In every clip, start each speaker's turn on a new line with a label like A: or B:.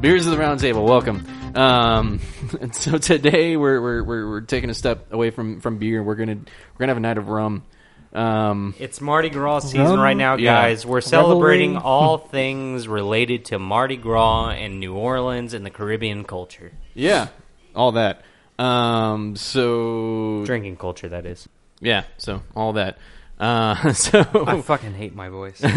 A: Beers of the Round Table, welcome. Um, and so today we're, we're, we're, we're taking a step away from, from beer. We're gonna we're gonna have a night of rum. Um,
B: It's Mardi Gras season
C: Rum?
B: right now,
A: Yeah.
B: guys. We're celebrating
C: Revelry?
B: all things related to Mardi Gras and New Orleans and the Caribbean culture.
A: yeah, all that. Um, so
B: Drinking culture, that is.
A: yeah, so all that. Uh, so
D: I fucking hate my voice.
A: All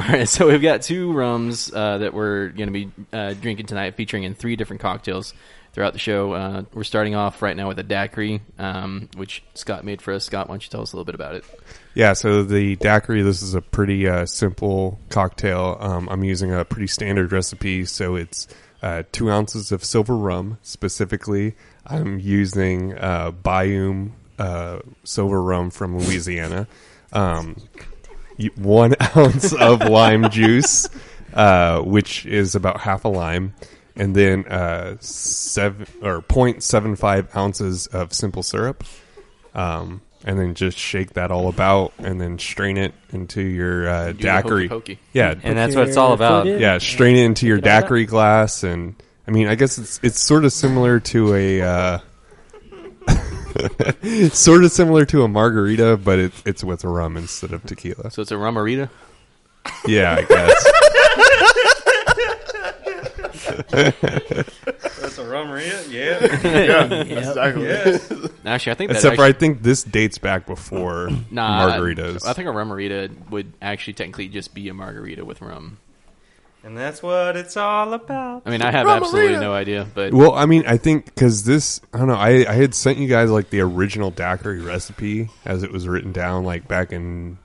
A: right, so we've got two rums uh, that we're going to be uh, drinking tonight, featuring in three different cocktails throughout the show. Uh, we're starting off right now with a daiquiri, um, which Scott made for us. Scott, why don't you tell us a little bit about it?
C: Yeah, so the daiquiri, this is a pretty uh, simple cocktail. Um, I'm using a pretty standard recipe. So it's uh, two ounces of silver rum specifically. I'm using uh, Bayoum uh, silver rum from Louisiana, um, y- one ounce of lime juice, uh, which is about half a lime. And then uh, seven or 0.75 ounces of simple syrup, um, and then just shake that all about, and then strain it into your uh,
A: your hokey
C: daiquiri.
A: pokey.
C: Yeah,
B: And that's what it's all about.
C: yeah, strain it into your
D: it out.
C: daiquiri glass, and I mean, I guess it's it's sort of similar to a uh, sort of similar to a margarita, but it, it's with rum instead of tequila.
A: So it's a rumarita.
C: Yeah, I guess.
E: That's a rum Maria? Yeah. yeah. Exactly.
A: Actually, I think that
C: Except for I
A: actually,
C: think this dates back before
A: nah,
C: margaritas.
A: I think a rumarita would actually technically just be a margarita with rum.
E: And that's what it's all about.
A: I mean, I have absolutely no idea, but
C: Well, I mean, I think because this, I don't know, I, I had sent you guys like the original daiquiri recipe as it was written down, like back in,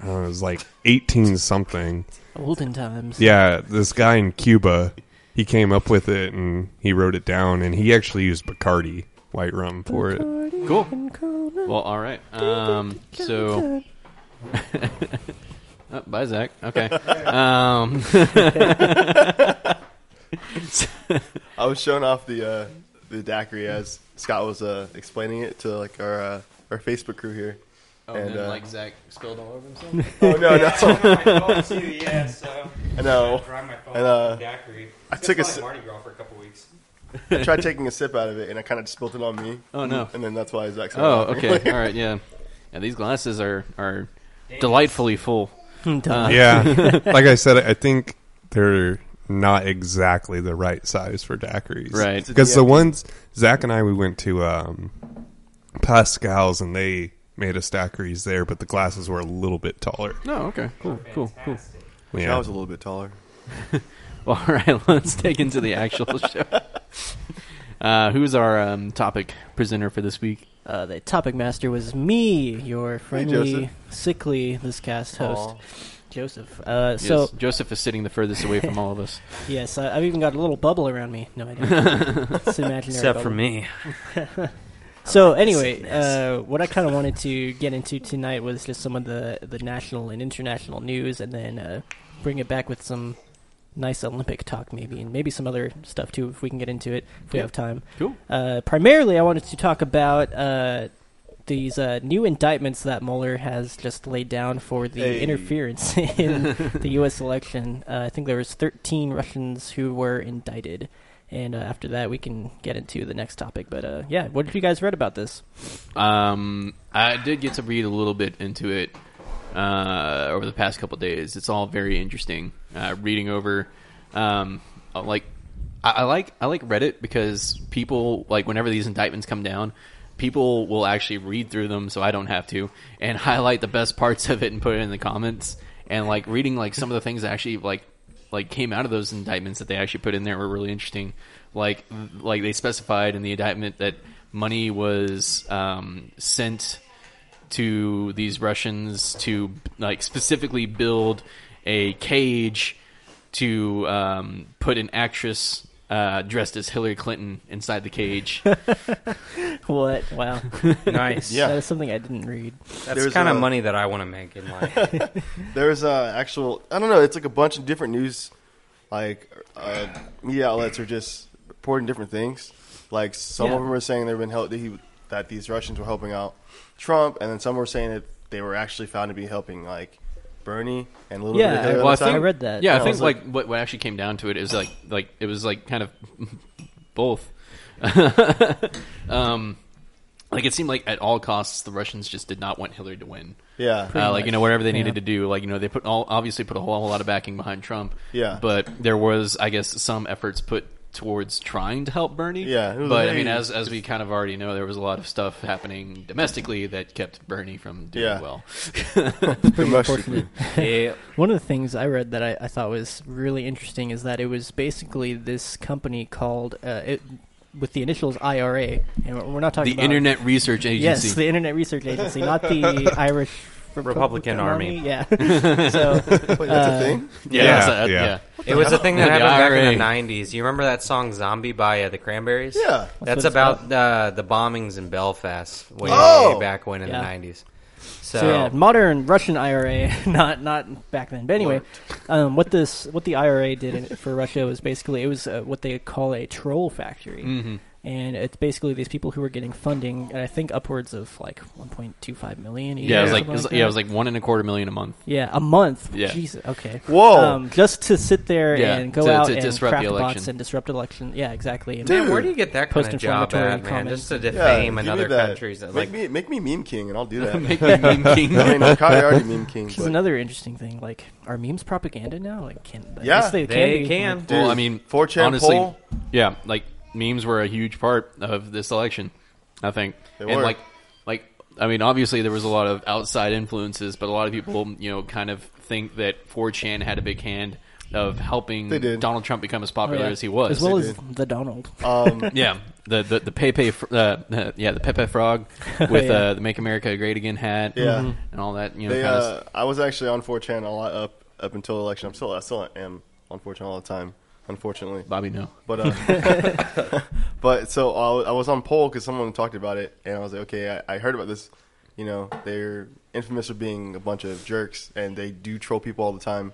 C: I don't know, it was like 18 something.
D: Olden times.
C: Yeah, this guy in Cuba, he came up with it and he wrote it down, and he actually used Bacardi white rum for it.
A: cool. Well, all right. Um, so. Oh, bye, Zach. Okay. Um,
E: I was showing off the uh, the daiquiri as Scott was uh, explaining it to like our uh, our Facebook crew here.
A: Oh, and
E: and
A: then,
E: uh,
A: like Zach spilled all over himself.
E: oh no no!
B: my phone's CVS, so
E: I know.
B: my phone
E: And, uh, with
B: daiquiri.
E: I took a s-
B: Mardi Gras for a couple weeks.
E: I tried taking a sip out of it, and I kind of just spilled it on me.
A: Oh, no.
E: And then that's why Zach. started
A: Oh,
E: laughing.
A: okay. All right, yeah. Yeah, these glasses are are delightfully full.
D: Duh.
C: Yeah, like I said, I think they're not exactly the right size for daiquiris,
A: Right. It's a
C: Because the
E: DFD.
C: ones Zach and I we went to um, Pascal's and they made us daiquiris there, but the glasses were a little bit taller.
A: No, Oh, okay. Cool, cool, cool.
E: So I
C: Yeah,
E: was a little bit taller.
A: All right, let's take into the actual show. Uh, who's our um, topic presenter for this week?
F: Uh, the topic master was me, your friendly,
E: Joseph.
F: sickly this cast host, Joseph. Uh,
A: Yes,
F: So
A: Joseph is sitting the furthest away from all of us.
F: yes, I, I've even got a little bubble around me. No, I don't. it's an imaginary.
B: Except for
F: bubble.
B: me.
F: So anyway, uh, what I kind of wanted to get into tonight was just some of the the national and international news, and then uh, bring it back with some nice Olympic talk, maybe, and maybe some other stuff too, if we can get into it if we
A: Yeah.
F: have time.
A: Cool.
F: Uh, primarily, I wanted to talk about uh, these uh, new indictments that Mueller has just laid down for the
E: Hey.
F: interference in the U.S. election. Uh, I think there was 13 Russians who were indicted, and uh, after that, we can get into the next topic. But uh, yeah, what did you guys read about this?
A: Um, I did get to read a little bit into it uh, over the past couple days. It's all very interesting. Uh, reading over, um, I like I, I like I like Reddit because people like whenever these indictments come down, people will actually read through them, so I don't have to, and highlight the best parts of it and put it in the comments. And like reading like some of the things that actually like like came out of those indictments that they actually put in there were really interesting. Like like they specified in the indictment that money was um, sent to these Russians to like specifically build a cage to um, put an actress uh, dressed as Hillary Clinton inside the cage.
F: What? Wow,
B: Nice.
E: Yeah.
F: that is something I didn't read.
B: That's
E: There's
B: the kind
E: a-
B: of money that I want to make in life.
E: There's uh, actual. I don't know. It's like a bunch of different news, like uh, media outlets are just reporting different things. Like some
F: Yeah.
E: of them are saying they've been helped that, he, that these Russians were helping out Trump, and then some were saying that they were actually found to be helping like Bernie and a little
F: Yeah,
E: bit of Hillary
A: well, I
E: on the side.
A: think-
F: I read that.
A: Yeah, I
F: was
A: think like, what, what actually came down to it is like like it was like kind of both. um, like it seemed like at all costs the Russians just did not want Hillary to win.
E: yeah,
A: Uh, like you know whatever they needed to
F: yeah.
A: do, like you know they put all obviously put a whole, lot of backing behind Trump.
E: Yeah.
A: but there was I guess some efforts put towards trying to help Bernie.
E: Yeah, it was
A: but
E: like,
A: I mean
E: hey,
A: as as we kind of already know, there was a lot of stuff happening domestically that kept Bernie from doing
E: Yeah.
A: well.
E: pretty
F: unfortunate.
B: yeah.
F: One of the things I read that I, I thought was really interesting is that it was basically this company called uh, it, with the initials IRA, and we're- we're not talking
A: The
F: about
A: Internet Research Agency.
F: Yes, the Internet Research Agency, not the Irish
B: Republican Army.
F: Yeah. so
E: Wait, that's a
F: Uh,
E: thing.
A: yeah,
C: Yeah,
A: that's a-
C: yeah.
A: yeah.
B: It was a thing that
A: Yeah, the
B: happened back in the
A: IRA.
B: '90s. You remember that song "Zombie" by uh, the Cranberries?
E: Yeah.
F: what
B: that's
F: it's
B: about uh, the bombings in Belfast way,
E: Oh!
B: way back when in
F: Yeah.
B: the '90s. So,
F: So, yeah, modern Russian IRA, not not back then. But anyway, um, what this what the IRA did in, for Russia was basically it was uh, what they call a troll factory,
A: Hmm.
F: and it's basically these people who were getting funding, and I think upwards of like 1.25 million. a
A: Yeah,
F: year
A: it was
F: or
A: like, it
F: something
A: was,
F: like
A: yeah, it
F: that.
A: was like one and a quarter million a month.
F: Yeah, a month.
A: Yeah.
F: Jesus. Okay.
E: Whoa.
F: Um, just to sit there
A: Yeah,
F: and go
A: to-
F: out
A: to
F: and
A: disrupt
F: craft
A: the
F: bots
A: election.
F: and disrupt election. Yeah, exactly. And
B: man, where do you get that kind of job
F: Post-inflammatory
B: at, man? Just
F: comments.
B: to
E: Yeah,
B: defame
E: give me
B: another
E: that.
B: country's
E: Make
B: uh, like
E: me make me meme king, and I'll do that.
A: Make me meme king.
E: I mean, I'm kind of already meme king.
F: This
E: but-
F: is another interesting thing. Like, are memes propaganda now? Like, can I
E: Yeah,
F: guess they,
B: they
F: be.
B: can.
E: Dude,
A: well, I mean,
E: 4chan
A: honestly,
E: poll?
A: yeah, like memes were a huge part of this election. I think,
E: They
A: and
E: were.
A: like, like I mean, obviously there was a lot of outside influences, but a lot of people, you know, kind of think that 4chan had a big hand of helping
E: They did.
A: Donald Trump become as
F: Oh, yeah.
A: popular as he was.
F: as well as the Donald. Oh.
E: um,
A: yeah, the the the Pepe, fr- uh, uh, yeah, the Pepe Frog with
F: Yeah.
A: uh, the "Make America Great Again" hat,
E: Yeah.
A: and all that. You know,
E: They,
A: kind of
E: uh, I was actually on 4chan a lot up up until election. I'm still I still am on 4chan all the time, unfortunately.
A: Bobby, no.
E: But uh, but so I was- I was on poll because someone talked about it, and I was like, okay, I, I heard about this. You know, they're infamous for being a bunch of jerks, and they do troll people all the time.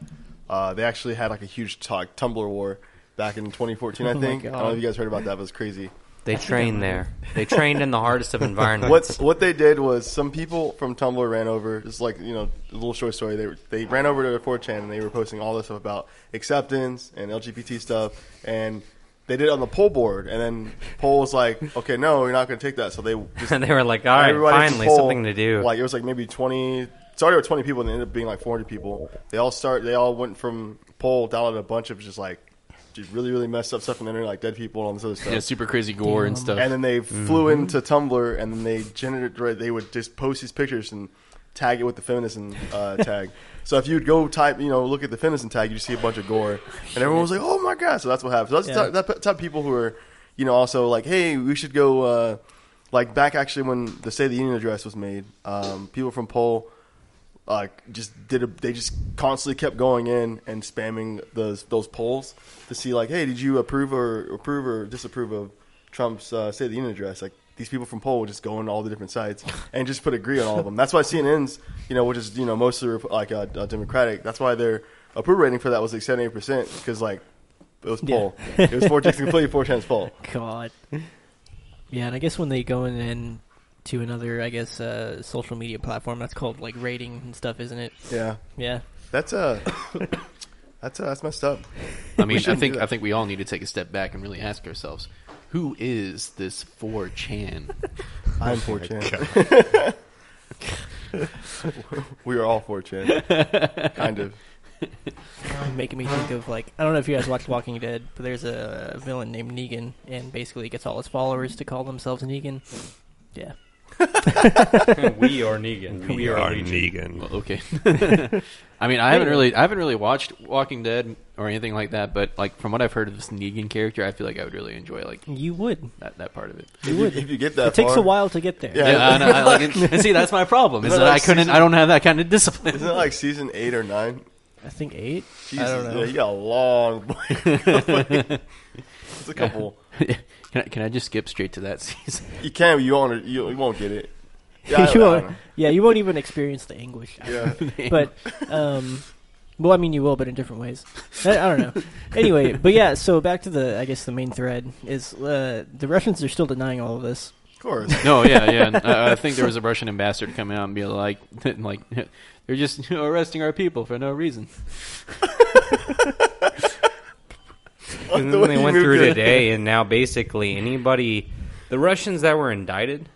E: Uh, they actually had like a huge talk Tumblr war back in 2014, I think. I don't know if you guys heard about that, but it was crazy.
B: they train there. They trained in the hardest of environments.
E: What's what they did was some people from Tumblr ran over. It's like you know a little short story. They were- they ran over to 4chan and they were posting all this stuff about acceptance and LGBT stuff, and they did it on the poll board. And then poll was like, okay, no, you're not going to take that. So they just
B: and they were like, all right,
E: everybody at the
B: finally
E: poll,
B: something to do.
E: Like it was like maybe twenty. Started with twenty people and it ended up being like four hundred people. They all start. They all went from poll down to a bunch of just like just really really messed up stuff and then they're like dead people and all this other stuff
A: Yeah, super crazy gore and stuff.
E: and then they flew into Tumblr, and then they generated. They would just post these pictures and tag it with the feminism uh, tag. So if you'd go type, you know, look at the feminism tag, you'd see a bunch of gore, and everyone was like, "Oh my god!" So that's what happened. So that's
F: Yeah.
E: the type, that type of people who are, you know, also like, "Hey, we should go." Uh, like back actually when the State of the Union address was made, um, people from Poll like just did a, they just constantly kept going in and spamming those those polls to see like hey did you approve or approve or disapprove of Trump's uh, State of the Union address like these people from poll would just go on all the different sites and just put agree on all of them that's why CNN's you know which is you know mostly rep- like uh, uh, Democratic that's why their approval rating for that was like seventy eight percent because like it was poll it was four it's completely four chance poll
F: God. Yeah, and I guess when they go in and to another, I guess, uh, social media platform, that's called like rating and stuff, isn't it?
E: yeah
F: Yeah.
E: that's uh that's uh, that's messed up
A: I mean, I
E: shouldn't
A: think
E: do that.
A: I think we all need to take a step back and really ask ourselves, who is this 4chan?
E: I'm four chan. we are all four chan, kind of.
F: Making me think of like I don't know if you guys watched Walking Dead, but there's a villain named Negan, and basically gets all his followers to call themselves Negan. Yeah.
B: we are Negan.
C: We are Negan.
A: Well, okay. I mean, I haven't really I haven't really watched Walking Dead or anything like that, but like from what I've heard of this Negan character, I feel like I would really enjoy like
F: You would.
A: that, that part of it.
E: If you, if you get that,
F: It takes
E: far-
F: a while to get there.
E: Yeah.
A: Yeah, I know, I like it. and see, that's my problem is
E: Isn't
A: that
E: that
A: I
E: like
A: couldn't I don't have that kind of discipline.
E: Isn't it like season eight or nine?
F: I think eight.
E: Jesus,
F: I don't know.
E: Yeah, you got a long. way. it's a couple.
A: can I, can I just skip straight to that season?
E: You can, but you won't. You, you won't get it. Yeah, I-
F: you
E: I
F: won't,
E: don't
F: yeah, you won't even experience the anguish.
E: know. Yeah.
F: But, um, well, I mean, you will, but in different ways. I, I don't know. Anyway, but yeah, so back to the, I guess, the main thread is uh, the Russians are still denying all of this.
E: course.
A: No, yeah, yeah. And, uh, I think there was a Russian ambassador coming out and be like, like they're just you know, arresting our people for no reason.
B: And then they went through today, and now basically anybody, the Russians that were indicted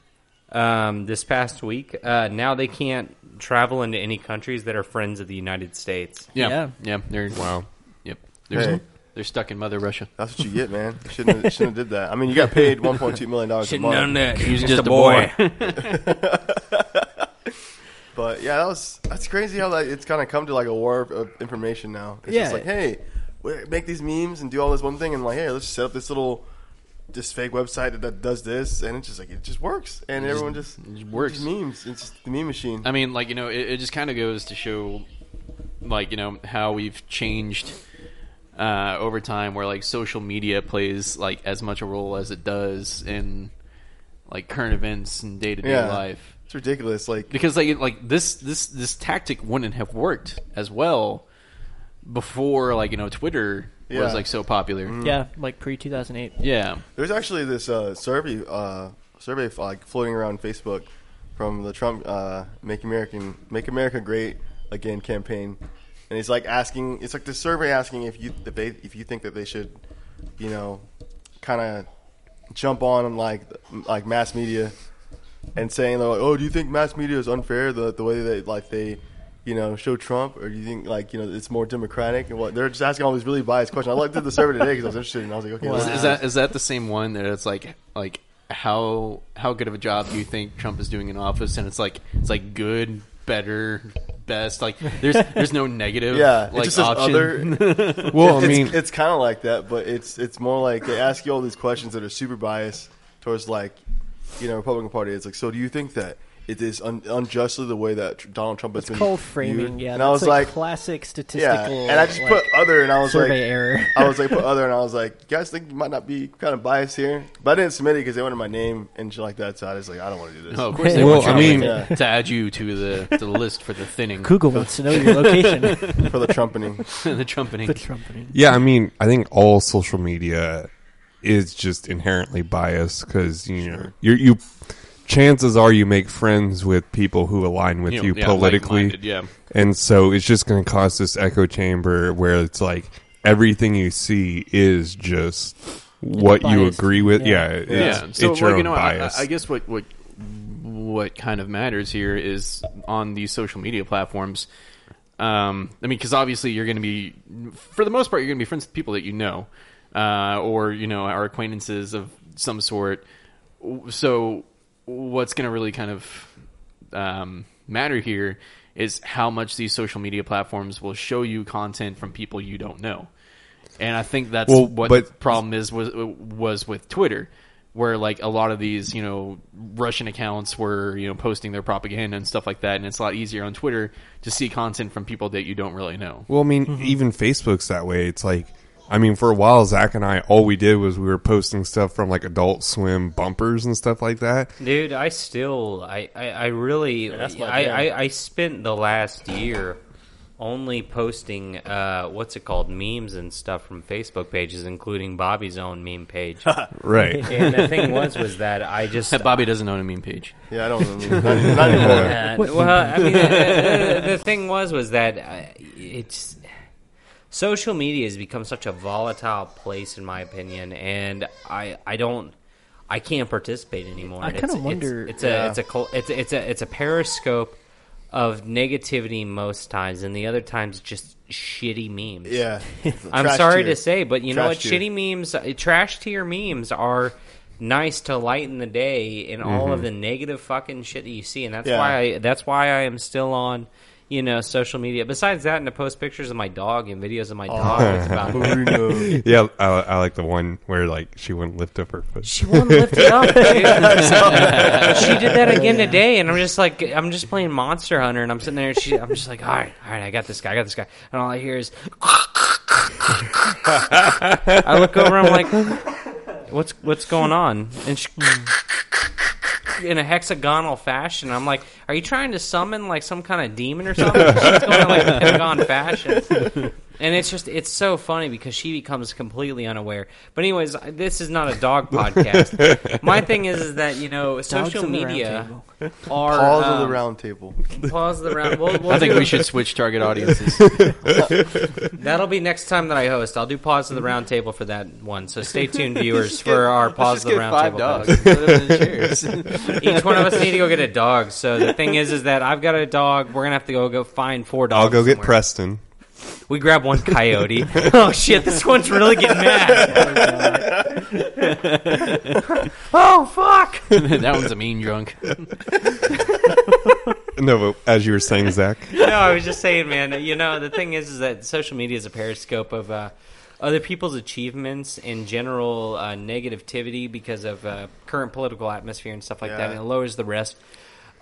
B: um, this past week, uh, now they can't travel into any countries that are friends of the United States.
A: Yeah, yeah.
F: Yeah.
A: they're wow. Yep, they're
E: Hey.
A: they're stuck in Mother Russia.
E: That's what you get, man. You Shouldn't have, shouldn't have did that. I mean, you got paid 1.2 million dollars a
B: Shouldn't
E: month.
B: done that. He's
A: just a boy.
E: But yeah, that was that's crazy how like it's kind of come to like a war of, of information now. It's just
F: Yeah.
E: like, hey, we- make these memes and do all this one thing, and like, hey, let's just set up this little this fake website that, that does this, and it's just like it just works, and everyone just,
A: it just works.
E: Just memes. It's just the meme machine.
A: I mean, like you know, it, it just kind of goes to show, like you know, how we've changed uh, over time, where like social media plays like as much a role as it does in like current events and day to day
E: Yeah.
A: life.
E: It's ridiculous. Like,
A: because like it- like this this this tactic wouldn't have worked as well before like you know Twitter
E: Yeah. Mm-hmm.
A: was like so popular.
E: Hmm.
F: Yeah, like pre 2008.
A: Yeah,
E: there's actually this uh, survey uh, survey like floating around Facebook from the Trump uh, "Make American Make America Great Again" campaign, and it's like asking, it's like the survey asking if you if they if you think that they should, you know, kind of jump on like like mass media and saying like, oh, do you think mass media is unfair the the way that like they. You know, show Trump, or do you think like you know it's more democratic and what they're just asking all these really biased questions? I looked at the survey today because I was interested, and I was like, okay,
A: is,
E: let's-
A: is that is that the same one that it's like like how how good of a job do you think Trump is doing in office? And it's like it's like good, better, best. Like there's there's no negative.
E: Yeah,
A: like
E: it just says
A: option.
E: other.
C: Well, I
E: it's,
C: mean,
E: it's kind of like that, but it's it's more like they ask you all these questions that are super biased towards like you know Republican Party. It's like, so do you think that it is un- unjustly the way that tr- Donald Trump has
F: It's
E: been
F: called
E: viewed?
F: framing. Yeah,
E: and I was like,
F: classic
E: yeah,
F: statistical.
E: and I just
F: like,
E: put other, and I was
F: survey
E: like.
F: error.
E: I was like, put other, and I was like, you guys think you might not be kind of biased here? But I didn't submit it because they wanted my name and shit like that. So I was like, I don't want to do this.
A: No, of course they
C: Well,
A: want you
C: I
A: to-
C: mean-
E: Yeah.
A: to add you to the to the list for the thinning,
F: Google wants to know your location.
E: For the trumpeting.
A: the trumpeting.
F: the trumpeting.
C: Yeah, I mean, I think all social media is just inherently biased because you know you you chances are you make friends with people who align with you,
A: know, yeah,
C: politically,
A: like-minded, yeah.
C: and so it's just going to cause this echo chamber where it's like everything you see is just what you
F: biased.
C: agree with.
F: Yeah.
C: Yeah, it's,
A: yeah. So
C: it's your
A: like,
C: own
A: you know, I-
C: bias.
A: I, I guess what what what kind of matters here is on these social media platforms. Um, I mean, because obviously you're going to be, for the most part, you're going to be friends with people that you know, uh, or you know, are acquaintances of some sort. W- So, what's going to really kind of um, matter here is how much these social media platforms will show you content from people you don't know. And I think that's
C: Well,
A: what
C: but-
A: the problem is was was with Twitter, where like a lot of these you know Russian accounts were you know posting their propaganda and stuff like that, and it's a lot easier on Twitter to see content from people that you don't really know.
C: Well, I mean, even Facebook's that way. It's like, I mean, for a while, Zach and I, all we did was we were posting stuff from like Adult Swim bumpers and stuff like that.
B: Dude, I still, I, I, I really,
E: that's my
B: I,
E: bad.
B: I, I spent the last year only posting, uh, what's it called, memes and stuff from Facebook pages, including Bobby's own meme page.
C: Right.
B: and the thing was, was that I just,
A: That Bobby doesn't own a meme page.
E: Yeah, I don't know. Not, not anymore.
B: Uh, well, I mean, the, the thing was was that uh, it's social media has become such a volatile place, in my opinion, and I I don't I can't participate anymore.
F: I kinda
B: It's- it's-
F: wonder-
B: It's, a it's a col- it's a, it's a it's a periscope of negativity most times, and the other times just shitty memes.
E: Yeah.
B: I'm
E: Trash
B: sorry
E: tier.
B: to say, but you know what?
E: Trash tier.
B: Shitty memes, uh, trash tier memes are nice to lighten the day in all of the negative fucking shit that you see, and that's
E: Mm-hmm. Yeah.
B: why I, that's why I am still on you know social media. Besides that, and to post pictures of my dog and videos of my dog. It's about
E: Bruno.
C: Yeah, I, I like the one where like she wouldn't lift up her foot.
B: she won't lift it up. dude. she did that again today, and I'm just like, I'm just playing Monster Hunter, and I'm sitting there. And she, I'm just like, all right, all right, I got this guy, I got this guy, and all I hear is. I look over, I'm like, what's what's going on? And she, in a hexagonal fashion, I'm like, Are you trying to summon like some kind of demon or something? She's going on, like the Pentagon fashion, and it's just it's so funny because she becomes completely unaware. But anyways, I- this is not a dog podcast. My thing is, is that you know social
F: on the round
B: media
F: table.
B: are
E: Pause of the
B: um,
E: round table.
B: Pause the round. We'll, we'll
A: I think
B: do-
A: we should switch target audiences.
B: That'll be next time that I host. I'll do pause of the round table for that one. So stay tuned, viewers, for our pause of the round table. post. Each one of us need to go get a dog. So the thing is, is that I've got a dog. We're gonna have to go go find four dogs.
C: I'll go get
B: somewhere.
C: Preston.
B: We grab one coyote. oh shit! This one's really getting mad. oh fuck!
A: that one's a mean drunk.
C: No, but as you were saying, Zach,
B: No, I was just saying, man. You know, the thing is, is that social media is a periscope of uh, other people's achievements and general uh, negativity because of uh, current political atmosphere and stuff like that,
E: Yeah.
B: and it lowers the rest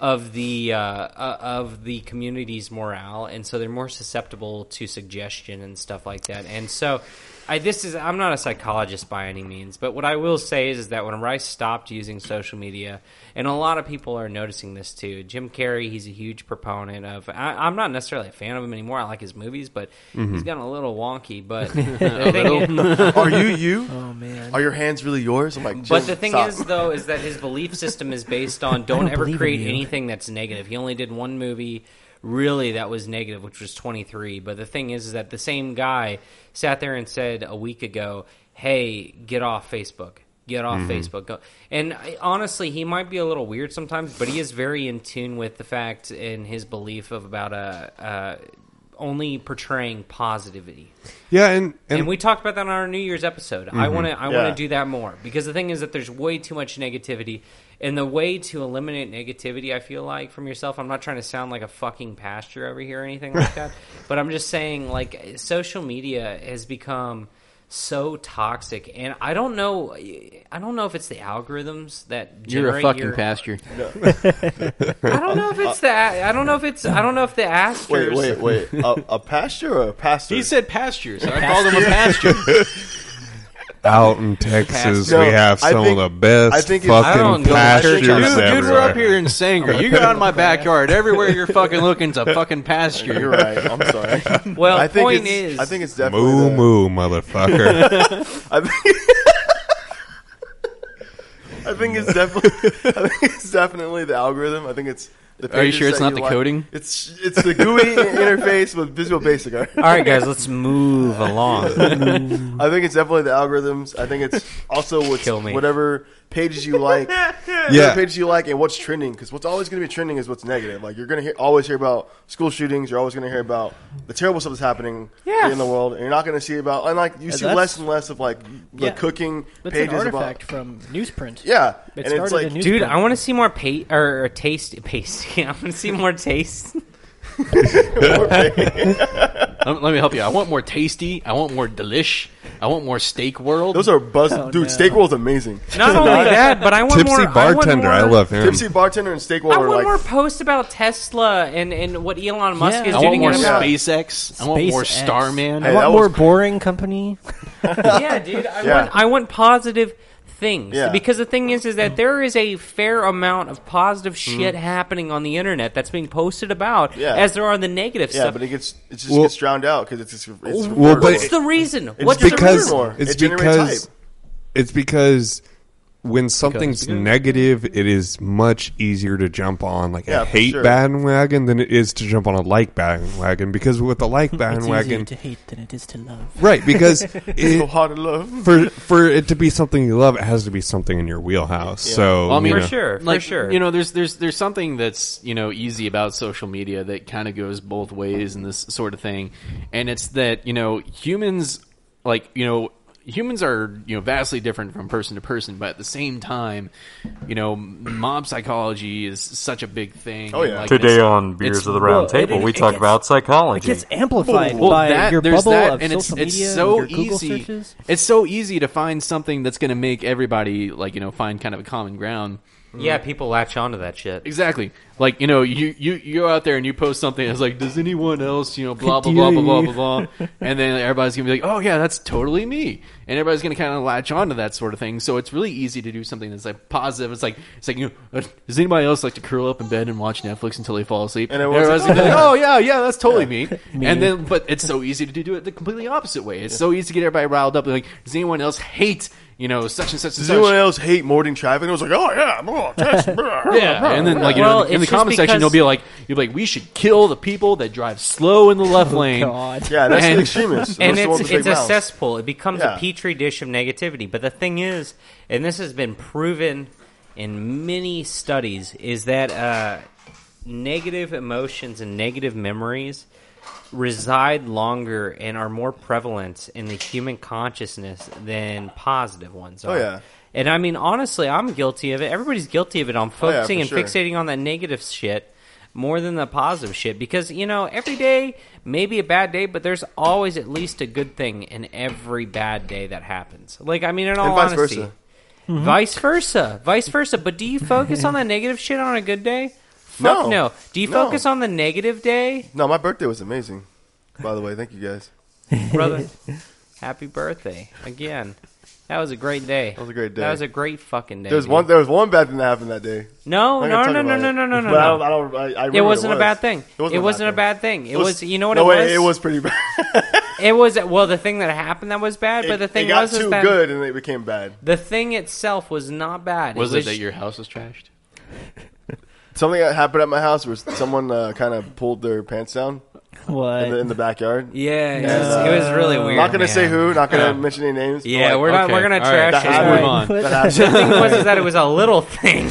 B: of the uh, uh, of the community's morale, and so they're more susceptible to suggestion and stuff like that. And so, I this is I'm not a psychologist by any means, but what I will say is, is that whenever I stopped using social media, and a lot of people are noticing this too. Jim Carrey, he's a huge proponent of. I, I'm not necessarily a fan of him anymore. I like his movies, but he's gotten a little wonky. But the thing is-
E: Are you you?
F: Oh man.
E: Are your hands really yours? I'm like, Jim,
B: but the thing
E: stop.
B: is, though, is that his belief system is based on don't,
F: don't
B: ever
F: believe in
B: create
F: you.
B: anything that's negative. He only did one movie really that was negative, which was 23. But the thing is, is that the same guy sat there and said a week ago, hey, get off Facebook. Get
F: Mm-hmm.
B: off Facebook. Go. And I, honestly, he might be a little weird sometimes, but he is very in tune with the fact and his belief of about uh, uh, only portraying positivity
C: yeah, and
B: and,
C: and,
B: we talked about that on our New Year's episode. I want to I want
E: Mm-hmm. Yeah.
B: to do that more because the thing is that there's way too much negativity, and the way to eliminate negativity, I feel like from yourself. I'm not trying to sound like a fucking pasture over here or anything like that, but I'm just saying like social media has become so toxic, and I don't know, I don't know if it's the algorithms that
A: You're a
B: generate
A: fucking
B: your,
A: pasture.
B: I don't know if it's the I don't know if it's I don't know if the asters.
E: Wait, wait, wait. a, a pasture or a pastor?
A: He said pasture, so I called him a pasture.
C: out in Texas,
E: No,
C: we have
E: I
C: some
E: think-
C: of the best
E: I think it's- I
B: don't
C: fucking
B: go- I think
C: pastures
A: Dude,
C: everywhere.
A: dude, we're up here in Sanger. You got in my backyard. Everywhere you're fucking looking's a fucking pasture.
E: You're right. I'm sorry.
B: Well,
E: I think
B: point
E: it's,
B: is,
E: I think it's definitely.
C: Moo
E: the-
C: moo, motherfucker.
E: I think, I think it's definitely. I think it's definitely the algorithm. I think it's. The
A: Are you
E: pages
A: sure it's
E: that
A: not
E: you
A: the
E: like.
A: coding?
E: It's it's the GUI interface with Visual Basic. all right?
B: all right, guys, let's move along.
E: I think it's definitely the algorithms. I think it's also what's,
B: Kill me.
E: whatever pages you like,
C: yeah,
E: whatever pages you like, and what's trending. Because what's always going to be trending is what's negative. Like you're going to hear, always hear about school shootings. You're always going to hear about the terrible stuff that's happening
F: Yeah.
E: in the world. And you're not going to see about and like you see
F: that's-
E: less and less of like the
F: Yeah.
E: cooking
F: That's an
E: pages
F: artifact
E: about.
F: from newsprint.
E: Yeah,
F: It
E: and it's
F: started
E: like
F: in newsprint.
B: Dude, I want to see more pa- or, or taste pasty. I want to see more taste.
A: Let, let me help you. I want more tasty. I want more delish. I want more steak world.
E: Those are buzz,
F: Oh,
E: dude.
F: no.
E: Steak World's amazing.
B: Not only that, but I want
C: tipsy
B: more I want
C: bartender. I,
B: more-
C: love him.
E: Tipsy bartender and steak
B: I
E: world are
B: want
E: like
B: more posts about Tesla and, and what Elon Musk
F: Yeah.
B: is
A: I want
B: doing.
A: more
B: and
E: Yeah.
B: about-
A: SpaceX. I want more
F: SpaceX.
A: Starman.
E: Hey,
F: I
E: that
F: want more
E: was-
F: boring company.
B: yeah, dude. I
E: Yeah.
B: want I want positive things
E: Yeah.
B: because the thing is is that there is a fair amount of positive shit happening on the internet that's being posted about
E: Mm-hmm. Yeah.
B: as there are the negative
E: yeah,
B: stuff.
E: but it gets it just
C: Well-
E: gets drowned out because it's just it's
C: Well, but-
B: What's the reason? What's
E: It's
B: the
C: because
B: reason?
E: more.
C: it's
E: It generates
C: because
E: hype.
C: it's because when something's negative, it is much easier to jump on like
E: Yeah,
C: a
E: for
C: hate
E: sure.
C: bandwagon than it is to jump on a like bandwagon. Because with the like
F: It's easier
C: bandwagon,
F: to hate than it is to love.
C: right? Because
E: so
C: it,
E: hard to love.
C: for for it to be something you love, it has to be something in your wheelhouse. So
A: Well, I mean,
C: you
B: For
C: know,
B: sure, for
A: like,
B: sure.
A: You know, there's there's there's something that's you know easy about social media that kind of goes both ways and this sort of thing, and it's that you know humans like you know humans are you know vastly different from person to person, but at the same time, you know mob psychology is such a big thing.
E: Oh, yeah.
A: like,
G: Today
A: it's-
G: on Beers
A: it's-
G: of the Round
F: well, it-
G: Table,
F: it-
G: we
F: it
G: talk
F: gets-
G: about
F: It
G: psychology.
F: gets amplified
A: Well,
F: by
A: that,
F: your
A: there's
F: bubble
A: that,
F: of
A: and it's,
F: social
A: it's
F: media,
A: so
F: your Google
A: easy.
F: searches.
A: It's so easy to find something that's going to make everybody like you know find kind of a common ground.
B: Yeah, people latch onto that shit.
A: Exactly. Like you know, you you you go out there and you post something. It's like, does anyone else you know blah blah blah blah blah blah blah, and then everybody's gonna be like, oh yeah, that's totally me, and everybody's gonna kind of latch on to that sort of thing. So it's really easy to do something that's like positive. It's like it's like you know, uh, does anybody else like to curl up in bed and watch Netflix until they fall asleep?
E: And
A: And
E: everyone's
A: everybody's gonna be like, oh yeah, yeah, that's totally me. And then, but it's so easy to do it the completely opposite way. It's so easy to get everybody riled up. Like, does anyone else hate you know such and such and
E: Does
A: such?
E: anyone else hate Morning Traffic? And I was like, oh yeah, oh, that's-
A: Yeah, and then like you
B: Well,
A: know, in the- in the
B: it's just
A: comment section,
B: because-
A: they'll be like, "You'll be like, we should kill the people that drive slow in the left lane."
F: God.
E: yeah, that's
A: And-
E: the extremists.
B: and
E: Those are the ones
B: it's
E: with
B: it's
E: big
B: a
E: mouths.
B: cesspool. It becomes
E: Yeah.
B: a petri dish of negativity. But the thing is, and this has been proven in many studies, is that uh, negative emotions and negative memories reside longer and are more prevalent in the human consciousness than positive ones are.
E: Oh, yeah.
B: And I mean, honestly, I'm guilty of it. Everybody's guilty of it. I'm
E: yeah,
B: focusing
E: for
B: and
E: sure.
B: fixating on that negative shit more than the positive shit because you know every day may be a bad day but there's always at least a good thing in every bad day that happens like i mean in all
E: vice
B: honesty Mm-hmm.
E: versa.
B: vice versa vice versa but do you focus on the negative shit on a good day
E: No.
B: Fuck no do you
E: No.
B: focus on the negative day
E: No, my birthday was amazing. By the way, thank you guys.
B: brother happy birthday again that was a great day that
E: was a great day.
B: that was a great fucking day
E: There was
B: dude.
E: one. There was one bad thing that happened that day.
B: no
E: I'm
B: no
E: not
B: Oh, no no
E: gonna talk
B: no
E: about
B: no
E: it.
B: no no
E: But I
B: no
E: don't. I don't I, I remember
B: it wasn't
E: what
B: a bad thing. It wasn't, a bad thing. It was, you know what
E: no,
B: it was.
E: It, was pretty bad.
B: It was well, the thing that happened that was bad, but the thing
E: it got
B: was is
E: too
B: that
E: good and it became bad.
B: the thing itself was not bad.
A: Was
B: it
A: it,
B: was,
A: that your house was trashed?
E: Something that happened at my house where someone uh, kind of pulled their pants down in the,
F: What?
E: in the backyard.
B: Yeah, it was, it was really weird.
E: not gonna say
B: man.
E: who. Not gonna mention any names. but,
B: Yeah,
E: like,
B: we're not.
A: Okay,
B: We're gonna
A: all right,
B: trash
E: that
B: it.
E: happened. Oh.
A: Move on.
E: that happened.
B: The thing was is that it was a little thing.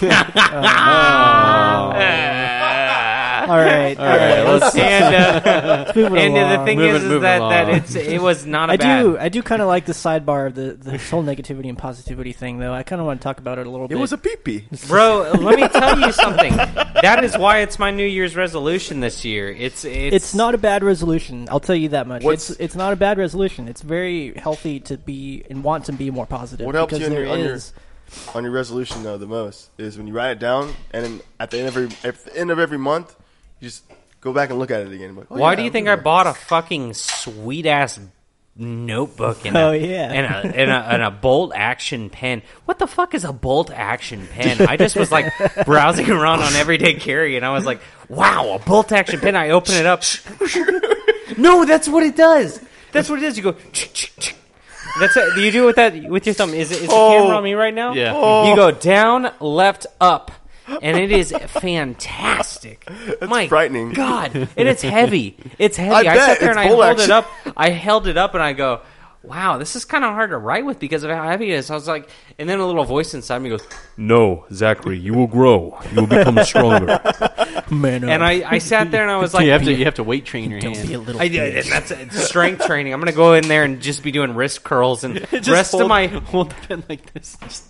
F: All right. All
B: and
F: right. Let's
B: uh,
F: move it
B: and uh, the
F: along.
B: thing
A: Move
B: is,
A: it-
B: is
A: move it
B: that, that
A: along.
B: it's it was not a
F: I
B: bad.
F: do. I do kind of like the sidebar of the the whole negativity and positivity thing, though. I kind of want to talk about it a little
E: It
F: bit.
E: was a pee pee.
B: Bro, let me tell you something. That is why it's my New Year's resolution this year. It's it's,
F: it's not a bad resolution. I'll tell you that much.
E: What's-
F: It's it's not a bad resolution. It's very healthy to be and want to be more positive.
E: What helps
F: because
E: you on
F: there
E: your- on your-
F: is-
E: On your resolution though, the most is when you write it down, and then at the end of every at the end of every month, you just go back and look at it again. Like, oh,
B: Why
E: yeah,
B: do you
E: I'm
B: think
E: doing
B: I
E: that.
B: bought a fucking sweet ass notebook and a,
F: Oh, yeah.
B: and a, and a and a bolt action pen? What the fuck is a bolt action pen? I just was like browsing around on everyday carry and I was like, wow, a bolt action pen. I open it up. no, that's what it does. That's what it does. You go. That's it. You do with that with your thumb. Is it is the camera on me right now?
A: Oh. Yeah.
B: You go down, left, up, and it is fantastic. My
E: frightening.
B: God, and it's heavy. It's heavy.
E: I
B: I,
E: bet.
B: sat there
E: It's
B: and I
E: bold
B: held
E: action.
B: it up. I held it up and I go, "Wow, this is kind of hard to write with because of how heavy it is." I was like, and then a little voice inside me goes,
G: No, Zachary, you will grow. You will become stronger.
F: man,
B: and I, I sat there and I was like,
A: you have to you have to weight train your
F: don't be a
A: hand.
F: little.
B: I did, and that's it. It's strength training. I'm gonna go in there and just be doing wrist curls and rest of my
A: hold the pen like this. Just-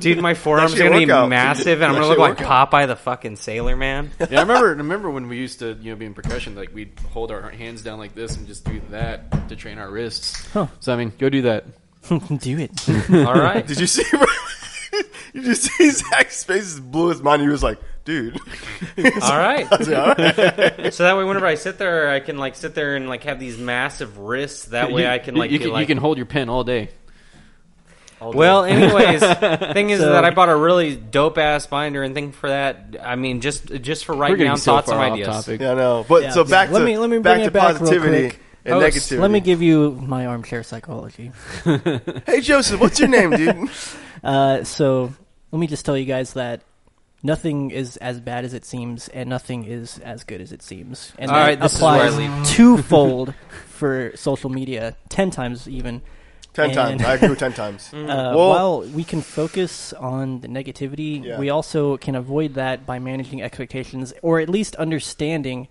B: dude. My forearms
E: That's
B: are
E: your
B: gonna be
E: workout.
B: massive, and I'm
E: That's
B: gonna look
E: your
B: like Popeye the fucking Sailor Man.
A: yeah, I remember remember when we used to you know be in percussion, like we'd hold our hands down like this and just do that to train our wrists.
F: Huh.
A: So I mean, go do that.
F: do it.
B: All right.
E: Did you see? Did you see Zach's face is blue as mine? He was like, "Dude,
B: All right.
E: all
B: so that way, whenever I sit there, I can like sit there and like have these massive wrists. That way,
A: You-
B: I can
A: you-
B: like
A: you
B: be
A: can,
B: like-
A: you can hold your pen all day. All day.
B: Well, anyways, thing is
F: So-
B: that I bought a really dope ass binder and thing for that. I mean, just just for
A: we're
B: writing
A: getting
B: down
A: so
B: thoughts
A: far off
B: and ideas.
A: topic.
E: yeah, no." But
F: Yeah,
E: so
F: yeah.
E: back
F: Let
E: to
F: me- let me
E: back
F: bring
E: to
F: it back real
E: positivity
F: quick.
E: and
F: Oh, s-
E: negativity.
F: Let me give you my armchair psychology.
E: hey Joseph, what's your name, dude?
F: Uh, so let me just tell you guys that nothing is as bad as it seems, and nothing is as good as it seems. And
B: All
F: that
B: right, this is where I
F: applies twofold for social media, ten times even.
E: ten
F: And-
E: times. I agree with ten times.
A: Mm.
F: Uh,
E: Well-
F: while we can focus on the negativity,
E: Yeah.
F: we also can avoid that by managing expectations, or at least understanding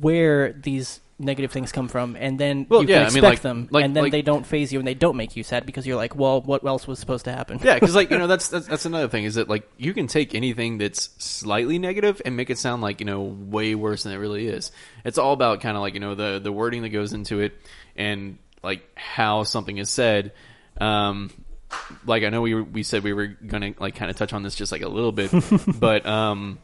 F: where these negative things come from, and then
A: Well,
F: you
A: yeah, I
F: can
A: mean,
F: expect
A: like-
F: them,
A: like-
F: and then
A: like-
F: they don't phase you, and they don't make you sad because you're like, well, what else was supposed to happen?
A: Yeah, because like you know that's, that's that's another thing is that like you can take anything that's slightly negative and make it sound like you know way worse than it really is. It's all about kind of like you know the the wording that goes into it and like how something is said. Um, like I know we were, we said we were gonna like kind of touch on this just like a little bit, but um,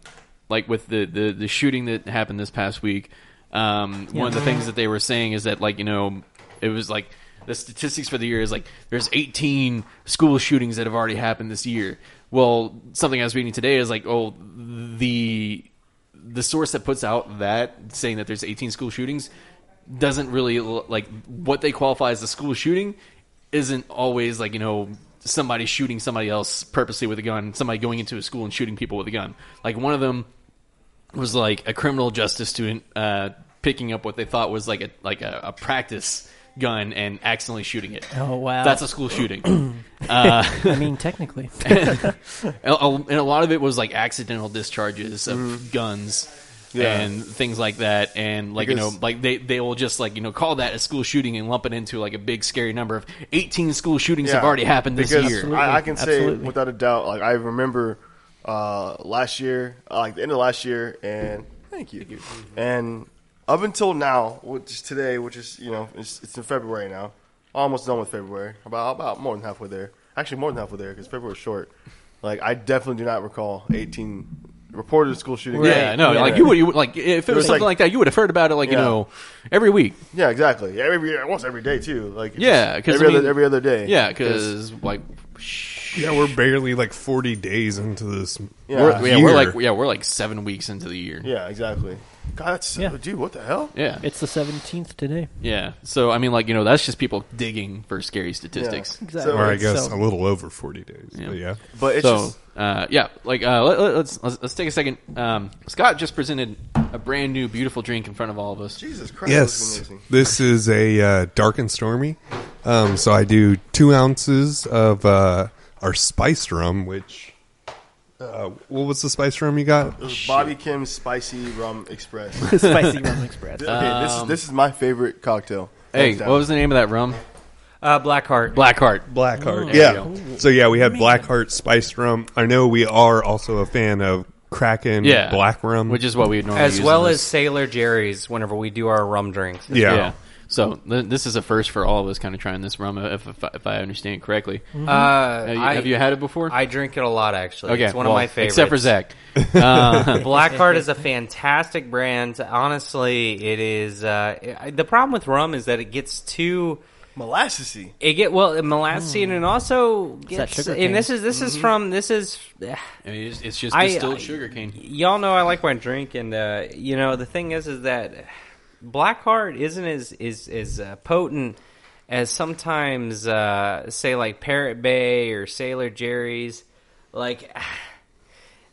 A: like with the, the the shooting that happened this past week, um, one of the things that they were saying is that like you know it was like the statistics for the year is like there's 18 school shootings that have already happened this year. Well, something I was reading today is like oh the the source that puts out that saying that there's 18 school shootings doesn't really l- like what they qualify as a school shooting isn't always like you know somebody shooting somebody else purposely with a gun somebody going into a school and shooting people with a gun like one of them was like a criminal justice student uh, picking up what they thought was like a like a, a practice gun and accidentally shooting it
F: Oh, wow.
A: that's a school shooting uh,
F: I mean, technically.
A: and a- and a lot of it was like accidental discharges of guns
E: Yeah.
A: and things like that and like you know
E: Because-
A: like they they will just like you know call that a school shooting and lump it into like a big scary number of 18 school shootings have
E: Yeah.
A: already happened this
E: because
A: year
E: I, I can say
F: Absolutely.
E: without a doubt, like I remember uh, last year, uh, like the end of last year, and thank you. And up until now, which is today, which is you know, it's, it's in February now, almost done with February, about about more than halfway there. Actually, more than halfway there because February's short. Like I definitely do not recall 18 reported school shootings.
A: yeah no like you would you would- like if it was
E: was
A: something like,
E: like-
A: that you would have heard about it like you
E: Yeah.
A: know every week
E: Yeah, exactly. Every year, once every day too. Like it's
A: Yeah, 'cause,
E: every
A: I mean-
E: other every other day.
A: yeah because like
C: Yeah, we're barely like 40 days into this.
E: Yeah.
A: we're, yeah, we're
C: Year.
A: like yeah we're like seven weeks into the year
E: yeah, exactly. God, that's
F: Yeah.
E: dude, what the hell?
A: yeah
F: It's the 17th today.
A: yeah so i mean like you know that's just people digging for scary statistics
F: Exactly.
E: So-
C: Or I guess
F: So-
C: a little over 40 days.
A: Yeah.
C: But yeah.
E: But it's
A: so,
E: just
A: uh, yeah, like uh, let, let- let's, let's let's take a second. Um, Scott just presented a brand new, beautiful drink in front of all of us.
E: Jesus Christ. that's
C: Yes,
E: amazing.
C: this is a uh, dark and stormy. Um, so I do two ounces of uh, our spiced rum, which uh, what was the spiced rum you got?
E: It was Bobby Kim's Spicy Rum Express. okay,
F: Spicy Rum Express.
E: this is this is my favorite cocktail.
A: Hey,
E: Hands down.
A: what was the name of that rum?
B: Uh, Blackheart.
A: Blackheart.
C: Mm, Blackheart.
A: There
C: yeah.
A: you
C: So yeah, we had Blackheart spiced rum. I know we are also a fan of Kraken
A: Yeah,
C: Black Rum,
A: which is what we would normally
B: as
A: use
B: well
A: in
B: as
A: this.
B: Sailor Jerry's whenever we do our rum drinks.
C: yeah.
A: So th- this is a first for all of us, kind of trying this rum, if if, I- if I understand it correctly.
B: Uh,
A: Have, you,
B: I,
A: have you had it before?
B: I drink it a lot, actually.
A: okay,
B: it's one
A: well,
B: of my favorites.
A: except for Zach.
B: Blackheart is a fantastic brand. Honestly, it is. Uh, I- the problem with rum is that it gets too.
E: Molassesy.
B: It get well molassy and also
F: Mm. that
B: gets,
F: sugar
B: and this
F: cane. Mm-hmm.
B: is this is from this is
A: I mean, it's, it's just
B: I-
A: distilled
B: I-
A: sugar cane.
B: y'all know I like my drink, and uh, you know the thing is, is that Blackheart isn't as is as uh, potent as sometimes uh, say like Parrot Bay or Sailor Jerry's. Like,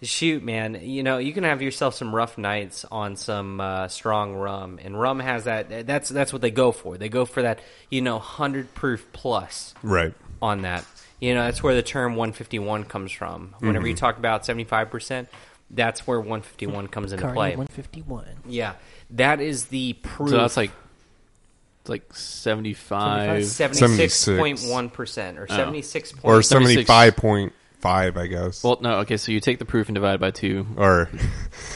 B: shoot, man, you know you can have yourself some rough nights on some uh, strong rum, and rum has that. That's that's what they go for. They go for that you know hundred proof plus
C: Right.
B: on that. You know, that's where the term 151 comes from. Whenever you talk about 75%, that's where 151 comes into
F: Carney
B: play.
F: 151.
B: Yeah. That is the proof.
A: So that's like it's like seventy
B: Uh,
A: five.
B: 76.1% or 76. point-
C: Or
A: 76.
C: seventy five point five, I guess.
A: Well, no, okay. So you take the proof and divide by two.
C: or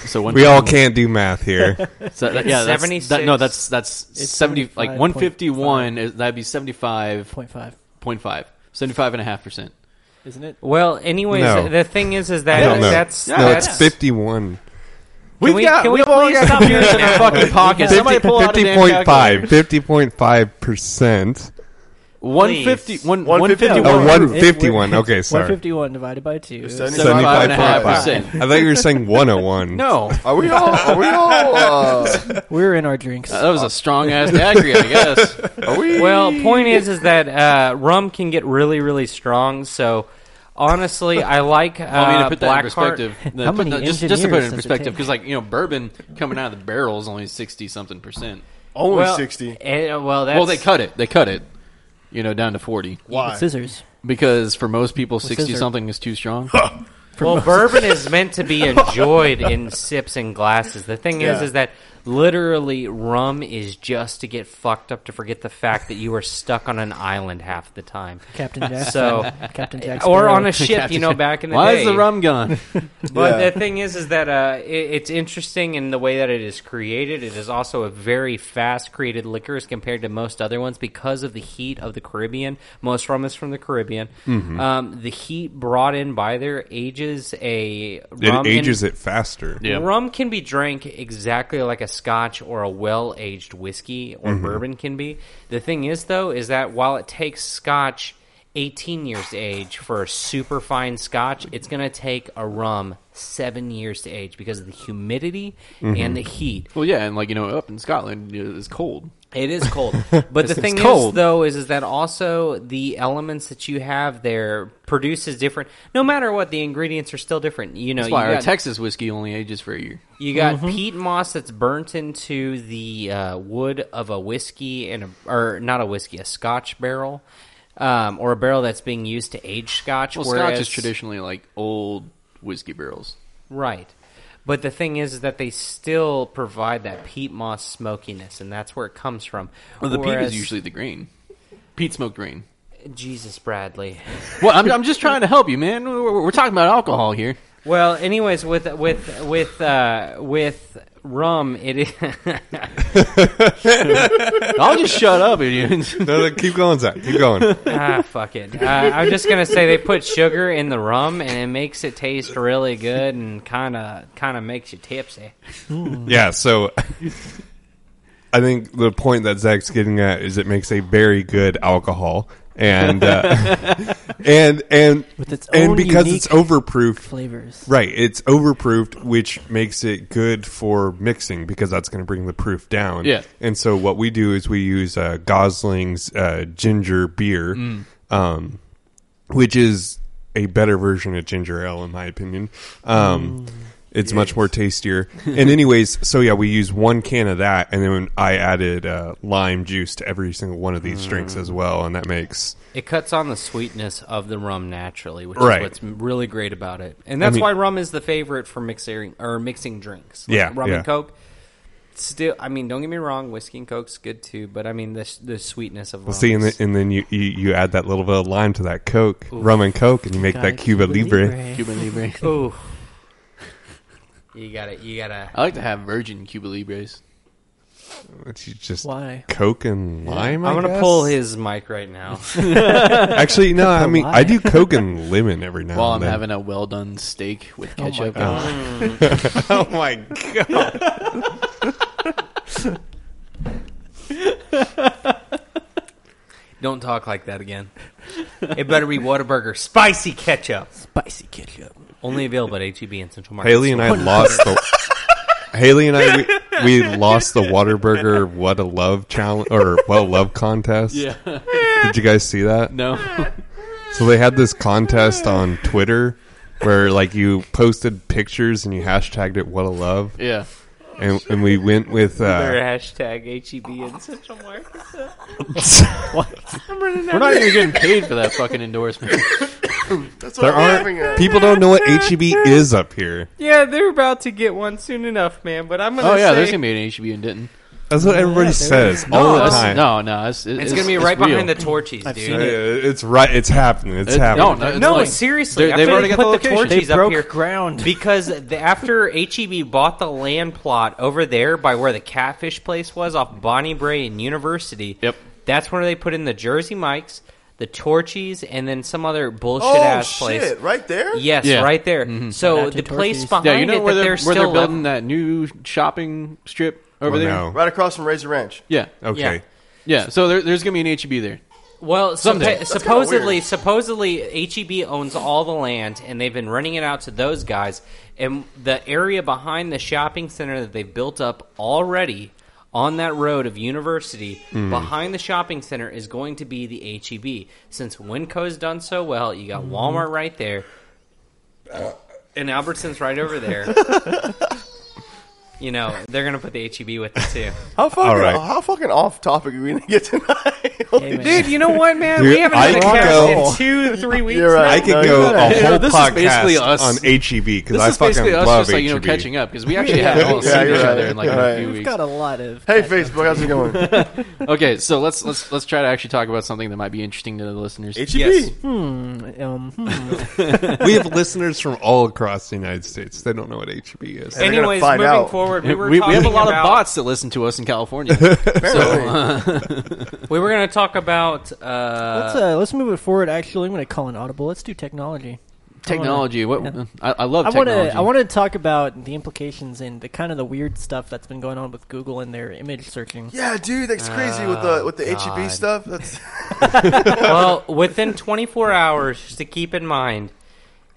A: So one
C: we all can't do math here.
A: So that, yeah, that's,
B: 76
A: that- no, that's that's
F: It's
A: seventy like
F: 75.5.
A: one fifty one. That'd be seventy five
F: Point 0.5,
A: point five. Seventy five and a half percent.
F: isn't it?
B: well, anyways,
C: No.
B: the- the thing is, is
C: I
B: that
C: don't know.
B: that's
C: no,
B: that's
C: it's fifty one.
B: Can we, can we please stop using our fucking pockets?
A: Somebody pull out a damn
C: 50.5 50.5 percent
A: One fifty
B: Please.
A: one one fifty
C: Oh,
A: one.
C: 151 okay sorry
F: 151 divided by 2. is
E: 75.
A: 75.5%.
C: 75.5 i thought you were saying 101
A: No,
E: Are we all are we all uh,
F: We're in our drinks.
A: that was a strong ass daiquiri, I guess.
E: are we
B: Well, point is, is that uh, rum can get really, really strong. So, honestly, I like. Uh,
A: I mean, to put that
B: Blackheart-
A: in perspective, the-
F: How
A: put
F: many
A: that- just, just to put it
F: engineers
A: in
F: does it
A: perspective,
F: take?
A: because like you know, bourbon coming out of the barrel is only sixty something percent.
E: only
B: well,
E: sixty?
B: eh, well, that's,
A: Well, they cut it. They cut it. You know, down to forty
E: Why?
F: Scissors.
A: because for most people, sixty
F: scissor.
A: something is too strong.
B: Well, bourbon is meant to be enjoyed in sips and glasses. The thing is,
E: Yeah.
B: is that Literally, rum is just to get fucked up to forget the fact that you are stuck on an island half the time.
F: Captain Jack.
B: So-
F: Captain Jack.
B: Or
F: Sparrow.
B: on a ship, you know, back in the
A: Why
B: day.
A: is the rum gone?
B: But
E: Yeah.
B: the thing is, is that uh, it, it's interesting in the way that it is created. It is also a very fast created liquor as compared to most other ones because of the heat of the Caribbean. Most rum is from the Caribbean. Um, the heat brought in by there ages a
C: It
B: rum in-
C: ages it faster.
A: Yeah.
B: Rum can be drank exactly like a scotch or a well aged whiskey or
A: Mm-hmm.
B: bourbon can be. The thing is, though, is that while it takes scotch 18 years to age for a super fine scotch, it's going to take a rum seven years to age because of the humidity
A: Mm-hmm.
B: and the heat.
A: well, yeah, and like you know, up in Scotland, you know, it's cold.
B: It is cold. But the
A: It's
B: thing
A: cold.
B: is, though, is, is that also the elements that you have there produces different. No matter what, the ingredients are still different. You know,
A: That's why
B: you
A: our
B: got-
A: Texas whiskey only ages for a year.
B: You got
A: Mm-hmm.
B: peat moss that's burnt into the uh, wood of a whiskey and a, or not a whiskey, a Scotch barrel, um, or a barrel that's being used to age Scotch.
A: Well,
B: whereas,
A: Scotch is traditionally like old whiskey barrels.
B: right? But the thing is that they still provide that peat moss smokiness, and that's where it comes from.
A: Well, the peat
B: Whereas-
A: is usually the grain. Peat smoked grain.
B: Jesus Bradley.
A: Well, I'm, I'm just trying to help you, man. We're, we're talking about alcohol here.
B: Well, anyways, with with with uh, with rum, it is.
A: I'll just shut up, idiots.
C: No, no, keep going, Zach. Keep going.
B: ah, fuck it. Uh, I'm just gonna say they put sugar in the rum, and it makes it taste really good, and kind of kind of makes you tipsy.
C: yeah, so I think the point that Zach's getting at is it makes a very good alcohol. And uh, and and
F: With its
C: and
F: own
C: because
F: unique
C: it's overproof,
F: flavors.
C: Right, it's overproofed, which makes it good for mixing because that's going to bring the proof down.
A: Yeah.
C: And so what we do is we use uh, Gosling's uh, ginger beer, um, which is a better version of ginger ale, in my opinion. Um, It's much more tastier. And anyways, so yeah, we use one can of that, and then I added uh, lime juice to every single one of these drinks as well, and that makes
B: It cuts on the sweetness of the rum naturally, which
C: Right.
B: is what's really great about it, and that's
C: mean-
B: why rum is the favorite for mixing or mixing drinks. Like
C: Yeah,
B: rum
C: yeah.
B: and coke. Still, I mean, don't get me wrong, whiskey and coke's good too, but I mean the the sweetness of rum.
C: Well, see, and,
B: is-
C: the, and then you, you, you add that little bit of lime to that Coke, rum and Coke, and you make that
F: Got
C: Cuba, Libre.
A: Cuba Libre.
B: Ooh. You got to You got to
A: I
C: Oh
A: like to have virgin Cuba Libres.
C: It's just
F: Why?
C: Coke and lime.
B: I'm
C: I
B: gonna
C: guess?
B: pull his mic right now.
C: Actually, no. I mean,
F: Why?
C: I do Coke and lemon every now
A: While I'm
C: and then.
A: having a well done steak with
F: Oh my
A: ketchup.
F: God.
C: oh my god!
B: Don't talk like that again. It better be Whataburger spicy ketchup.
F: Spicy ketchup.
B: Only available at HEB and Central Market.
C: Haley and I lost the. Haley and I we, we lost the Waterburger What a Love challenge or What a Love contest.
A: Yeah.
C: Did you guys see that?
A: No.
C: So they had this contest on Twitter where like you posted pictures and you hashtagged it What a Love.
A: yeah.
C: and, and we went with uh,
B: hashtag HEB and Central Market.
A: We're not even getting paid for that fucking endorsement.
E: That's
C: there
E: what I'm having
C: aren't people don't know what HEB is up here.
B: Yeah, they're about to get one soon enough, man. But I'm gonna.
A: Oh yeah,
B: say,
A: there's gonna be an HB in Denton.
C: That's what everybody says all the
A: That's-
C: time.
A: No, no, it's, it-
B: it's, gonna be right
A: real.
B: behind the torchies, dude.
C: Uh, It's right. It's happening. It's
A: It-
C: happening.
A: no, no, it's
B: No,
A: like-
B: seriously,
A: They-
B: after
A: They've already
B: they
A: got the
B: put the
A: location.
B: torches
A: They
B: He's up
F: broke
B: here.
F: ground.
B: because the, after HEB bought the land plot over there by where the catfish place was off Bonnie Bray and University.
A: Yep.
B: That's where they put in the Jersey Mikes, the Torchies, and then some other bullshit
E: Oh
B: ass
E: shit!
B: place.
E: Right there.
B: Yes,
A: Yeah.
B: right there.
F: Mm-hmm. Shout
B: So
F: out to
B: the place
F: Torchies.
B: behind
A: Yeah, you know
B: it
A: where
B: that
A: they're,
B: they're,
A: where
B: still
A: they're building
B: left-
A: that new shopping strip over
C: Well,
A: there.
C: no. Oh.
E: Right across from Razor Ranch.
A: Yeah,
C: Okay.
B: Yeah.
A: yeah. So there, there's gonna be an HEB there.
B: Well,
A: Someday.
B: suppo-
A: That's
B: supposedly, supposedly, HEB owns all the land, and they've been renting it out to those guys. And the area behind the shopping center that they've built up already on that road of University,
A: Hmm.
B: behind the shopping center, is going to be the HEB. Since Winco's done so well, you
A: Hmm.
B: got Walmart right there, Uh, and Albertsons right over there. you know they're gonna put the HEB E with it too.
E: How fucking
C: All right.
E: how fucking off topic are we gonna get tonight?
F: Hey, man.
B: Dude, you know what, man?
C: Dude,
B: we haven't
C: I
B: done a
C: could
B: cast
C: go-
B: in two to three weeks.
E: You're
C: I
E: right.
C: could
E: No,
C: go
E: you're
C: a
E: right.
C: whole
A: No, this is
C: podcast
A: basically us.
C: on HEV because
A: This
C: I
A: is basically
C: fucking
A: us
C: love E
A: just like you know
C: HEV.
A: catching up because we actually haven't all
E: Yeah,
A: seen
E: you're
A: each
E: right.
A: other in like
E: You're
A: a
E: right.
A: few
F: We've
A: weeks.
F: got a lot of.
E: Hey, Facebook, how's it going?
A: Okay, so let's let's let's try to actually talk about something that might be interesting to the listeners.
C: E
E: HEB.
F: E
B: Yes.
F: Hmm, um,
A: Uh,
F: hmm.
C: we have listeners from all across the United States. They don't know what HEB is.
E: And- they're
B: Anyways,
E: gonna find
B: moving
E: out.
B: forward, we
A: we,
B: were
A: we
B: talking
A: have a lot
B: about,
A: of bots that listen to us in California. so, uh,
B: We were going to talk about uh,
F: let's uh, let's move it forward. Actually, I'm going to call an audible. Let's do technology.
A: technology. What I, I love
F: I want
A: Oh, technology.
F: to I want to talk about the implications and the kind of the weird stuff that's been going on with Google and their image searching.
E: Yeah, dude, that's crazy with
A: Oh,
E: the with the HEB
B: God.
E: stuff. That's
B: well, within 24 hours, just to keep in mind,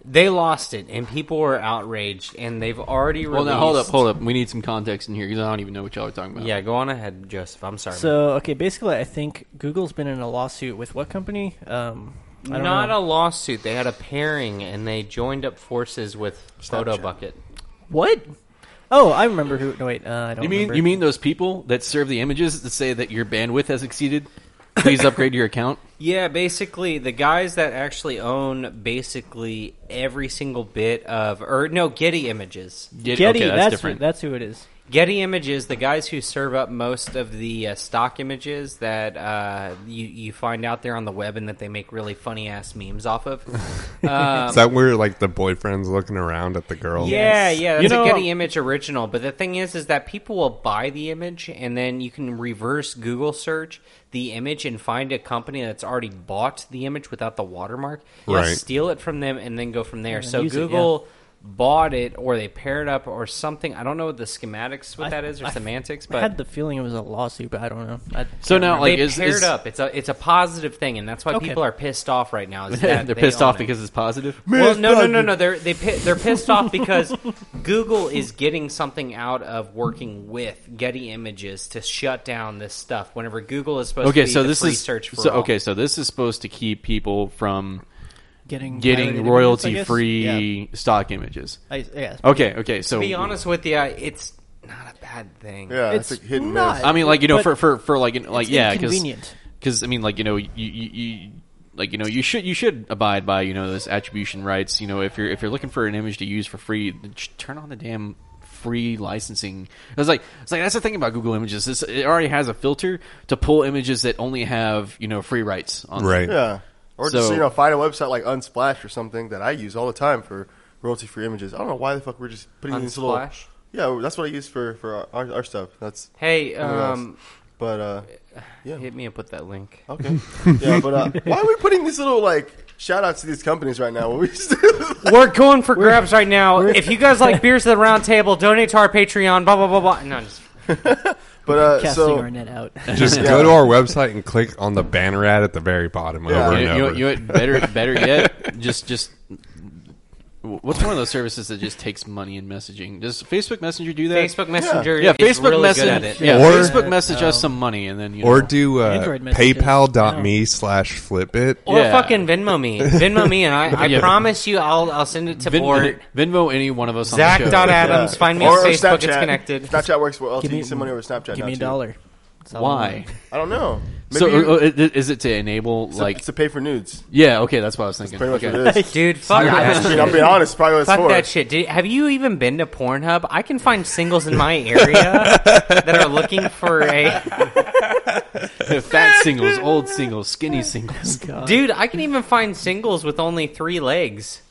B: they lost it, and people were outraged, and they've already
A: well,
B: released.
A: now hold up, hold up. We need some context in here because I don't even know what y'all are talking about.
B: Yeah, go on ahead, Joseph. I'm sorry.
F: So okay, basically, I think Google's been in a lawsuit with what company? Um, I don't
B: not
F: know.
B: a lawsuit. They had a pairing, and they joined up forces with Photo Bucket.
F: what? Oh, I remember who. No, wait, uh, I don't.
A: You mean
F: remember.
A: you mean those people that serve the images that say that your bandwidth has exceeded? Please upgrade your account.
B: Yeah, basically the guys that actually own basically every single bit of or no Getty Images.
A: Get-
F: Getty?
A: okay, that's,
F: that's who,
A: different.
F: that's who it is.
B: Getty Images, the guys who serve up most of the uh, stock images that uh, you you find out there on the web and that they make really funny ass memes off of. Um,
C: Is that where like the boyfriend's looking around at the girl?
B: yeah,
F: Yes.
B: yeah, that's
A: You know-
B: a Getty Image original. But the thing is, is that people will buy the image and then you can reverse Google search the image and find a company that's already bought the image without the watermark. You'll
C: Right.
B: steal it from them and then go from there.
F: then
B: So
F: use it,
B: Google. Bought it, or they paired up, or something. I don't know what the schematics with
F: I-
B: that is, or
F: I-
B: semantics.
F: I
B: But
F: had the feeling it was a lawsuit, but I don't know. I,
A: so now, like,
B: they
A: is,
B: paired
A: is-
B: up. It's a it's a positive thing, and that's why
F: Okay.
B: people are pissed off right now. Is that
A: they're
B: they
A: pissed
B: own
A: off
B: it.
A: because it's positive.
B: well, no, no, no, no. They're they pi- they're pissed off because Google is getting something out of working with Getty Images to shut down this stuff. Whenever Google is supposed to
A: Okay,
B: be
A: so
B: the
A: this
B: free
A: is
B: search for
A: so
B: all.
A: okay, so this is supposed to keep people from
F: getting pirated
A: getting
F: images, I
A: royalty
F: guess?
A: free stock images.
F: Yeah. I, yeah.
A: Okay, okay, so
B: To be honest with you, it's not a bad thing.
E: yeah, it's,
F: It's
E: a hit and
F: not.
E: miss.
A: I mean, like you know,
F: But
A: for for for like in- like
F: It's
A: yeah,
F: inconvenient.
A: because I mean, like you know, you, you you like you know, you should you should abide by you know those attribution rights. You know, if you're if you're looking for an image to use for free, then just turn on the damn free licensing. I was like, it's like that's the thing about Google Images. It's, it already has a filter to pull images that only have you know free rights on. them.
C: Right.
E: Yeah. Or just
A: So-
E: you know, find a website like Unsplash or something that I use all the time for royalty free images. I don't know why the fuck we're just putting these little.
B: Unsplash.
E: Yeah, that's what I use for for our, our stuff. That's
B: Hey,
E: Who else? Oh.
B: um,
E: but uh Yeah.
B: hit me up with that link.
E: okay. yeah, but uh, why are we putting these little like shout outs to these companies right now? When we just
B: We're going for grabs right now. If you guys like beers at the round table, donate to our Patreon. Blah blah blah blah. No, just
E: but uh,
F: Casting
E: so
F: our net out.
C: Just go to our website and click on the banner ad at the very bottom
E: Yeah.
C: over
A: You,
C: and
A: know- you, know-
C: over.
A: you know what, better better yet, just just what's one of those services that just takes money in messaging? Does Facebook Messenger do that?
B: Facebook Messenger.
A: Yeah,
B: is
A: Facebook
B: really
A: message.
B: Good at it.
A: Yeah,
C: Or-
A: Facebook message us some money and then you know.
C: or do uh,
F: Android messages.
C: PayPal.me slash Flipit.
B: Or
A: Yeah.
B: fucking Venmo me. Venmo me, and I, I
A: Yeah.
B: promise you, I'll I'll send it to
A: Vin-
B: Bort.
A: Venmo any one of us.
B: Zach
A: on the show.
B: dot Adams.
E: Yeah.
B: Find me
E: Or
B: on Facebook.
E: Snapchat.
B: It's connected.
E: Snapchat works well.
F: Give
E: LTE
F: me-
E: send money over Snapchat.
F: Give
E: now,
F: me a
E: too.
F: dollar. That's all I
A: Why?
F: want.
E: I don't know. Maybe
A: So
E: you-
A: uh, uh, i- is it to enable
E: it's
A: like?
E: to pay for nudes.
A: yeah. Okay, that's what I was thinking.
E: Pretty much
A: Okay.
E: what it is.
B: Dude, fuck that
E: I
B: shit.
E: mean, I'm being honest. Probably what it's
B: Fuck
E: for.
B: that shit. Did, have you even been to Pornhub? I can find singles in my area that are looking for a
A: Fat singles, old singles, skinny singles.
B: dude. I can even find singles with only three legs.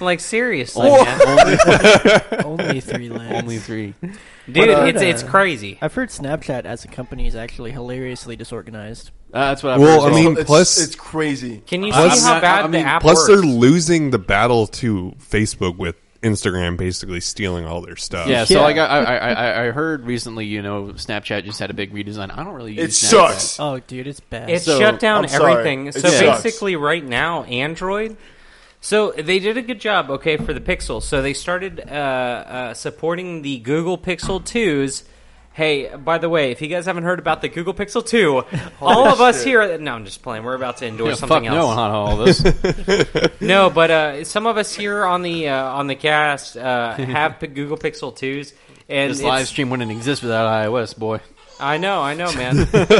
B: Like seriously, man.
A: only,
F: Only three legs.
A: only three.
B: dude,
F: uh,
B: it's it's crazy.
F: I've heard Snapchat as a company is actually hilariously disorganized.
A: Uh, that's what. I've
C: Well,
A: heard.
C: I
E: So
C: mean,
E: it's,
C: plus-
E: it's crazy.
B: Can you
A: Plus-
B: see how
A: I- I
B: bad
A: mean,
B: the app
C: Plus,
B: works?
C: they're losing the battle to Facebook with Instagram basically stealing all their stuff.
A: yeah. So
F: Yeah.
A: like, I, I I I heard recently, you know, Snapchat just had a big redesign. I don't really.
E: It
A: Use Snapchat.
E: sucks.
F: Oh, dude, it's bad.
B: It
A: So,
B: shut down
E: I'm sorry.
B: everything.
E: It
B: So
E: sucks.
B: basically, right now, Android. So they did a good job, okay, for the Pixel. So they started uh, uh, supporting the Google Pixel 2s. Hey, by the way, if you guys haven't heard about the Google Pixel 2, all of us
E: shit.
B: here. No, I'm just playing. We're about to endorse
A: Yeah, fuck
B: something
A: no
B: else.
A: on all this.
B: No, but uh, some of us here on the uh, on the cast uh, have Google Pixel 2s, and
A: this
B: it's-
A: live stream wouldn't exist without iOS, boy.
B: I know, I know, man. but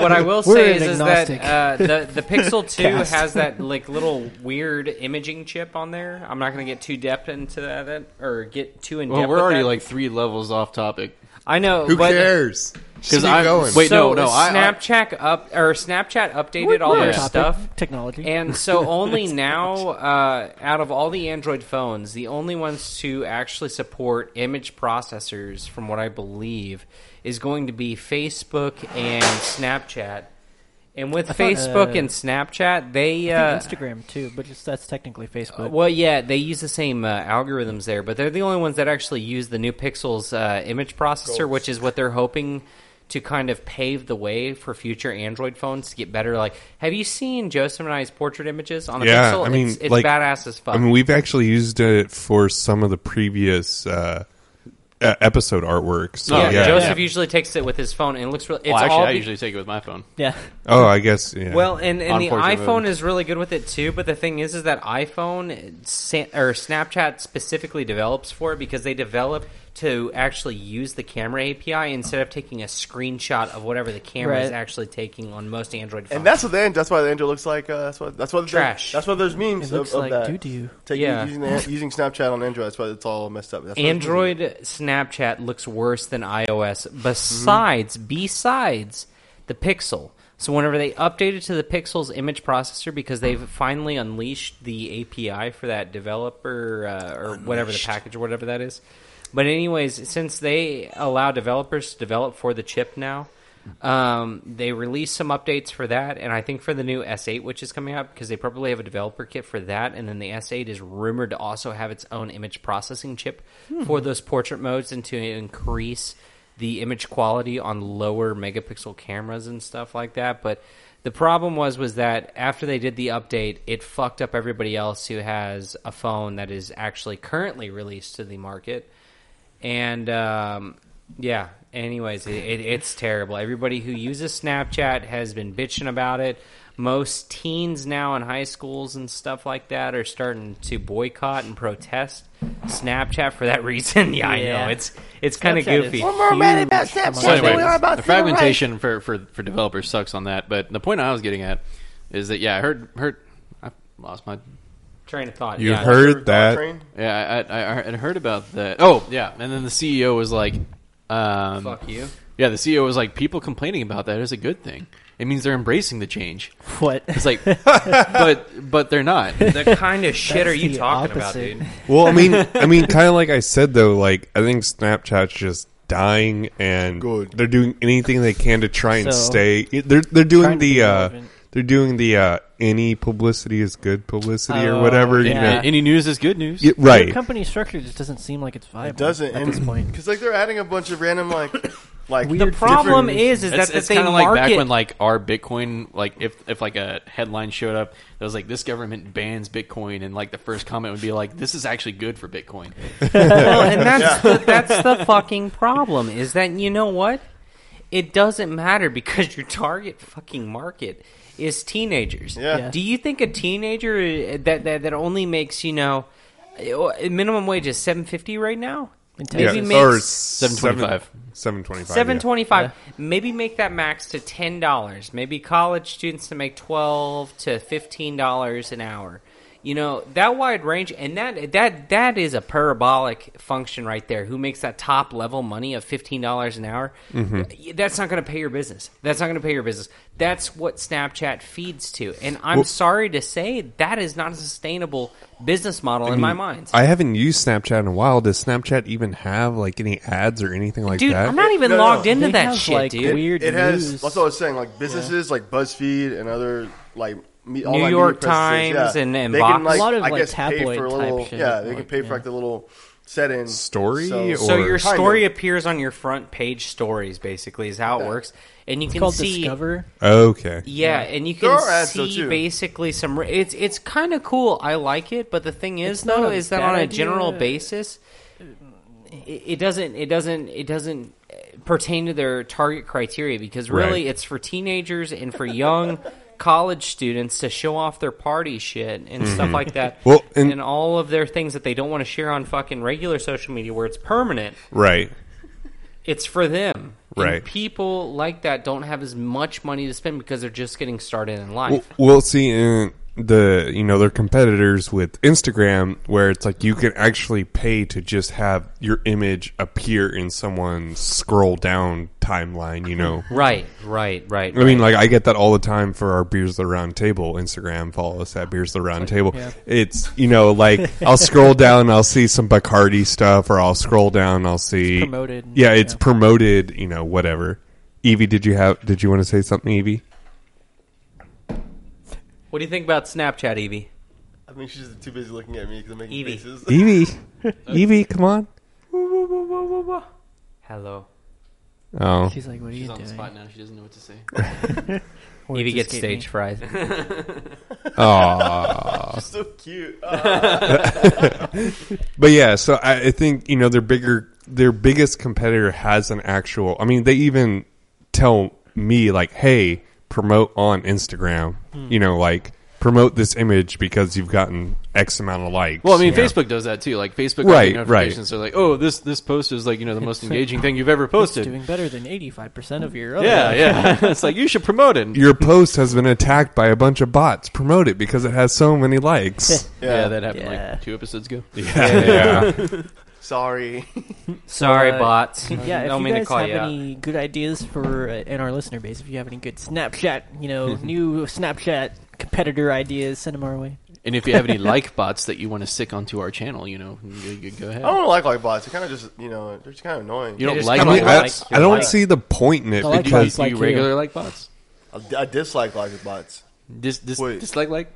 B: what I will
F: We're
B: say is,
F: an
B: is that
F: agnostic
B: uh, the the Pixel Two
F: cast.
B: has that like little weird imaging chip on there. I'm not going to get too depth into that or get too in depth.
A: Well, we're
B: with
A: already
B: that.
A: like three levels off topic.
B: I know.
C: Who
B: but,
C: cares? Just
A: Because
C: keep
A: I
C: going.
A: wait,
B: so
A: no, no, I- I,
B: Snapchat up or Snapchat updated all
F: We're
B: their
F: on topic.
B: stuff.
F: Technology.
B: And so only now, uh, out of all the Android phones, the only ones to actually support image processors, from what I believe, is going to be Facebook and Snapchat. And with
F: I thought,
B: Facebook
F: uh,
B: and Snapchat, they
F: I
B: uh,
F: think Instagram too, but just that's technically
A: Uh,
F: Facebook.
B: well, yeah, they use the same uh, algorithms there, but they're the only ones that actually use the new Pixel's uh, image processor, which is what they're hoping to kind of pave the way for future Android phones to get better. Like, have you seen Joseph and I's portrait images on the
C: yeah,
B: Pixel?
C: I mean,
B: it's, it's
C: like,
B: badass as fuck.
C: I mean, we've actually used it for some of the previous uh, e- episode artwork. So,
A: Oh,
B: yeah,
C: yeah.
B: Joseph usually takes it with his phone, and it looks really. It's
A: well,
B: all
A: actually, I
B: be-
A: usually take it with my phone.
F: yeah,
C: Oh, I guess. Yeah.
B: Well, and, and
A: On
B: the
A: portrait
B: iPhone
A: mode.
B: is really good with it too. But the thing is, is that iPhone Sa- or Snapchat specifically develops for it because they develop to actually use the camera API instead of taking a screenshot of whatever the camera is
F: Right.
B: actually taking on most Android phones.
E: And that's what the end. That's why the Android looks like. Uh, that's what. That's what.
B: Trash.
E: That's what there's memes
F: it looks
E: of, of
F: like
E: that.
F: doo doo.
E: Taking,
B: Yeah.
E: using, the, using Snapchat on Android. That's why it's all messed up. That's what-
B: Android Snapchat looks worse than iOS. Besides,
E: Mm-hmm.
B: besides the Pixel. So whenever they updated to the Pixel's image processor, because they've finally unleashed the API for that developer uh, or whatever the package or whatever that is. But anyways, since they allow developers to develop for the chip now, um, they released some updates for that, and I think for the new S8, which is coming out, because they probably have a developer kit for that, and then the S8 is rumored to also have its own image processing chip for those portrait modes and to increase the image quality on lower megapixel cameras and stuff like that. But the problem was was that after they did the update, it fucked up everybody else who has a phone that is actually currently released to the market. And um, yeah, anyways, it, it, it's terrible. Everybody who uses Snapchat has been bitching about it. Most teens now in high schools and stuff like that are starting to boycott and protest Snapchat for that reason. yeah, I
F: Yeah.
B: know it's it's kind of
F: Snapchat is
B: goofy.
F: huge among-
A: So anyway, the fragmentation for, for for developers sucks on that. But the point I was getting at is that yeah, I heard heard I lost my
B: Train of thought.
C: you
B: yeah.
C: heard that.
E: Train?
A: yeah I I, I had heard about that. Oh yeah, and then the CEO was like, um,
B: Fuck you.
A: Yeah, the CEO was like, people complaining about that is a good thing. It means they're embracing the change.
F: What?
A: It's like, but but they're not.
B: The kind of shit are you
F: the
B: talking
F: opposite.
B: about, dude?
C: Well, I mean, I mean, kind of like I said though, like I think Snapchat's just dying, and
E: Good.
C: they're doing anything they can to try and
F: So-
C: stay. They're they're doing
F: Trying to
C: the
F: be
C: uh,
F: relevant.
C: they're doing the uh, any publicity is good publicity or
F: Oh,
C: whatever. You
F: yeah.
C: know,
A: Any news is good news.
C: Yeah,
F: The
C: right?
F: company structure just doesn't seem like it's viable.
E: It doesn't
F: at this point.
E: because like they're adding a bunch of random like like
B: The
F: Weird
B: problem
F: different-
B: is, is that
A: It's,
B: that
A: it's
B: they
A: kind of like back
B: market
A: when like our Bitcoin, like if if like a headline showed up that was like this government bans Bitcoin, and like the first comment would be like, this is actually good for Bitcoin.
B: well, and that's the, that's the fucking problem is that you know what? It doesn't matter because your target fucking market is teenagers.
E: Yeah. Yeah.
B: Do you think a teenager uh, that that, that only makes you know uh, minimum wage is seven fifty right now?
F: Maybe
C: Yeah,
B: makes-
C: or
A: 725.
C: Seven twenty five.
B: Seven twenty-five. Maybe make that max to ten dollars. Maybe college students to make twelve to fifteen dollars an hour. You know that wide range, and that that that is a parabolic function right there. Who makes that top level money of fifteen dollars an hour?
C: Mm-hmm.
B: That's not going to pay your business. That's not going to pay your business. That's what Snapchat feeds to, and I'm
C: Well-
B: sorry to say that is not a sustainable business model in my mind.
C: I haven't used Snapchat in a while. Does Snapchat even have like any ads or anything like
B: dude,
C: that?
B: I'm not even
E: No, no,
B: logged into
F: they
B: that
F: have,
B: shit,
F: like,
B: dude.
F: Weird
E: It has.
F: news.
E: That's what I was saying. Like businesses like BuzzFeed and other like me, all
B: New
E: my media
B: York
E: presses,
B: Times
E: yeah,
B: and- and
E: they
B: Vox.
E: can, like,
F: A lot of,
E: I
F: like,
E: guess, pay
F: tabloid
E: for a
F: type
E: little.
F: shit,
E: yeah, they can
F: like,
E: pay for like the little set in
C: Story
E: So,
C: or-
B: So your
E: Kind
B: story
F: E
E: of.
B: appears on your front page stories, basically, is how it works, and you
F: It's
B: can
F: called
B: see.
F: Discover.
C: okay.
B: Yeah, and you
E: There
B: can
E: are ads, though,
B: see
E: too.
B: basically some. re- It's it's kind of cool. I like it, but the thing is,
F: It's not
B: though,
F: a
B: is that
F: bad
B: on a
F: idea.
B: general basis, it, it doesn't it doesn't it doesn't uh, pertain to their target criteria because really
C: Right.
B: it's for teenagers and for young college students to show off their party shit and stuff like that.
C: Well, and-
B: and all of their things that they don't want to share on fucking regular social media where it's permanent
C: Right.
B: it's for them. And
C: Right.
B: people like that don't have as much money to spend because they're just getting started in life.
C: Well, we'll see in the you know their competitors with Instagram, where it's like you can actually pay to just have your image appear in someone's scroll down timeline. You know,
B: right, right, right.
C: I mean, like I get that all the time for our Beers the Round Table Instagram. Follow us at Beers the Round Table. It's you know like I'll scroll down, I'll see some Bacardi stuff, or I'll scroll down, I'll see
F: promoted.
C: Yeah, it's
F: Yeah.
C: promoted. You know, whatever. Evie, did you have? Did you want to say something, Evie?
B: what do you think about Snapchat, Evie?
E: I think she's too busy looking at me because I'm making
F: E
B: Evie.
E: faces.
C: Evie, Evie, come on.
B: Hello.
C: Oh,
F: She's like, what are
A: She's
F: you
A: on the spot
F: doing?
A: now. She doesn't know what to say.
F: Or
B: Evie
F: just
B: gets
F: get
B: stage
F: me.
B: fright.
C: Aw.
E: so cute. Ah.
C: but yeah, so I, I think you know their bigger, their biggest competitor has an actual. I mean, they even tell me like, "Hey, promote on Instagram." You know, like promote this image because you've gotten X amount of likes.
A: Well, I mean,
C: you know?
A: Facebook does that too. Like Facebook,
C: Right,
A: right, notifications are like, oh, this this post is like you know the most engaging thing you've ever
F: It's
A: posted.
F: doing better than eighty-five percent of your. Other
A: yeah, yeah. it's like you should promote it.
C: Your post has been attacked by a bunch of bots. Promote it because it has so many likes.
A: yeah,
E: Yeah.
A: that happened
F: Yeah.
A: like two episodes ago.
C: yeah.
E: Sorry.
B: Sorry,
F: Uh,
B: bots.
F: Yeah,
B: don't
F: if you
B: mean
F: guys
B: to call
F: have
B: you out.
F: any good ideas for uh, in our listener base, if you have any good Snapchat, you know, new Snapchat competitor ideas, send them our way.
A: And if you have any like bots that you want to stick onto our channel, you know, you, you go ahead.
E: I don't like like bots. They're kind of just you know they're just kind of annoying.
A: you don't
B: just
A: like
C: I,
B: come
A: like
C: mean,
B: on,
A: bots.
C: that's,
B: like,
C: I don't
B: like-
C: see the point in it
D: like
A: Do you,
C: because
D: bots. like
A: do you
D: you.
A: regular like bots?
E: I, I dislike like bots.
A: Dis, dis,
E: Wait.
A: dislike like?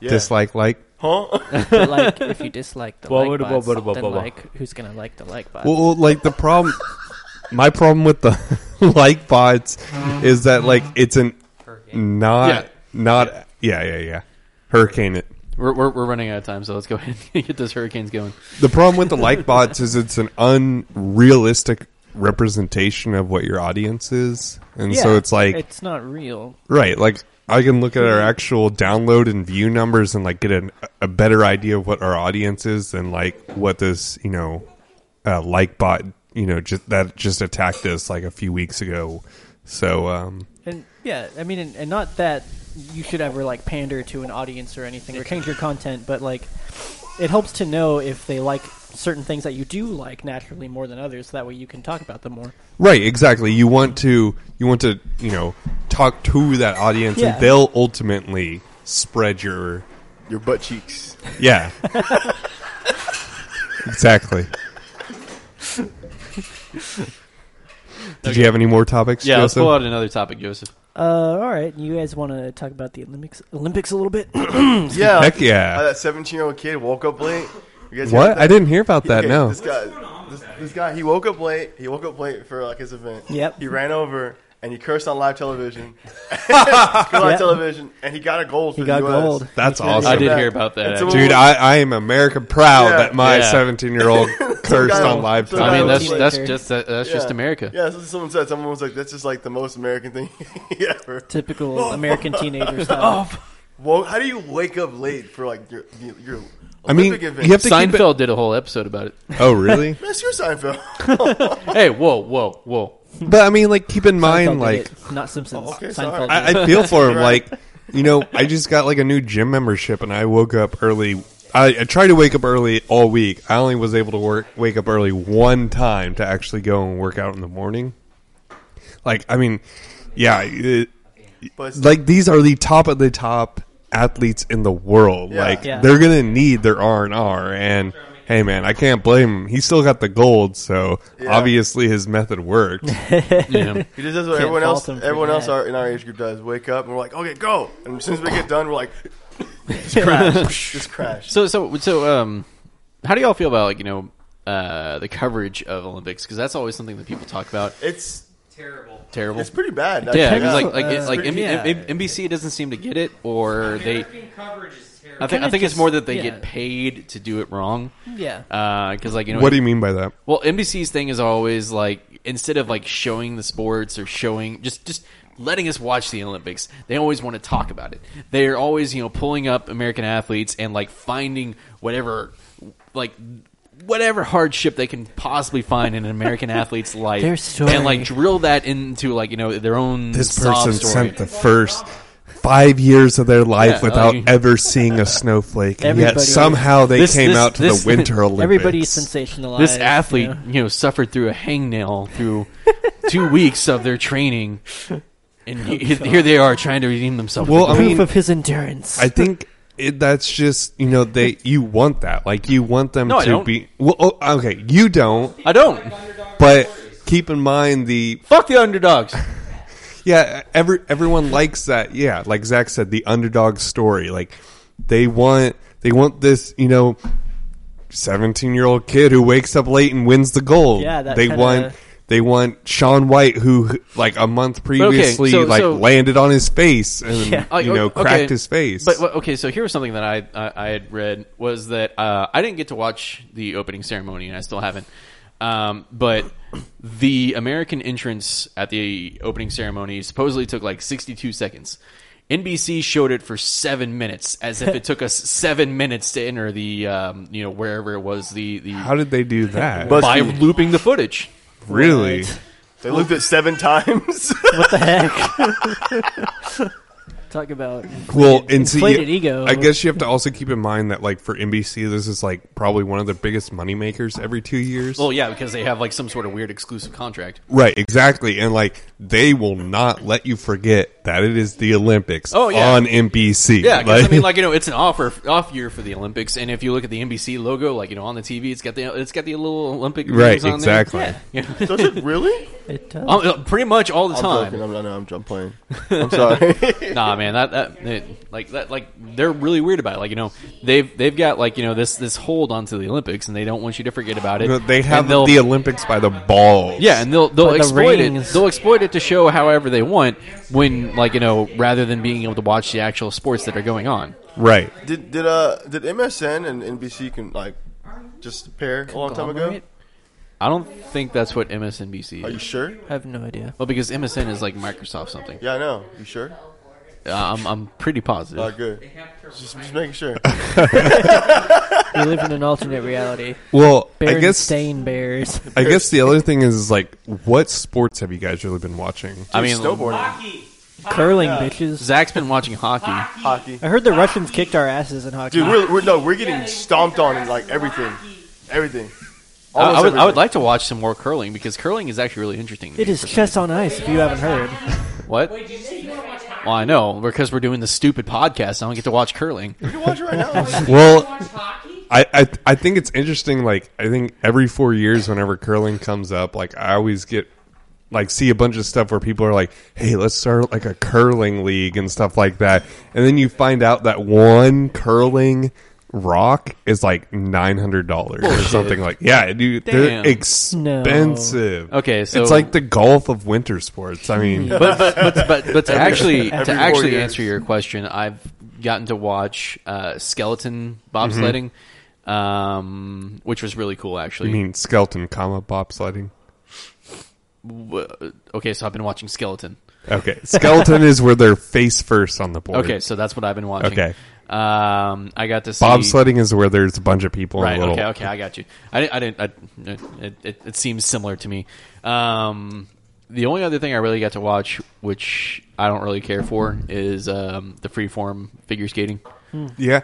E: Yeah.
C: dislike like
E: Huh?
F: But like, if you dislike the
G: Blah,
F: like
G: blah,
F: bots,
G: blah, blah,
F: then
G: blah, blah.
F: like, who's gonna like the like bots?
C: Well, well, like the problem, my problem with the like bots is that like it's an not
A: Yeah.
C: not yeah yeah yeah hurricane it.
A: We're, we're, we're running out of time, so let's go ahead and get those hurricanes going.
C: The problem with the like bots is it's an unrealistic representation of what your audience is, and so
F: Yeah,
C: it's like
F: it's not real.
C: right like. I can look at our actual download and view numbers and like get an, a better idea of what our audience is than like what this you know uh, like bot you know just that just attacked us like a few weeks ago. So um,
F: And yeah, I mean, and, and not that you should ever like pander to an audience or anything or change your content, but like it helps to know if they like certain things that you do like naturally more than others. So that way you can talk about them more.
C: Right, exactly. You want to you want to, you know, talk to that audience
F: Yeah.
C: and they'll ultimately spread your
E: Your butt cheeks.
C: Yeah. exactly. Did you have any more topics,
A: Yeah, let's
C: Joseph?
A: pull out another topic, Joseph.
F: Uh, all right, you guys want to talk about the Olympics? Olympics a little bit?
E: Yeah.
C: Heck
E: How
C: yeah.
E: that 17 year old kid woke up late. You guys hear
C: What?
E: that?
C: I didn't hear about
E: He-
C: that,
E: okay,
C: no.
E: This guy, this, this guy, he woke up late. He woke up late for like his event.
F: Yep.
E: He ran over and he cursed on live television. Screw live
F: Yep.
E: television, and he got a gold.
F: he
E: for
F: got
E: the US.
F: gold.
C: That's awesome.
A: I did hear about that.
E: It's a-
A: actually.
C: Dude, I, I am America proud
E: Yeah.
C: that my
A: Yeah.
C: 17 year old cursed
E: guy-
C: on live
E: some
C: time.
A: I mean, that's
F: Teenager.
A: that's just that, that's just
E: Yeah.
A: America.
E: Yeah, that's what someone said. Someone was like, "That's just like the most American thing ever."
F: Typical American teenager stuff.
E: Well, how do you wake up late for like your your, your
C: I mean,
E: Olympic event?
C: you have to keep it-
A: Seinfeld did a whole episode about it.
C: Oh, really?
E: That's your Seinfeld.
A: hey, whoa, whoa, whoa!
C: but I mean, like, keep in mind,
F: Seinfeld did
C: like,
F: it, not Simpsons.
E: Oh, okay,
F: Seinfeld.
E: sorry.
F: did it.
C: I, I feel for him.
E: Right.
C: Like, you know, I just got like a new gym membership, and I woke up early. I, I tried to wake up early all week. I only was able to work wake up early one time to actually go and work out in the morning. Like, I mean, yeah, it,
E: but it's-
C: like these are the top of the top athletes in the world.
E: Yeah.
C: Like,
F: Yeah.
C: they're gonna need their R and R. And hey, man, I can't blame him. He still got the gold, so
E: Yeah.
C: obviously his method worked.
A: Yeah.
E: He just does what
F: Can't fault
E: everyone else,
F: him for
E: everyone else
F: that.
E: are, in our age group does. Wake up and we're like, okay, go. And as soon as we get done, we're like, just
F: Yeah.
E: crash, just crash.
A: So so so um, how do y'all feel about like you know uh the coverage of Olympics? Because that's always something that people talk about.
E: It's
A: Terrible.
E: it's pretty bad.
A: yeah,
E: actually.
A: 'cause, like
F: Yeah.
A: like it, like M-
B: Yeah.
A: M- M- NBC doesn't seem to get it, or they.
B: coverage is terrible.
A: I think I
F: Kinda
A: think it's
F: just-
A: more that they
F: yeah.
A: get paid to do it wrong.
F: yeah.
A: Because like you know,
C: what do you mean by that?
A: Well, NBC's thing is always like instead of like showing the sports or showing just just letting us watch the Olympics, they always want to talk about it. They're always you know pulling up American athletes and like finding whatever like whatever hardship they can possibly find in an American athlete's life,
F: Their story.
A: and like drill that into like you know their own
C: This
A: sob
C: person
A: story.
C: spent the first five years of their life
A: Yeah,
C: without
A: like-
C: ever seeing a snowflake, and
F: Everybody-
C: yet somehow they
A: This-
C: came
A: this-
C: out to
A: this-
C: the Winter Olympics.
F: Everybody's sensationalized.
A: this athlete,
F: you know.
A: you know, suffered through a hangnail through two weeks of their training, and
F: Oh,
A: he- here they are trying to redeem themselves.
C: Well, I
F: Proof
C: mean,
F: of his endurance.
C: I think it, that's just you know they you want that like you want them
A: No, I
C: to
A: don't.
C: be well. Oh, okay, you don't,
A: I don't.
C: but keep in mind the
A: Fuck the underdogs.
C: Yeah, every everyone likes that. Yeah, like Zach said, the underdog story. Like they want they want this, you know, seventeen year old kid who wakes up late and wins the gold.
F: Yeah, that
C: they
F: kinda-
C: want they want Sean White who like a month previously
A: so-
C: like
A: so-
C: landed on his face and
F: Yeah.
A: I-
C: you know
A: okay.
C: cracked his face.
A: But but, okay, so here was something that I I, I had read was that uh, I didn't get to watch the opening ceremony, and I still haven't. Um, but the American entrance at the opening ceremony supposedly took like 62 seconds. NBC showed it for seven minutes, as if it took us seven minutes to enter the um, you know wherever it was the the
C: How did they do that?
E: But-
A: by
E: BuzzFeed?
A: looping the footage.
C: really?
E: They looked at seven times.
F: what the heck? Talk about
C: Well, and see,
F: inflated ego.
C: I guess you have to also keep in mind that, like, for NBC, this is like probably one of the biggest moneymakers every two years.
A: Well, yeah, because they have like some sort of weird exclusive contract.
C: Right, exactly. And like they will not let you forget that it is the Olympics
A: Oh, yeah.
C: on NBC.
A: Yeah, because I mean, like you know, it's an offer off year for the Olympics, and if you look at the NBC logo, like you know, on the TV, it's got the it's got the little Olympic
C: Right,
A: rings on
C: exactly.
A: There. Yeah.
E: Does it really?
F: it does.
A: Um, uh, pretty much all the
E: I'm
A: time.
E: joking. I'm, I know, I'm, I'm playing. I'm sorry.
A: nah, man, that that it, like that like they're really weird about it. Like you know, they've they've got like you know this this hold onto the Olympics, and they don't want you to forget about it.
C: No, they have
A: And they'll-
C: the Olympics by the balls.
A: Yeah, and they'll they'll
F: But the
A: exploit it.
F: rings.
A: They'll exploit it to show however they want when like you know rather than being able to watch the actual sports that are going on.
C: right.
E: did did uh did MSN and NBC can like just pair a long time ago?
F: Conglomerate?
A: I don't think that's what MSNBC.
E: Are you
A: Is.
E: sure?
F: I have no idea.
A: Well, because MSN is like Microsoft something.
E: Yeah, I know. You sure?
A: Uh, I'm, I'm pretty positive.
E: Oh, good. Just, just making sure.
F: We live in an alternate reality.
C: Well, I
F: Bear
C: guess
F: stain bears.
C: I guess the other thing is, is like what sports have you guys really been watching?
A: I mean,
E: snowboarding,
C: Ah.
F: Curling bitches.
A: Zach's been watching hockey.
E: hockey.
F: I heard the Russians kicked our asses in hockey.
E: Dude, we're, we're no, we're getting stomped on in like everything, everything.
A: I, I
E: Almost
A: would, I would
E: everything.
A: like to watch some more curling because curling is actually really interesting. to
F: it
A: me
F: is
A: for some-
F: chess on ice if you haven't heard.
A: what? Well, I know because we're doing the stupid podcast. I don't get to watch curling.
E: You can watch it right now.
C: Well, I, I I think it's interesting. Like I think every four years, whenever curling comes up, like I always get like see a bunch of stuff where people are like, "Hey, let's start like a curling league and stuff like that," and then you find out that one curling rock is like nine hundred dollars or something like. Yeah, dude,
A: Damn.
C: they're expensive.
A: Okay, so-
C: it's like the golf of winter sports. I mean,
A: But but but but, but to actually
E: every
A: to
E: four
A: actually
E: years.
A: answer your question, I've gotten to watch uh, skeleton bobsledding,
E: Mm-hmm.
A: um, which was really cool actually.
C: I mean, skeleton, comma bobsledding.
A: W- uh, okay, so I've been watching skeleton.
C: Okay, skeleton is where they're face first on the board.
A: Okay, so that's what I've been watching.
C: Okay.
A: Um, I got to see
C: Bobsledding is where there's a bunch of people.
A: Right.
C: in a little,
A: Okay. Okay. I got you. I didn't. I didn't I, it, it, it seems similar to me. Um, the only other thing I really got to watch, which I don't really care for, is um, the freeform figure skating.
C: Yeah.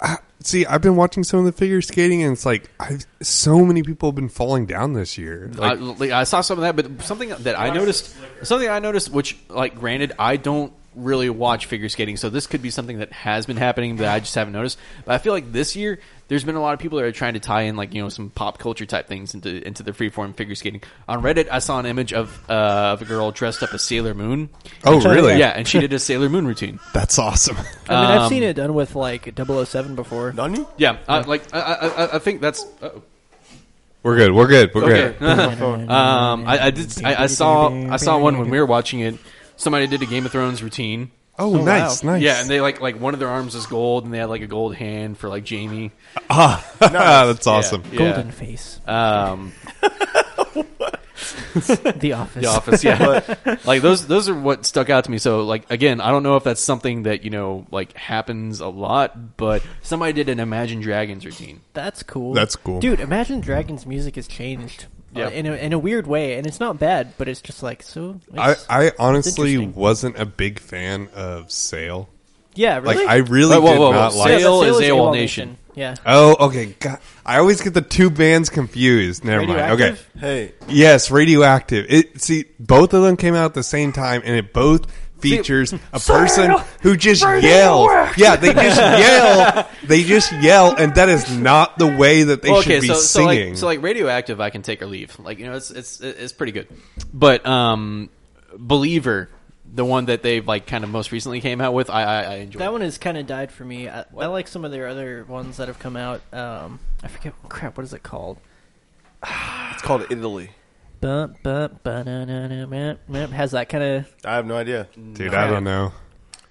C: Uh, see, I've been watching some of the figure skating, and it's like I've, so many people have been falling down this year.
A: Uh, I,
C: Like,
A: like, I saw some of that, but something that I noticed, something I noticed, which like granted, I don't really watch figure skating, so this could be something that has been happening that I just haven't noticed. But I feel like this year, there's been a lot of people that are trying to tie in like you know some pop culture type things into into the freeform figure skating. On Reddit, I saw an image of uh, of a girl dressed up as Sailor Moon.
C: oh, really?
A: Yeah, and she did a Sailor Moon routine.
C: that's awesome.
F: I mean, I've
A: Um,
F: seen it done with like 007 before.
E: None?
A: Yeah, uh, like I, I, I- I think that's uh, uh-oh.
C: We're good. We're good. We're
A: okay.
C: good.
A: um, I, I did. I, I saw. I saw one when we were watching it. Somebody did a Game of Thrones routine.
C: Oh, nice, nice.
A: Yeah, and they like like one of their arms is gold, and they had like a gold hand for like Jamie.
C: ah, that's awesome.
A: Yeah,
F: Golden face.
A: yeah. Um,
F: The Office.
A: The Office, yeah. like those, those are what stuck out to me. So, like again, I don't know if that's something that you know like happens a lot, but somebody did an Imagine Dragons routine.
F: That's cool.
C: That's cool.
F: dude. Imagine Dragons music has changed.
A: Yeah.
F: uh, in a, in a weird way, and it's not bad, but it's just like so.
C: I,
F: it's-
C: I honestly
F: interesting.
C: wasn't a big fan of Sale.
F: yeah, really.
C: Like I really
A: Whoa, whoa,
C: did
A: whoa, whoa.
C: not like.
F: Yeah, that's-
A: Sale
F: that
A: is
F: was
A: AWOL
F: AWOL
A: Nation.
F: Yeah.
C: Oh, okay. God, I always get the two bands confused. Never mind. Okay.
F: Radioactive?
E: Hey,
C: Yes, Radioactive. It see both of them came out at the same time, and it both features a person who just yells. Yeah, they just yell. They just yell, and that is not the way that they
A: Well,
C: should be
A: so, so
C: singing.
A: like, so like radioactive, I can take or leave. Like you know, it's it's it's pretty good. But um, believer, the one that they've like kind of most recently came out with, I I, I enjoy.
F: That one has kind of died for me. I, I like some of their other ones that have come out. Um, I forget. Crap, what is it called?
E: it's called Italy.
F: Bump, bump, ba-na-na-na, meh, meh. Has that kind of.
E: I have no idea,
C: Dude, I don't know.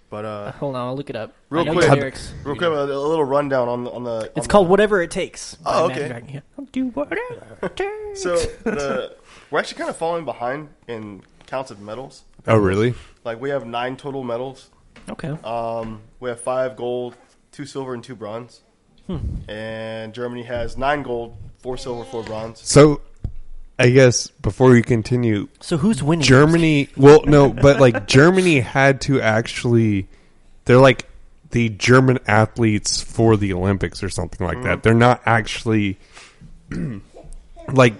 E: but uh,
F: Hold on, I'll look it up.
E: Real
F: I know
E: quick.
F: The lyrics.
E: real quick, a, a little rundown on the on the. on
F: It's
E: the-
F: called Whatever It Takes. by
E: Oh,
F: Imagine
E: okay.
F: Dragon. Yeah. I'll do whatever it takes.
E: So the, we're actually kind of falling behind in counts of medals.
C: Oh, really?
E: Like we have nine total medals.
F: okay.
A: uh,
E: Um, we have five gold, two silver, and two bronze.
F: Hmm.
E: And Germany has nine gold, four silver, four bronze.
C: So, I guess before we continue,
F: So who's winning?
C: Germany. Well, no, but like Germany had to actually. They're like the German athletes for the Olympics or something like
E: Mm-hmm.
C: that. They're not actually like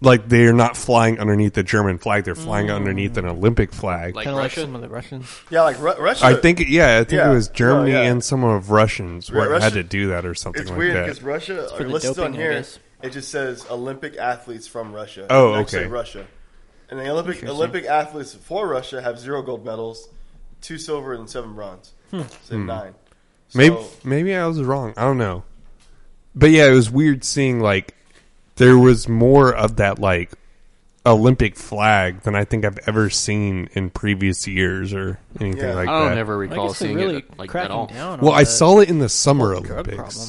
C: like they're not flying underneath the German flag. They're
E: Mm.
C: flying underneath an Olympic flag.
A: like
F: Kind of like
A: Russia.
F: some of the Russians.
E: Yeah, like Ru- Russia.
C: I think yeah, I think
E: Yeah.
C: it was Germany
E: Oh, yeah.
C: and some of Russians
E: Ru-
C: were, had
E: Russia-
C: to do that or something
E: it's
C: like
E: weird
C: that.
E: because Russia.
F: for the
E: Or listed
F: doping,
E: on
F: I
E: here,
F: guess.
E: it just says Olympic athletes from Russia.
C: Oh,
E: It doesn't say
C: okay.
E: Russia, and the Olympic Olympic athletes for Russia have zero gold medals, two silver, and seven bronze. So
C: Hmm.
E: nine. So,
C: Maybe maybe I was wrong. I don't know. But yeah, it was weird seeing like there was more of that like Olympic flag than I think I've ever seen in previous years or anything
E: Yeah.
C: like
A: I don't
C: that.
A: ever
F: I
A: recall
F: guess they're
A: seeing
F: really
A: it like at
F: cracking
A: all.
F: down.
C: well,
F: on
C: I
F: the-
C: saw it in the summer
F: drug
C: Olympics.
F: problem.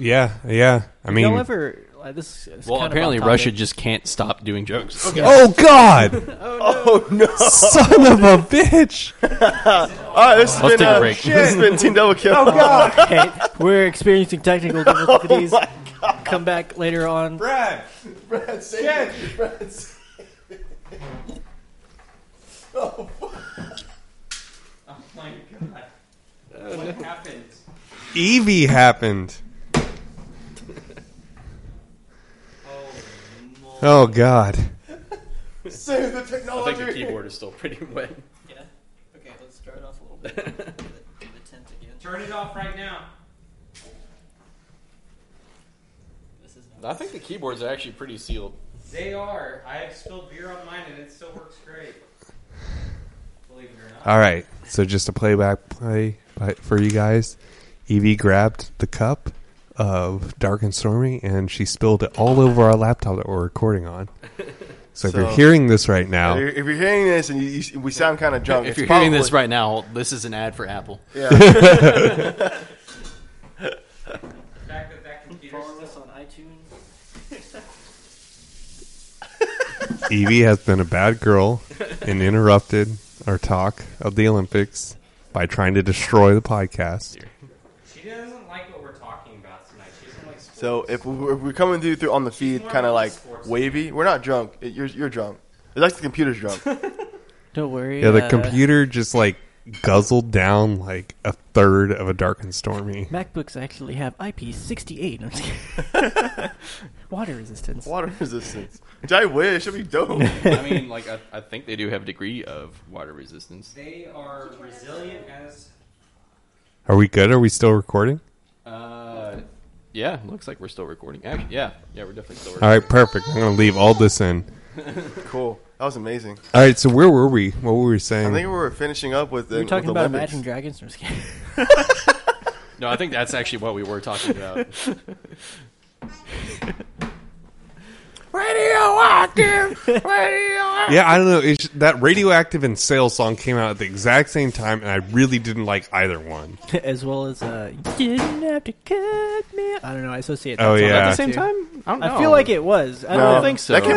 C: Yeah, yeah. I mean,
F: Y'all ever? uh, this is
A: Well,
F: kind of
A: apparently
F: off topic.
A: Russia just can't stop doing jokes.
C: oh god,
E: Oh,
C: son of a bitch!
E: all
C: Ah,
E: right, this
A: Let's
E: has been
A: take a
E: uh,
A: break.
E: This has been Team Double Kill.
C: Oh,
F: Okay, we're experiencing
A: Oh
F: technical difficulties. Come back later on.
C: Brad, Evie happened. Oh god.
E: Save the
A: I think the
E: technology.
A: keyboard is still pretty wet.
F: Okay, let's start off a little bit. Do the tent again.
B: Turn it off right now.
F: This is
A: I think the keyboards are actually pretty sealed.
B: They are. I have spilled beer on mine and it still works great. Believe it or not.
C: All right. So just a playback play by, for you guys. Evie grabbed the cup of Dark and Stormy and she spilled it all over our laptop that we're recording on. So, if you're
E: So-
C: hearing this right now,
E: If you're hearing this and you, you, we sound kind of drunk,
A: If
E: it's
A: you're hearing this
E: probably-
A: right now, this is an ad for Apple.
E: yeah.
B: The fact that that computer
F: Follow us on iTunes.
C: Evie has been a bad girl and interrupted our talk of the Olympics by trying to destroy the podcast.
B: She doesn't like what we're talking about tonight. She doesn't like sports.
E: so if we're, if we're coming through through on the feed, kind of like wavy, we're not drunk. It- you're you're drunk. It's like the computer's drunk.
F: Don't worry.
C: Yeah, the
F: uh,
C: computer just like guzzled down like a third of a Dark and Stormy.
F: MacBooks actually have IP68. I'm just kidding. Water resistance.
E: Water resistance. Which I wish. It'd be dope.
A: I mean, like I, I think they do have a degree of water resistance.
B: They are resilient as
C: Are we good? Are we still recording?
A: Uh, yeah, looks like we're still recording. Actually, yeah, yeah, we're definitely still
C: All
A: recording.
C: right, perfect. I'm going to leave all this in.
E: cool. That was amazing.
C: All right, so where were we? What were we
E: I
C: saying?
E: think we were finishing up with the.
F: We're talking
E: with
F: about
E: Olympics.
F: Imagine Dragons. I'm just kidding.
A: No, I think that's actually what we were talking about.
B: radioactive, radioactive.
C: Yeah, I don't know. It's, that radioactive and sales song came out at the exact same time, and I really didn't like either one.
F: as well as uh, you didn't have to cut me. I don't know. I associate. That
C: Oh,
F: song with
C: yeah.
F: the
C: At
F: same time.
B: I don't know.
F: I feel like it was. I
E: No,
F: don't think so.
E: That came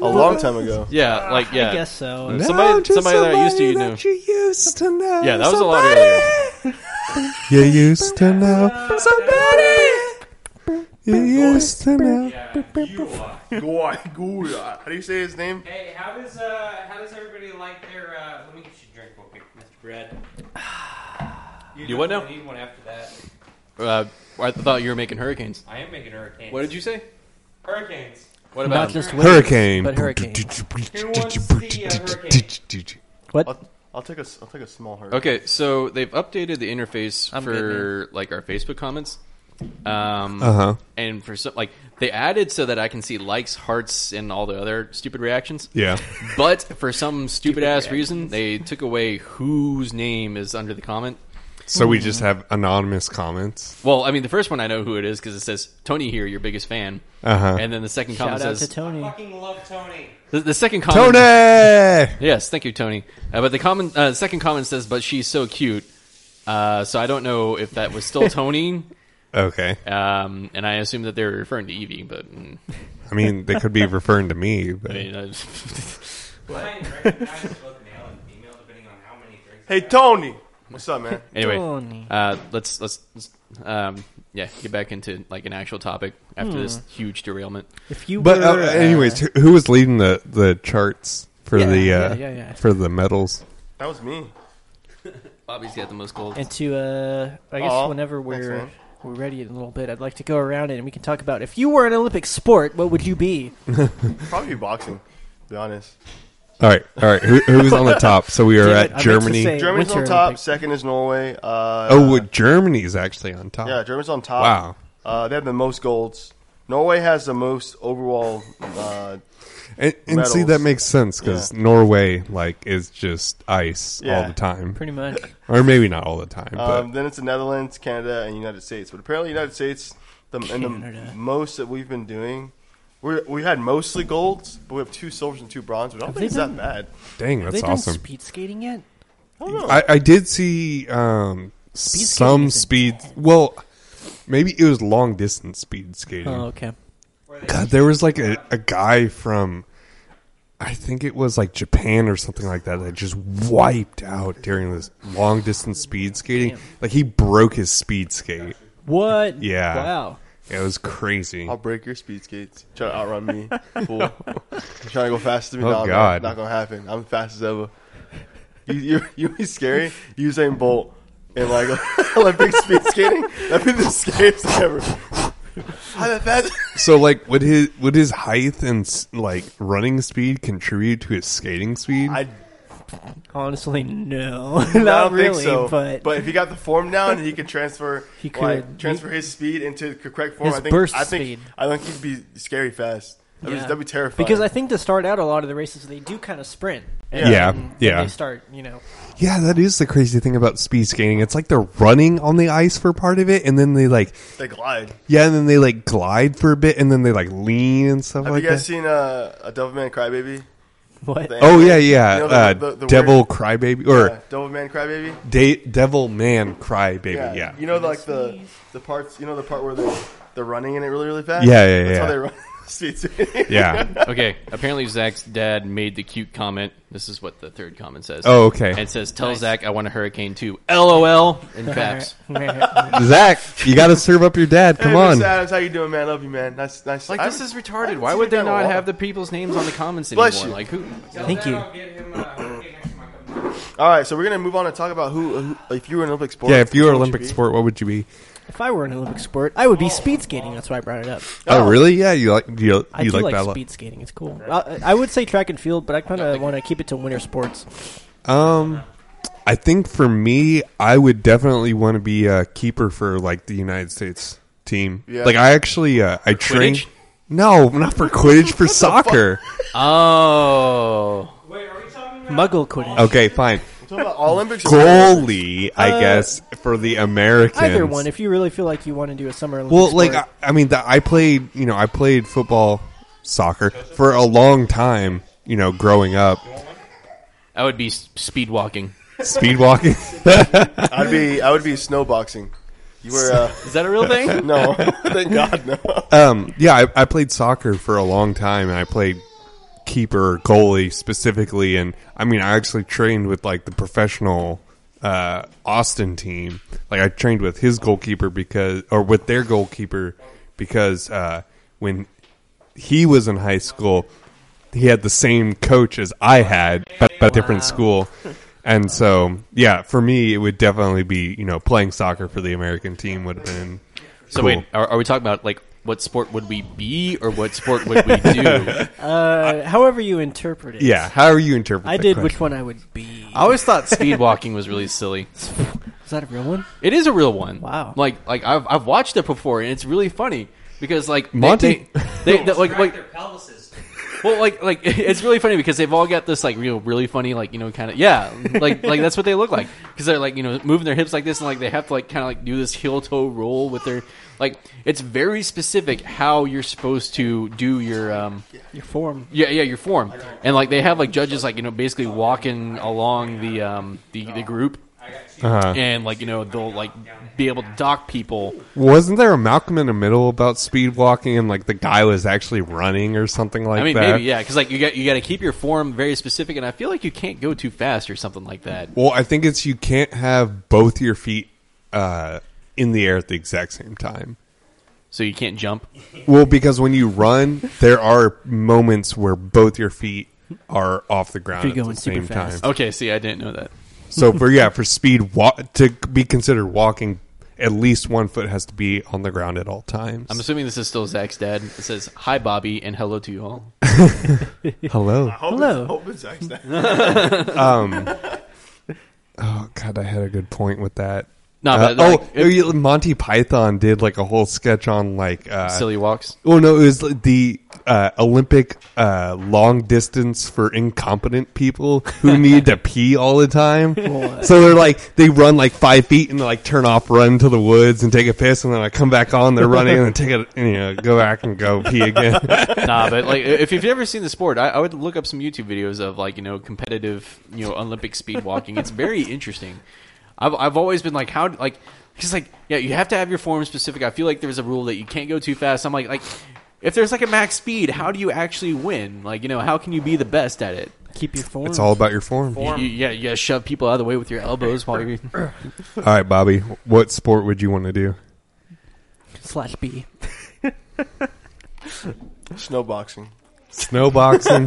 E: a long time ago.
A: Yeah, like yeah,
F: Uh, I guess so.
A: Somebody- somebody that I used to, you know.
C: you used to know.
A: yeah. That was a lot earlier.
C: You used to know somebody. You used to know.
E: Guai- Guai- How do you say his name?
B: Hey, how does uh, how does everybody like their? Uh, let me get you a drink real quick, Mr. Bread.
A: You what now?
B: Need one after that.
A: Uh, I thought you were making hurricanes.
B: I am making hurricanes.
A: What did you say?
B: Hurricanes.
A: What
F: Not
A: about
F: just waves,
C: Hurricane.
F: but hurricane.
E: I'll, I'll take a s- I'll take a small hurt.
A: Okay, so they've updated the interface
D: I'm
A: for like our Facebook comments. Um,
C: Uh huh.
A: and for some like they added so that I can see likes, hearts, and all the other stupid reactions.
C: Yeah.
A: But for some stupid, ass reason, they took away whose name is under the comment.
C: So we just have anonymous comments.
A: Well, I mean, the first one I know who it is because it says Tony here, your biggest fan.
C: Uh-huh.
A: And then the second
F: Shout
A: comment
F: out
A: says
F: to Tony.
B: Fucking love Tony.
A: the, the second comment.
C: Tony.
A: Yes, thank you, Tony. Uh, but the comment, uh, second comment says, "But she's so cute." Uh, so I don't know if that was still Tony,
C: Okay.
A: um, and I assume that they were referring to Evie. But mm,
C: I mean, they could be referring to me.
A: I
C: But.
A: mean, uh, I,
B: Brian recognizes both male and female depending on how many drinks.
E: Hey Tony, what's up, man?
A: anyway,
F: Tony.
A: uh, let's let's, let's um, yeah get back into like an actual topic after this huge derailment.
F: If you
C: But
F: were,
C: uh, anyways, who- who was leading the the charts for
F: Yeah,
C: the
F: yeah,
C: uh,
F: yeah, yeah.
C: for the medals?
E: That was me.
A: Bobby's got the most gold.
F: and to uh, I guess
E: Aw,
F: whenever we're
E: man.
F: we're ready in a little bit, I'd like to go around it and we can talk about if you were an Olympic sport, what would you be?
E: Probably boxing. To be honest.
C: All right, all right. Who, who was on the top? So we are
F: Damn it, I
C: at
F: meant to
C: Germany.
F: say-
E: Germany's
F: Winter
E: on top.
F: Olympics.
E: Second is Norway. Uh,
C: Oh, well, Germany's actually on top.
E: yeah, Germany's on top.
C: Wow.
E: Uh, they have the most golds. Norway has the most overall. Uh,
C: and, and see
E: medals.
C: that makes sense because Norway like is just ice all
E: Yeah.
C: the time,
F: Pretty much.
C: or maybe not all the time, but
E: um, then it's the Netherlands, Canada, and United States. But apparently, United States, the, and
F: Canada.
E: the most that we've been doing, we we had mostly golds, but we have two silvers and two bronze. But I don't
F: Have
E: think it's
F: they
E: that bad.
C: dang,
F: Have
C: that's
F: they done
C: awesome.
F: speed skating yet?
E: I don't know.
C: I, I did see um, some
F: is a-
C: speed. Well, maybe it was long distance speed skating.
F: Oh, okay.
C: God, there was like a, a guy from, I think it was like Japan or something like that, that just wiped out during this long distance speed skating. Like he broke his speed skate.
F: What?
C: Yeah.
F: Wow.
C: It was crazy.
E: I'll break your speed skates. Try to outrun me. Fool. You're trying to go faster than me.
C: Oh,
E: no, I'm
C: God.
E: Not, not going to happen. I'm fast as ever. You, you, you be scary? Usain Bolt in like Olympic speed skating? That'd be the scariest ever. I'm fast.
C: So like, would his would his height and s- like running speed contribute to his skating speed?
E: I
F: Honestly, no.
E: I
F: Not
E: don't
F: really,
E: think so.
F: but,
E: if he got the form down and he could transfer,
F: He
E: like,
F: could.
E: transfer his speed into the correct form.
F: His
E: I think,
F: burst
E: I think,
F: speed.
E: I think he'd be scary fast. That'd,
F: Yeah.
E: be, that'd be terrifying.
F: because I think to start out a lot of the races they do kind of sprint.
C: yeah, yeah,
F: And
C: yeah.
F: They start, you know.
C: That is the crazy thing about speed skating. It's like they're running on the ice for part of it, and then they like,
E: they glide.
C: yeah, and then they like glide for a bit, and then they like lean and stuff
E: Have
C: like
E: you guys
C: that.
E: seen uh, a Devilman Crybaby?
F: What?
E: The
C: Oh
E: anime?
C: yeah, yeah.
E: You know, the-
C: uh,
E: the- the
C: Devil
E: weird-
C: Crybaby or
E: Yeah, Devilman Crybaby.
C: De- Devil Man Crybaby. Yeah, yeah.
E: You know, like the the parts. You know, the part where they're they're running in it really, really fast.
C: Yeah, yeah,
E: That's
C: yeah.
E: how they run. Speed skating.
A: okay, apparently Zach's dad made the cute comment. This is what the third comment says.
C: Oh, okay.
A: And it says, "Tell Zach I want a hurricane too." LOL in caps.
C: Zach, you got to serve up your dad. Come
E: hey,
C: on.
E: Mr. Adams, how you doing, man? Love you, man. Nice, nice.
A: Like
E: I
A: this is
E: haven't-
A: retarded.
E: haven't
A: Why
E: seen
A: would they
E: that in a
A: not
E: while.
A: have the people's names on the comments anymore?
E: Bless you.
A: Like who?
F: Thank you.
B: I'll get him a hurricane next time I come down.
E: All right, so we're gonna move on and talk about who, who if you were an Olympic sport.
C: Yeah, if you were
E: what would
C: Olympic
E: be?
C: sport, what would you be?
F: If I were an Olympic sport, I would be speed skating. That's why I brought it up.
C: Oh, really? Yeah, you like you, you
F: I
C: like,
F: do like,
C: that a lot.
F: speed skating. It's cool. I, I would say track and field, but I kind of want to keep it to winter sports.
C: Um, I think for me, I would definitely want to be a keeper for like the United States team.
E: Yeah.
C: Like I actually, uh, I train.
A: Quidditch?
C: No, not for Quidditch, for soccer.
A: Oh,
B: Wait, are we talking about
F: Muggle Quidditch.
C: Okay, fine.
E: Talking about Olympic sport.
C: Goalie, I
F: Uh,
C: guess, for the Americans.
F: Either one, if you really feel like you want to do a summer Olympic
C: Oh, Well, like I,
F: sport.
C: I mean, the, I played. You know, I played football, soccer for a long time. You know, growing up,
A: I would be s- speed walking.
C: speed walking.
E: I'd be I would be snowboxing. You were uh,
A: Is that a real thing?
E: no, thank God no.
C: Um, yeah, I, I played soccer for a long time, and I played keeper, or goalie specifically, and I mean, I actually trained with like the professional uh, Austin team. Like, I trained with his goalkeeper because, or with their goalkeeper because uh, when he was in high school, he had the same coach as I had, but but different school. And so, yeah, for me, it would definitely be you know playing soccer for the American team would have been.
A: So
C: cool.
A: wait, are, are we talking about like what sport would we be or what sport would we do?
F: Uh, however you interpret it.
C: Yeah, how are you interpreting?
F: I did which one I would be.
A: I always thought speed walking was really silly.
F: Is that a real one?
A: It is a real one.
F: Wow.
A: Like like I've I've watched it before and it's really funny because like they-
C: Monty-
A: they, they, they- like like well like like it's really funny because they've all got this like real really funny like you know kind of yeah like like that's what they look like because they're like you know moving their hips like this and like they have to like kind of like do this heel toe roll with their like it's very specific how you're supposed to do your um
F: Your form.
A: yeah, yeah, your form, and like they have like judges like you know basically walking along the um the, the group,
C: Uh-huh.
A: and like you know they'll like be able to dock people.
C: Wasn't there a Malcolm in the Middle about speed walking and like the guy was actually running or something like
A: I mean,
C: that?
A: maybe yeah, because like you got you got to keep your form very specific, and I feel like you can't go too fast or something like that.
C: Well, I think it's you can't have both your feet uh, in the air at the exact same time.
A: So you can't jump.
C: Well, because when you run, there are moments where both your feet are off the ground
F: If you're
C: at the
F: going super
C: same
F: fast.
C: time.
A: Okay, see, I didn't know that.
C: So for yeah, for speed wa- to be considered walking, at least one foot has to be on the ground at all times.
A: I'm assuming this is still Zach's dad. It says hi, Bobby, and hello to you all.
C: Hello.
F: Hello.
C: Oh God, I had a good point with that.
A: No,
C: Uh,
A: but, like,
C: oh,
A: it-
C: oh, yeah, Monty Python did like a whole sketch on like uh,
A: Silly walks.
C: Oh no, it was like, the uh, Olympic uh, long distance for incompetent people who need to pee all the time. so they're like they run like five feet and they like turn off, run to the woods and take a piss, and then I come back on. They're running and then take it, you know, go back and go pee again.
A: nah, but like if you've never seen the sport, I, I would look up some YouTube videos of like you know competitive you know Olympic speed walking. It's very interesting. I've I've always been like how like because like yeah you have to have your form specific. I feel like there's a rule that you can't go too fast. I'm like like if there's like a max speed, how do you actually win? Like you know how can you be the best at it?
F: Keep your form.
C: it's all about your form.
A: You, you, yeah, you gotta shove people out of the way with your elbows while you're.
C: All right, Bobby, what sport would you want to do?
F: slash B.
E: Snowboxing.
C: Snowboxing.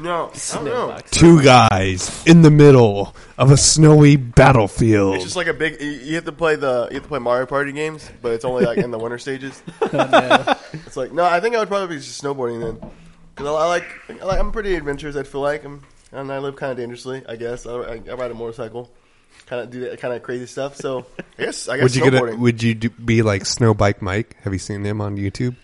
E: No, I don't know.
C: Two guys in the middle of a snowy battlefield.
E: It's just like a big. You you have to play the you have to play Mario Party games, but it's only like in the winter stages.
C: Oh,
E: It's like no, I think I would probably be just snowboarding then, because I, I like, I like I'm pretty adventurous. I feel like I'm, and I live kind of dangerously. I guess I, I, I ride a motorcycle, kind of do that kind of crazy stuff. So I guess I guess
C: would you get a,
E: snowboarding.
C: would you do, be like snow bike mike have you seen him on youtube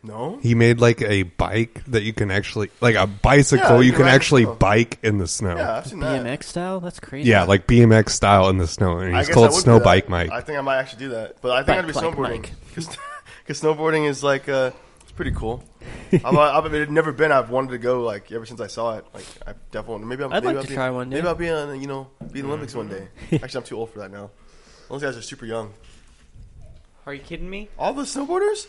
E: no,
C: he made like a bike that you can actually like a bicycle
E: Yeah, you
C: you
E: can
C: can
E: ride in
C: actually
E: snow.
C: bike in the snow
E: yeah,
C: yeah,
E: I've seen that.
F: BMX style? That's crazy.
C: like bmx style in the snow and
E: I
C: he's
E: guess I
C: called
E: would
C: snow
E: do that.
C: bike mike
E: I think I might actually do that, but I think
F: Bike
E: I'd be
F: like
E: snowboarding
F: Mike.
E: because snowboarding is like uh, it's pretty cool. I've, uh, I've I've never been. I've wanted to go like ever since I saw it. Like I definitely maybe I'm,
F: I'd
E: maybe
F: like
E: I'll
F: to
E: be-
F: try one day.
E: Maybe I'll be on you know be in the Olympics one day. Actually, I'm too old for that now. Those guys are super young.
B: Are you kidding me,
E: All the snowboarders?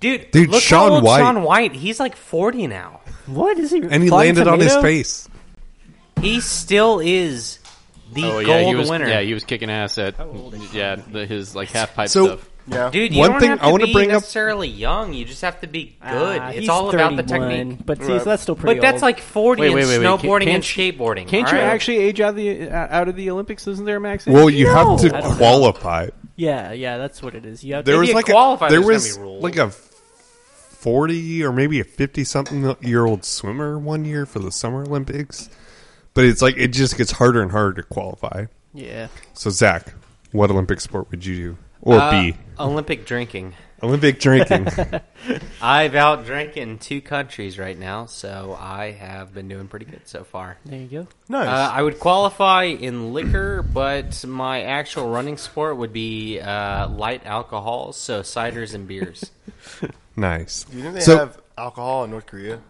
B: dude?
C: Dude,
B: look
C: Shaun
B: how old
C: White.
B: Shaun White. He's like forty now.
F: What is he?
C: and he
F: Flying
C: landed on his
F: Tomato?
C: face
B: He still is the
A: Oh
B: gold
A: yeah, he was
B: winner.
A: yeah he was kicking ass at yeah the, his like half pipe
C: So-
A: stuff.
E: Yeah.
B: Dude, you
C: One
B: don't
C: thing
B: have to
C: I wanna
B: be
C: bring up-
B: necessarily young. You just have to be good.
F: Ah,
B: it's
F: he's
B: all about the
F: 31,
B: technique.
F: But see, that's still pretty
B: But that's
F: old.
B: like 40
A: Wait, wait, wait,
B: and
A: wait. Can't-
B: snowboarding and
A: can't you-
B: skateboarding.
A: Can't you
B: all right?
A: actually age out of the uh, out of the Olympics? Isn't there a max?
C: well you
F: No.
C: have
F: I don't
C: to
F: know.
C: qualify
F: Yeah, yeah, that's what it is. You have
C: there
F: to,
C: was
B: you
C: like
B: qualify,
C: a, there
B: there's
C: was
B: gotta be rules.
C: like a 40 or maybe a 50 something year old swimmer one year for the summer olympics but it's like it just gets harder and harder to qualify
F: yeah.
C: So Zach, what Olympic sport would you do or
B: Uh,
C: be?
B: Olympic drinking.
C: Olympic drinking.
B: I've out drinking two countries right now, so I have been doing pretty good so far.
F: There you go.
E: Nice.
B: Uh, I would qualify in liquor, but my actual running sport would be uh, light alcohols, so ciders and beers.
C: nice.
E: Do you think they
C: So
E: have alcohol in North Korea?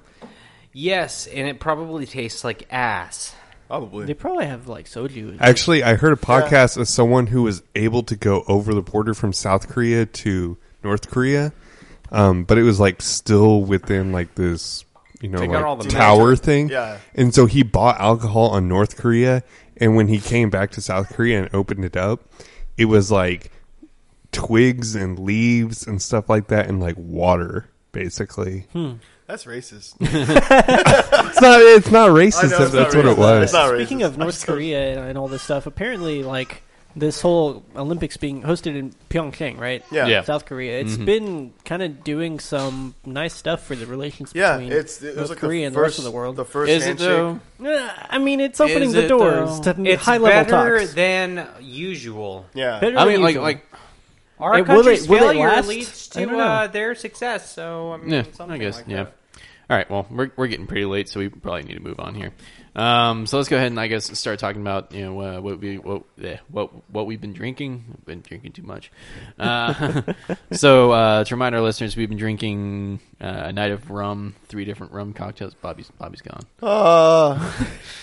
B: Yes, and it probably tastes like ass.
E: Probably.
F: They probably have like soju.
C: Actually, I heard a podcast of someone who was able to go over the border from South Korea to North Korea, um, but it was like still within like this, you know,
B: They got all
C: like
B: the
C: tower
E: magic.
C: thing.
E: Yeah.
C: And so he bought alcohol on North Korea, and when he came back to South Korea and opened it up, it was like twigs and leaves and stuff like that, and like water. Basically,
E: That's racist.
C: it's not. It's not racist.
E: I know,
C: if
E: it's not
C: that's what it
E: racist.
C: was.
E: It's not racist.
F: Speaking of
E: I'm
F: North
E: so-
F: Korea and, and all this stuff, apparently, like this whole Olympics being hosted in Pyeongchang, right?
E: Yeah.
A: Yeah.
F: South Korea. It's
B: Mm-hmm.
F: been kind of doing some nice stuff for the relations
E: Yeah,
F: between
E: it's it was
F: North
E: like
F: Korea
E: the
F: and the
E: first,
F: rest of the world.
E: The first
A: Is it
E: handshake.
A: though?
F: Uh, I mean, it's opening
A: Is
F: the
A: it,
F: doors
A: though?
F: to
B: It's
F: high level
B: better
F: talks.
B: than usual.
E: Yeah.
F: Better
A: I
F: than
A: mean, like,
F: usual.
A: like,
B: Our
F: It- will
B: country's
F: it- will it
B: failure
F: last?
B: leads
F: I don't
B: to
F: know.
B: uh, their success. So I mean,
A: yeah,
B: something
A: I guess,
B: like
A: yeah.
B: that.
A: All right, well, we're we're getting pretty late, so we probably need to move on here. Um, so let's go ahead and I guess start talking about you know uh, what we what eh, what what we've been drinking. I've been drinking too much. Uh, so uh, to remind our listeners, we've been drinking uh, a night of rum, three different rum cocktails. Bobby's Bobby's gone.
E: Uh,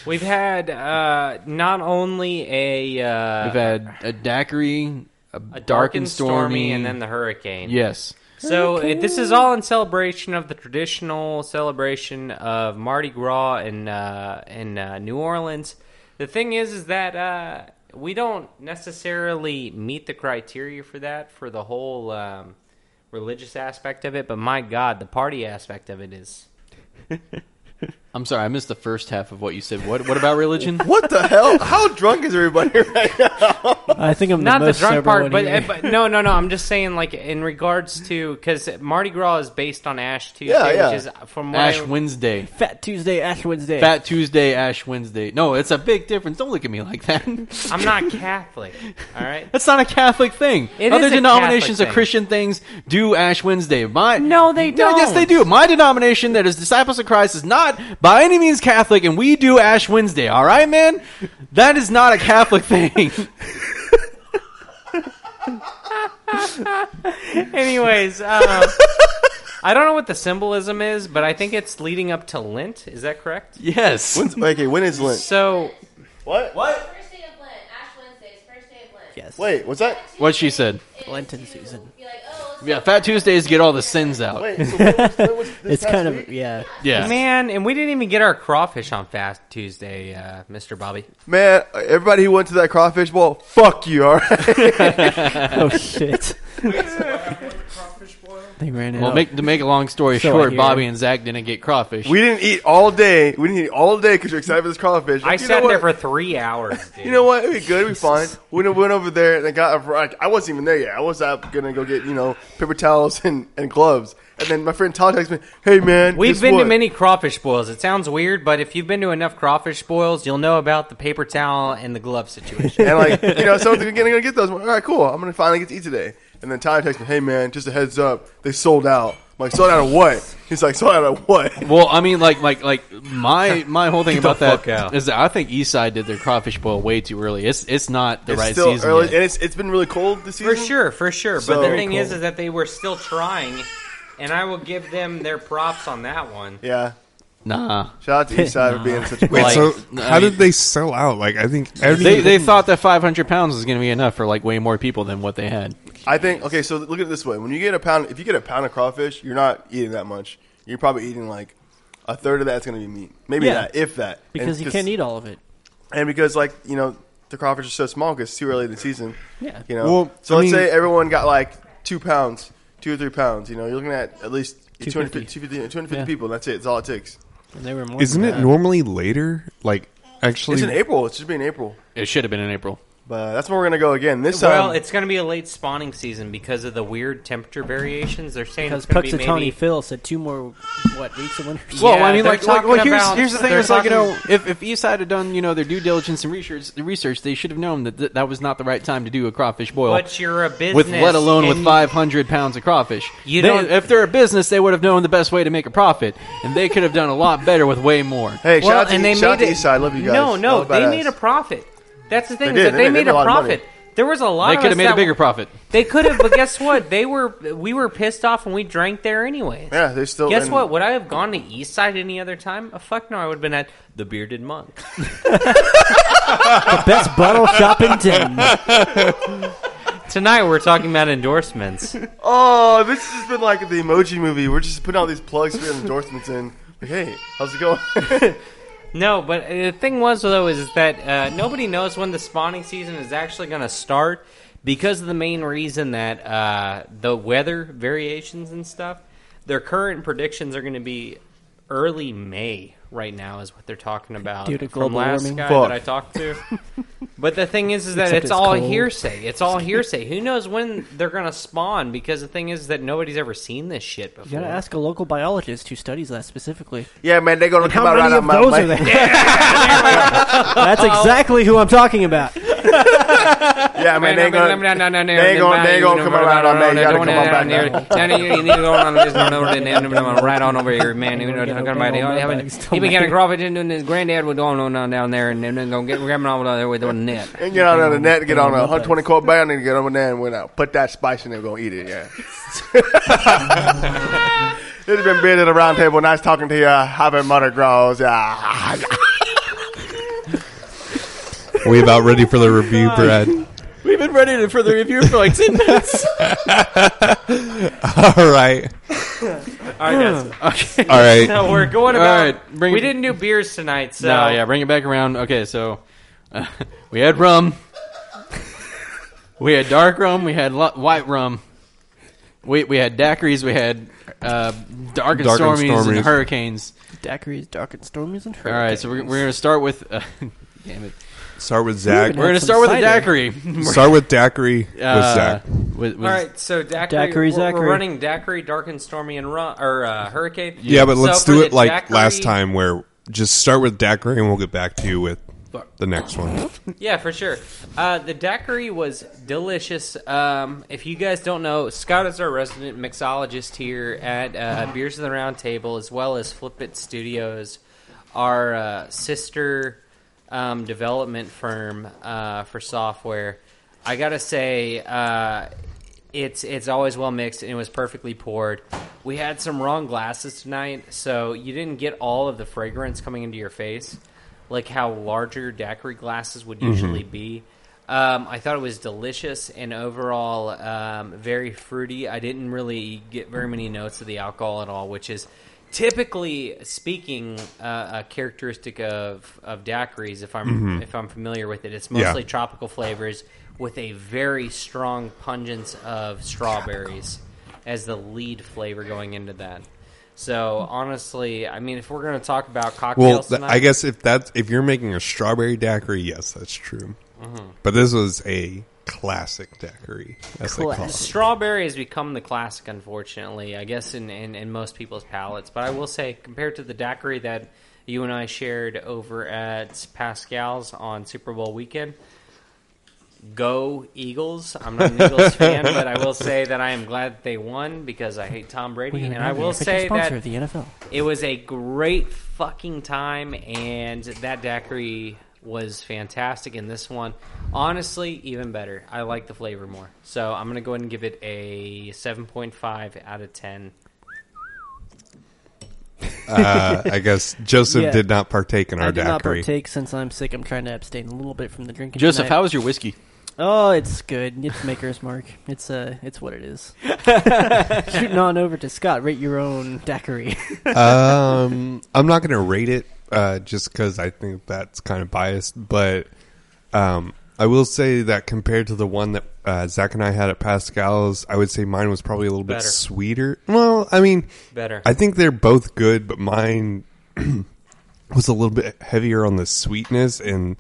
B: We've had uh, not only a uh,
A: We've had a daiquiri, a,
B: a
A: dark and stormy,
B: and then the hurricane.
A: yes,
B: So uh, this is all in celebration of the traditional celebration of Mardi Gras in uh, in uh, New Orleans. The thing is, is that uh, we don't necessarily meet the criteria for that for the whole um, religious aspect of it. But my God, the party aspect of it is
A: I'm sorry, I missed the first half of what you said. What what about religion?
E: what the hell? How drunk is everybody right now?
F: I think I'm
B: not
F: the,
B: the
F: most
B: drunk
F: sober
B: part,
F: one
B: but,
F: here.
B: but no, no, no. I'm just saying, like in regards to because Mardi Gras is based on Ash Tuesday,
E: Yeah, yeah.
B: which is uh, from what I-
A: Ash Wednesday.
F: Fat Tuesday, Ash Wednesday.
A: Fat Tuesday, Ash Wednesday. No, it's a big difference. Don't look at me like that.
B: I'm not Catholic. All right.
A: That's not a Catholic thing.
B: It
A: Other
B: is a
A: denominations of
B: Catholic thing.
A: Christian things do Ash Wednesday. My
B: No, they
A: yes, they
B: don't.
A: do. My denomination, that is Disciples of Christ, is not by any means Catholic, and we do Ash Wednesday. All right, man. That is not a Catholic thing.
B: Anyways, uh, I don't know what the symbolism is, but I think it's leading up to Lent. Is that correct?
A: yes.
E: When's, okay, when is Lent?
B: So
E: What? What?
H: First day of Lent, Ash Wednesday is first day of Lent.
F: yes.
E: Wait, what's that?
A: What she said.
H: Is
F: Lenten
H: to
F: season.
H: Be like, oh, let's
A: Yeah, Fat Tuesdays get all the sins out.
E: Wait, so when was, when was this
F: It's
E: past
F: kind
E: week?
F: of yeah.
A: yeah.
B: man, and we didn't even get our crawfish on Fast Tuesday, uh, Mr. Bobby.
E: man. Everybody who went to that crawfish bowl, fuck you. All right.
F: Oh shit. they ran out.
A: Well, make, to make a long story
F: So I
A: short,
F: hear.
A: Bobby and Zach didn't get crawfish.
E: we didn't eat all day. We didn't eat all day because you're excited for this crawfish.
B: I
E: Like, you know
B: sat
E: what?
B: there for three hours. Dude.
E: You know what? It'd be good. It'd be fine. We done went over there and I got a variety. I wasn't even there yet. I was out gonna go get you know paper towels and, and gloves. And then my friend Todd texts me, "Hey man,
B: We've
E: guess
B: been
E: what?
B: to many crawfish boils. It sounds weird, but if you've been to enough crawfish boils, you'll know about the paper towel and the glove situation.
E: And like, you know, someone's gonna, gonna get those. I'm like, all right, cool. I'm gonna finally get to eat today. And then Tyler texts me, "Hey man, just a heads up, they sold out." I'm like, sold out of what? He's like, sold out of what?
A: Well, I mean, like, like, like my my whole thing about
B: fuck
A: that
B: out.
A: is that I think Eastside did their crawfish boil way too early. It's it's not the
E: It's
A: right
E: still
A: season.
E: early,
A: yet.
E: and it's it's been really cold this
B: for
E: season.
B: sure, for sure.
E: So-
B: but the
E: Very
B: thing is,
E: cool.
B: is that they were still trying, and I will give them their props on that one.
E: Yeah.
A: Nah,
E: Shout out to Eastside for being such a
C: Wait,
A: Like,
C: so
A: I
C: how
A: mean-
C: did they sell out? Like, I think every
A: they they thought that 500 pounds was going to be enough for like way more people than what they had.
E: I think okay. So look at it this way: when you get a pound, if you get a pound of crawfish, you're not eating that much. You're probably eating like a third of that's going to be meat, maybe
F: Yeah.
E: that, if that,
F: because
E: And
F: you can't eat all of it.
E: and because like you know the crawfish is so small because it's too early in the season.
F: Yeah.
E: you know.
C: Well,
E: so
C: I
E: let's
C: mean-
E: say everyone got like two pounds, two or three pounds. You know, you're looking at at least 250,
F: 250.
E: 250, 250
F: Yeah.
E: people. That's it. That's all it takes.
F: And they were more.
C: Isn't
F: than
C: it
F: that.
C: normally later? Like, actually,
E: It's in April. It should be in April,
A: It should have been in April.
E: but that's when we're going to go again this um, time.
A: um,
B: Well, it's going to be a late spawning season because of the weird temperature variations. They're saying
F: Because
B: it's going to be
F: Puxatawny
B: maybe.
F: Phil said two more what weeks of winter.
B: Well, Yeah, I mean, they're like- like- like, talking here's-
A: here's here's
B: about-
A: the thing.
B: they're
A: It's like you know,
B: talking-
A: if if Eastside had done you know their due diligence and research, the research, they should have known that th- that was not the right time to do a crawfish boil.
B: But you're a business,
A: with let alone with
B: and
A: 500 pounds of crawfish.
B: You
A: They-
B: don't-
A: if they're a business, they would have known the best way to make a profit, and they could have done a lot better with way more.
E: hey,
B: Well,
E: shout out to,
B: and they
E: shout out
B: made
E: to
B: it-
E: Eastside. Love you guys.
B: No, no,
E: That was
B: they
E: badass.
B: made a profit. That's the thing
E: They
B: is
E: did.
B: that
E: They
B: they,
E: made-
B: made,
E: they made a
B: a
E: lot of
B: profit.
E: money.
B: There was a lot.
A: They
B: of
A: could
B: us
A: have made a
B: that-
A: bigger profit.
B: They could have, but guess what? They were we were pissed off and we drank there anyways.
E: Yeah, they still.
B: Guess
E: and-
B: what? Would I have gone to East Side any other time? Oh, fuck no, I would have been at the Bearded Monk.
F: The best bottle shop in town.
B: Tonight we're talking about endorsements.
E: Oh, this has been like the Emoji Movie. We're just putting all these plugs for endorsements in. Like, hey, how's it going?
B: No, but uh, the thing was though is that uh, nobody knows when the spawning season is actually going to start because of the main reason that uh, the weather variations and stuff. Their current predictions are going to be early May right now is what they're talking about
F: Due to
B: from
F: global
B: last
F: warming.
B: guy
E: Fuck.
B: that I talked to. but the thing is, is that
F: Except
B: it's
F: it's
B: all
F: cold.
B: hearsay. It's all hearsay. Who knows when they're going to spawn? Because the thing is that nobody's ever seen this shit before.
F: You gotta ask a local biologist who studies that specifically.
E: yeah, man, they're gonna
F: How many of those are there? That's exactly who I'm talking about.
E: Yeah, man, they ain't gonna. They ain't gonna- they ain't gonna come around on that. You gotta come on back now.
B: Right on over here, man. You know, talking about he been getting crawfish and doing his granddad was going on down there, and then gonna get grabbing on over there with the net.
E: And get on the net, get on a 120 quart band, and get over there and went out. Put that spice in there, gonna eat it. Yeah. it's been being at the round table. Nice talking to you. Having Mother Grows. Yeah.
C: we about ready for
E: Oh
C: the review, Brad.
A: We've been ready for the review for like ten minutes.
C: All right.
B: All right,
A: okay.
C: All right.
B: so we're going
A: All
B: about.
A: right, bring
B: we
A: it-
B: didn't do beers tonight, so
C: uh,
A: No, yeah, bring it back around. Okay, so uh, we had rum. we had dark rum. We had lo- white rum. We we had daiquiris. We had uh, dark and
C: Dark and
A: stormies and,
C: stormies.
A: hurricanes.
F: Daiquiris, dark and stormies, and
A: All right, so we're, we're gonna start with. Uh, damn it.
C: Start with Zach.
A: We're gonna
F: some
A: start with a
F: cider.
A: daiquiri. Uh,
C: Start with Daiquiri
B: Uh,
C: with Zach.
A: with- with-
B: All right, so daiquiri,
F: Daiquiri,
B: we're, we're
F: Zachary.
B: running daiquiri, dark and stormy, and run or uh, hurricane.
C: Yeah, but let's
B: So
C: do
B: for
C: it
B: the
C: like
B: daiquiri-
C: last time, where just start with Daiquiri, and we'll get back to you with the next one.
B: Yeah, for sure. Uh, the daiquiri was delicious. Um, if you guys don't know, Scott is our resident mixologist here at uh, Beers of the Round Table, as well as Flip It Studios, our uh, sister um, development firm uh, for software. I gotta say, uh, it's it's always well mixed and it was perfectly poured. We had some wrong glasses tonight, so you didn't get all of the fragrance coming into your face like how larger daiquiri glasses would usually be. Um, I thought it was delicious and overall um, very fruity. I didn't really get very many notes of the alcohol at all, which is typically speaking uh, a characteristic of, of daiquiris. If I'm if I'm familiar with it, it's
C: Yeah.
B: mostly tropical flavors with a very strong pungence of strawberries as the lead flavor going into that. So honestly, I mean, if we're going to talk about cocktails,
C: Well, th-
B: tonight,
C: I guess if that's if you're making a strawberry daiquiri, yes, that's true.
B: Mm-hmm.
C: But this was a classic daiquiri, as they call it.
B: Strawberry has become the classic, unfortunately, I guess, in, in, in most people's palates. But I will say, compared to the daiquiri that you and I shared over at Pascal's on Super Bowl weekend, go Eagles. I'm not an Eagles fan, but I will say that I am glad that they won because I hate Tom Brady. And I will say
F: sponsor
B: that
F: of the NFL.
B: it was a great fucking time, and that daiquiri was fantastic. And this one, honestly, even better. I like the flavor more. So I'm going to go ahead and give it a 7.5 out of 10.
C: Uh, I guess Joseph
F: Yeah.
C: did not partake in our
F: I did not
C: daiquiri.
F: partake since I'm sick. I'm trying to abstain a little bit from the drinking.
A: Joseph,
F: tonight.
A: how was your whiskey?
F: Oh, it's good. It's Maker's Mark. It's uh, it's what it is. Shooting on over to Scott. Rate your own daiquiri.
C: um, I'm not going to rate it uh, just because I think that's kind of biased, but um, I will say that compared to the one that uh, Zach and I had at Pascal's, I would say mine was probably a little bit
B: Better.
C: sweeter. Well, I mean,
B: Better.
C: I think they're both good, but mine was a little bit heavier on the sweetness and.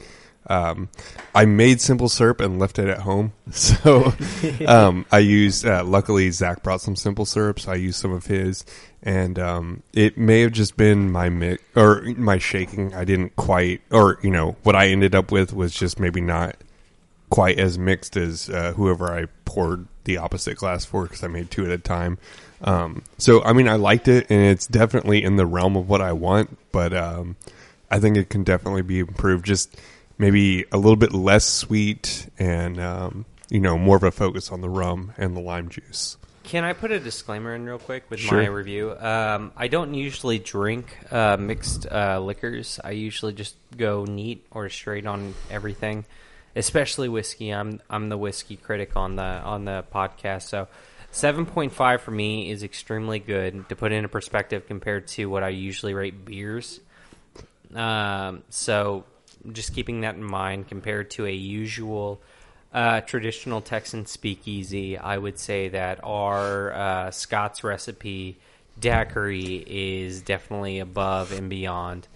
C: Um, I made simple syrup and left it at home. So um, I used, uh, luckily, Zach brought some simple syrup, so I used some of his. And um, it may have just been my mix or my shaking. I didn't quite, or, you know, what I ended up with was just maybe not quite as mixed as uh, whoever I poured the opposite glass for because I made two at a time. Um, so I mean, I liked it, and it's definitely in the realm of what I want. But um, I think it can definitely be improved. Just maybe a little bit less sweet and um, you know more of a focus on the rum and the lime juice.
B: Can I put a disclaimer in real quick with
C: Sure.
B: my review? Um, I don't usually drink uh, mixed uh, liquors. I usually just go neat or straight on everything, especially whiskey. I'm I'm the whiskey critic on the on the podcast. So, seven point five for me is extremely good to put into perspective compared to what I usually rate beers. Um, so just keeping that in mind compared to a usual uh, traditional Texan speakeasy, I would say that our uh, Scott's recipe daiquiri is definitely above and beyond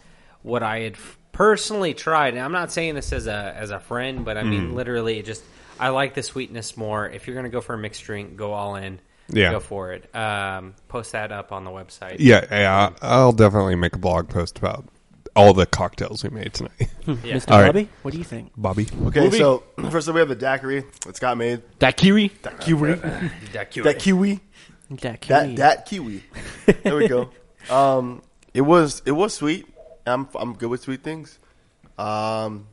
B: what I had f- personally tried. And I'm not saying this as a as a friend, but I mean literally, it just I like the sweetness more. If you're gonna go for a mixed drink, go all in.
C: Yeah.
B: Go for it. Um, post that up on the website.
C: Yeah, yeah, I'll definitely make a blog post about all the cocktails we made tonight.
F: Mr.
C: All right.
F: Bobby, what do you think?
C: Bobby,
E: Okay, so first up we have the daiquiri that Scott made.
G: That kiwi.
E: That kiwi.
B: Daiquiri.
E: that kiwi.
F: That
E: That that kiwi. There we go. Um, it was it was sweet. I'm I'm good with sweet things. Um,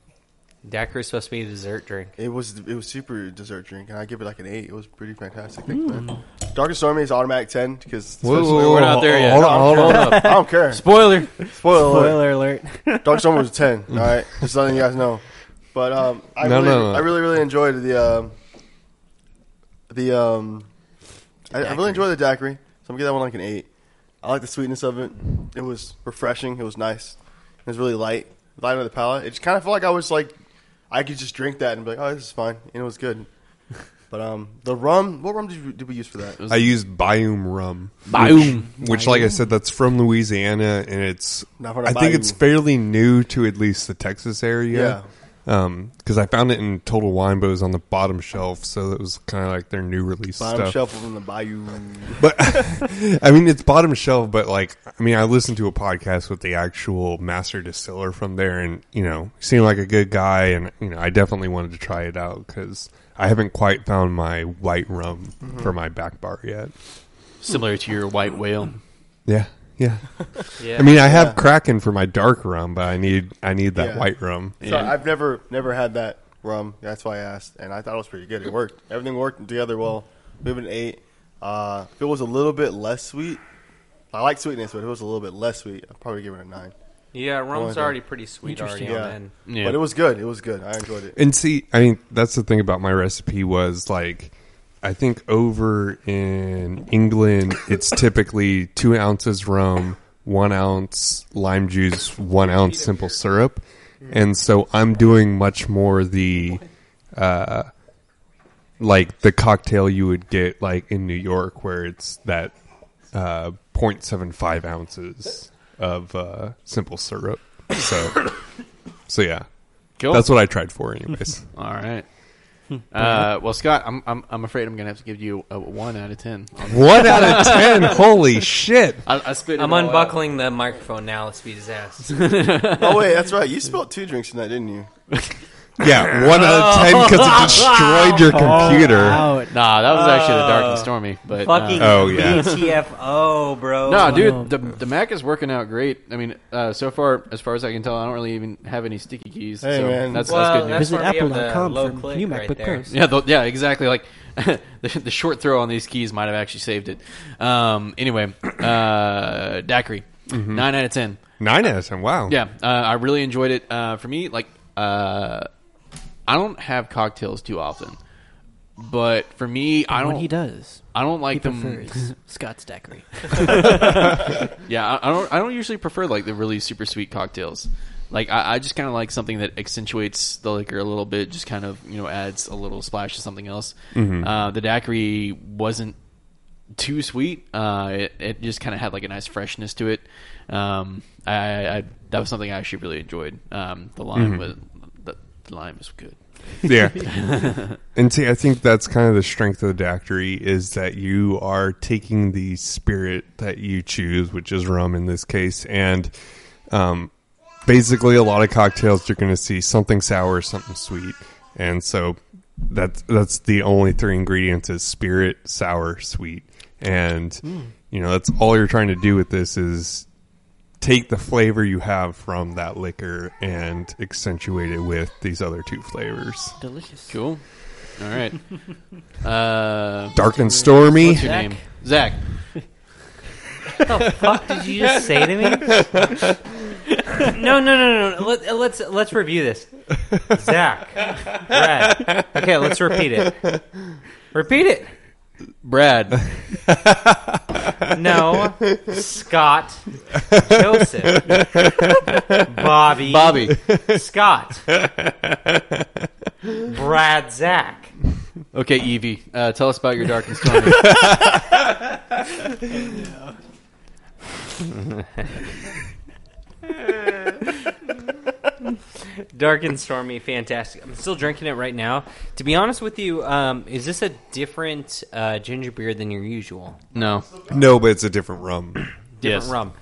B: Daiquiri is supposed to be a dessert drink.
E: it was it was super dessert drink, and I give it like an eight. It was pretty fantastic. Thank you, man. Dark and stormy is automatic ten because
A: we're not there yet.
C: Hold on, hold on.
E: I don't care.
B: Spoiler.
E: Spoiler. alert.
F: Spoiler alert.
E: Dark Storm was a ten. All right, just letting you guys know. But um, I
C: No,
E: really,
C: no, no.
E: I really, really enjoyed the um, the um, I, I really enjoyed the daiquiri. So I'm gonna give that one like an eight. I like the sweetness of it. It was refreshing. It was nice. It was really light, light on the palate. It just kind of felt like I was like I could just drink that and be like, oh, this is fine, and it was good. But um, the rum. What rum did, you, did we use for that?
C: I used Biome rum.
A: Biome.
C: Which, which, like I said, that's from Louisiana, and it's
E: Not from
C: I think it's
E: Bayou.
C: fairly new to at least the Texas area.
E: Yeah.
C: Yeah. Because I found it in Total Wine, but it was on the bottom shelf, so it was kind of like their new release
E: Bottom
C: stuff.
E: shelf from the Bayou.
C: But I mean, it's bottom shelf, but like, I mean, I listened to a podcast with the actual master distiller from there, and you know, he seemed like a good guy, and you know, I definitely wanted to try it out because I haven't quite found my white rum for my back bar yet.
A: Similar to your white whale.
C: Yeah, yeah.
B: Yeah.
C: I mean, I have Kraken for my dark rum, but I need I need that
E: Yeah.
C: white rum.
E: So
A: Yeah.
E: I've never never had that rum. That's why I asked, and I thought it was pretty good. It worked. Everything worked together well. We have an eight. Uh, if it was a little bit less sweet, I like sweetness, but if it was a little bit less sweet, I'd probably give it a nine.
B: Yeah, rum's
E: Going
B: already pretty sweet already
F: Interesting.
B: on
E: Yeah.
B: end.
A: Yeah.
E: but it was good. It was good. I enjoyed it.
C: And see, I mean, that's the thing about my recipe was like, I think over in England, it's typically two ounces rum, one ounce lime juice, one ounce simple syrup, and so I'm doing much more the, uh, like the cocktail you would get like in New York, where it's that uh, 0.75 ounces of uh, simple syrup. So, so yeah.
A: Cool.
C: That's what I tried for, anyways.
A: All right. Uh, well, Scott, I'm, I'm I'm afraid I'm gonna have to give you a one out of ten.
C: One out of ten. Holy shit!
A: I, I spit. it
B: I'm
A: all out.
B: unbuckling the microphone now. Let's be disaster.
A: Uh,
E: Oh wait, that's right. You spilled two drinks tonight, didn't you?
C: Yeah, one out of ten because it destroyed your computer.
F: Out.
A: Nah, that was actually the dark and stormy. But
B: Fucking
A: uh,
C: Oh, yeah.
B: BTFO, bro.
A: no,
F: Oh,
A: dude, the the Mac is working out great. I mean, uh, so far, as far as I can tell, I don't really even have any sticky keys.
E: Hey,
A: so
E: man.
A: that's
B: Well,
A: that's good news.
B: that's
F: Visit
B: why we have
F: apple.com
B: the low
F: for
B: click
F: new
B: right
F: MacBook
B: there.
F: Pros.
A: Yeah, the, yeah, exactly. Like the, the short throw on these keys might have actually saved it. Um, anyway, uh, Daiquiri,
F: Mm-hmm.
A: nine out of ten.
C: Nine out of ten. Wow.
A: Yeah, uh, I really enjoyed it. Uh, for me, like uh, I don't have cocktails too often, but for me, I
F: When
A: don't.
F: he does,
A: I don't
F: he
A: like them.
F: prefers Scott's daiquiri.
A: Yeah, I, I don't. I don't usually prefer like the really super sweet cocktails. Like I, I just kind of like something that accentuates the liquor a little bit, just kind of you know adds a little splash to something else. Uh, the daiquiri wasn't too sweet. Uh, it, it just kind of had like a nice freshness to it. Um, I, I that was something I actually really enjoyed. Um, the lime was the, the lime was good.
C: Yeah. and see, I think that's kind of the strength of the daiquiri is that you are taking the spirit that you choose, which is rum in this case, and um, basically a lot of cocktails you're going to see something sour, something sweet, and so that's that's the only three ingredients is spirit, sour, sweet, and you know that's all you're trying to do with this is take the flavor you have from that liquor and accentuate it with these other two flavors.
F: Delicious.
A: Cool. All right. Uh,
C: Dark and stormy.
A: what's your
F: Zach.
A: name? Zach.
B: fuck did you just say to me? No, no, no, no, no. Let, uh, let's let's review this. Zach, Brad. Okay, let's repeat it. Repeat it.
A: Brad.
B: No, Scott, Joseph, Bobby,
A: Bobby.
B: Scott, Brad, Zach.
A: Okay, Evie. Uh, tell us about your dark and stormy.
B: Dark and stormy, fantastic. I'm still drinking it right now. To be honest with you, um, is this a different uh, ginger beer than your usual?
A: no.
C: No, but it's a different rum.
B: different
A: Yes.
B: rum.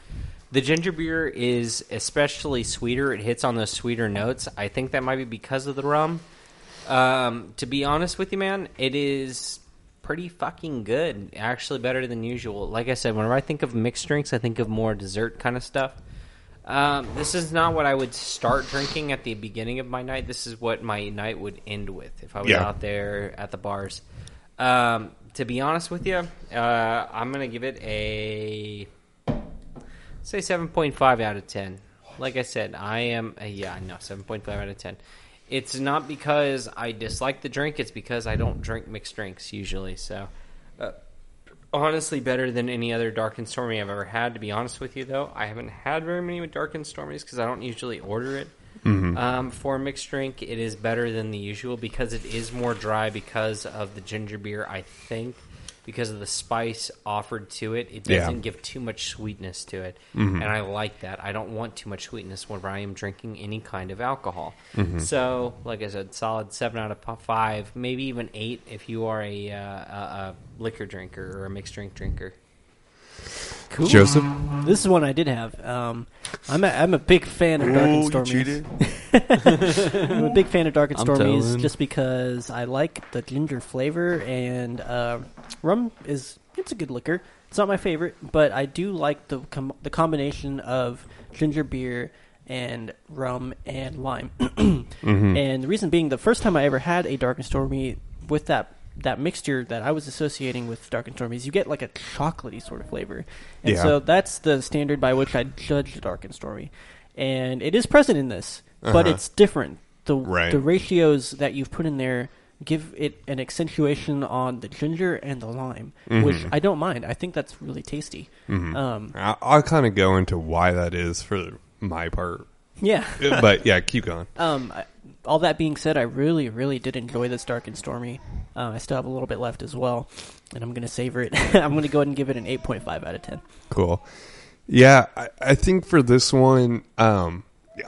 B: The ginger beer is especially sweeter. It hits on those sweeter notes. I think that might be because of the rum. Um, to be honest with you, man, it is pretty fucking good. Actually, better than usual. Like I said, whenever I think of mixed drinks, I think of more dessert kind of stuff. Um, this is not what I would start drinking at the beginning of my night. This is what my night would end with if I was
C: Yeah.
B: out there at the bars. Um, to be honest with you, uh, I'm gonna give it a say 7.5 out of 10 like i said i am uh, yeah i know 7.5 out of 10 it's not because i dislike the drink it's because i don't drink mixed drinks usually so uh, honestly better than any other dark and stormy i've ever had to be honest with you though i haven't had very many with dark and stormies because i don't usually order it um, for a mixed drink it is better than the usual because it is more dry because of the ginger beer i think because of the spice offered to it it
C: Yeah.
B: doesn't give too much sweetness to it and i like that i don't want too much sweetness whenever i am drinking any kind of alcohol so like i said solid 7 out of po- 5 maybe even 8 if you are a, uh, a, a liquor drinker or a mixed drink drinker
F: Cool.
C: Joseph?
F: This is one I did have. Um, I'm a, I'm a big fan of Dark and
E: Ooh, you
F: Stormies.
E: cheated.
F: I'm a big fan of Dark and
A: I'm
F: Stormies
A: telling.
F: just because I like the ginger flavor and uh, rum is it's a good liquor. It's not my favorite, but I do like the com- the combination of ginger beer and rum and lime.
C: Mm-hmm.
F: And the reason being, the first time I ever had a Dark and Stormy with that that mixture that I was associating with Dark and Stormy is you get like a chocolatey sort of flavor, and
C: Yeah.
F: so that's the standard by which I judge Dark and Stormy. And it is present in this, but
C: Uh-huh.
F: it's different. The
C: Right.
F: the ratios that you've put in there give it an accentuation on the ginger and the lime,
C: Mm-hmm.
F: which I don't mind. I think that's really tasty. Um,
C: I- I'll kind of go into why that is for my part.
F: yeah.
C: But yeah, keep going.
F: Um, I- all that being said, I really, really did enjoy this Dark and Stormy. Uh, I still have a little bit left as well, and I'm going to savor it. I'm going to go ahead and give it an 8.5 out of 10.
C: Cool. Yeah, I, I think for this one, um,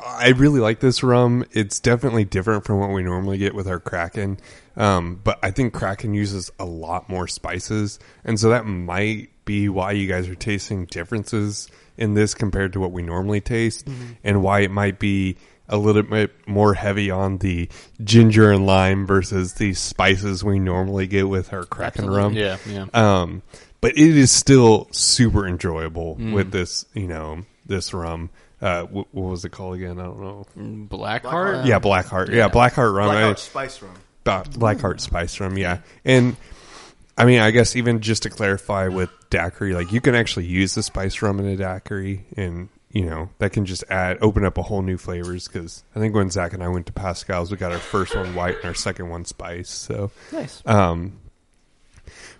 C: I really like this rum. It's definitely different from what we normally get with our Kraken. Um, but I think Kraken uses a lot more spices. And so that might be why you guys are tasting differences in this compared to what we normally taste and why it might be a little bit more heavy on the ginger and lime versus the spices we normally get with our Kraken rum.
A: Yeah, yeah.
C: Um, but it is still super enjoyable with this, you know, this rum. Uh, wh- what was it called again? I don't know.
A: Blackheart?
C: yeah, Blackheart. Yeah, Blackheart rum.
E: Blackout
C: Blackheart.
E: oh, spice rum.
C: Blackheart spice rum. Yeah, and I mean, I guess even just to clarify with daiquiri, like you can actually use the spice rum in a daiquiri, and you know that can just add open up a whole new flavors. Because I think when Zach and I went to Pascal's, we got our first one white and our second one spice. So
F: Nice.
C: um,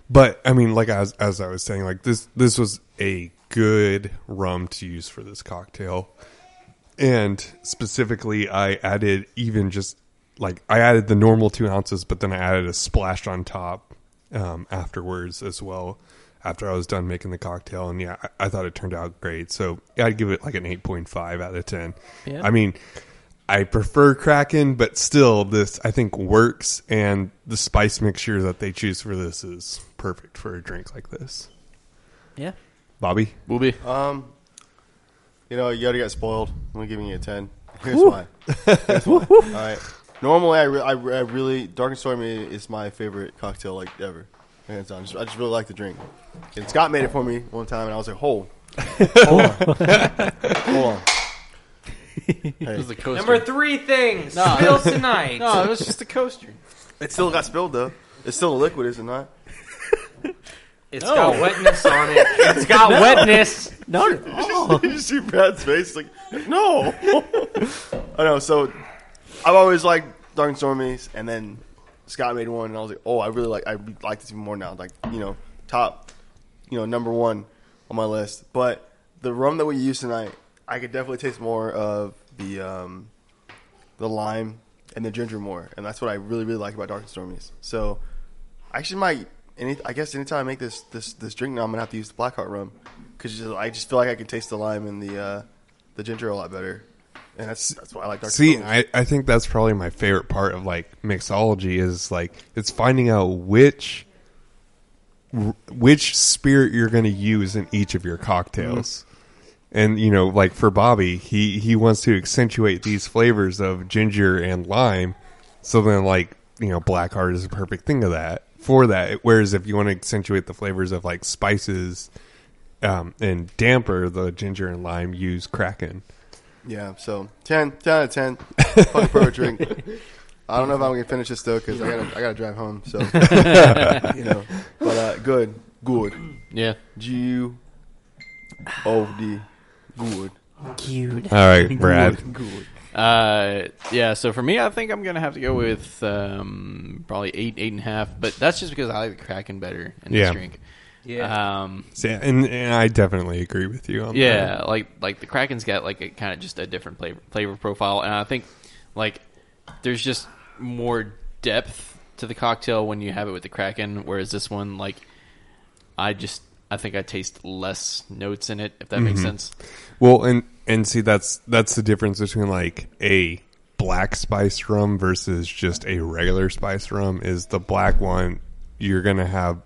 C: but I mean, like as as I was saying, like this this was a good rum to use for this cocktail, and specifically, I added even just like I added the normal two ounces, but then I added a splash on top um, afterwards as well. After I was done making the cocktail, and yeah, I, I thought it turned out great. So yeah, I'd give it like an eight point five out of ten.
F: Yeah.
C: I mean, I prefer Kraken, but still, this I think works, and the spice mixture that they choose for this is perfect for a drink like this.
F: Yeah.
C: Bobby,
A: Booby.
E: Um, you know, you already got spoiled. I'm gonna give you a ten. Here's
F: Woo.
E: why. Here's why. All right. Normally, I, re- I, re- I really Dark and Stormy is my favorite cocktail like ever. Hands on. Just- I just really like the drink. And Scott made it for me one time, and I was like, "Oh, Hold on. Hey.
A: was the coaster.
B: Number three things
A: No.
B: spilled tonight.
A: no, it was just the coaster.
E: It still got spilled though. It's still a liquid, is it not?
B: It's got wetness on it. It's got wetness.
F: No, no.
E: Did you see Brad's face? Like, no. I know. So I've always liked Dark and Stormies, and then Scott made one, and I was like, oh, I really like. I like this even more now. Like, you know, top, you know, number one on my list. But the rum that we used tonight, I could definitely taste more of the um, the lime and the ginger more, and that's what I really really like about Dark and Stormies. So I actually might. Any, I guess anytime I make this this this drink now, I'm gonna have to use the black heart rum because I just feel like I can taste the lime and the uh, the ginger a lot better, and that's that's why I like Dark.
C: See,
E: Stormies.
C: I, I think that's probably my favorite part of like mixology is like it's finding out which r- which spirit you're going to use in each of your cocktails. And you know, like for Bobby, he he wants to accentuate these flavors of ginger and lime. So then like, you know, black heart is a perfect thing of that for that. Whereas if you want to accentuate the flavors of like spices um, and damper the ginger and lime, use Kraken.
E: Yeah, so 10, 10 out of 10. Fucking perfect drink. I don't know if I'm going to finish this, though, because I got to I gotta drive home. So, you know. But uh, good. Good.
A: Yeah.
E: G U O D. Good.
F: Cute.
C: All right, Brad.
E: Good.
A: Uh, yeah. So for me, I think I'm gonna have to go with um, probably eight, eight and a half. But that's just because I like the Kraken better in
C: Yeah.
A: this drink.
B: Yeah.
A: Um,
C: So, yeah, and, and I definitely agree with you on
A: yeah, like like the Kraken's got like a kind of just a different flavor, flavor profile, and I think like there's just more depth to the cocktail when you have it with the Kraken, whereas this one like I just I think I taste less notes in it if that makes sense.
C: that. Well, and and see that's that's the difference between like a black spice rum versus just a regular spice rum is the black one you're going to have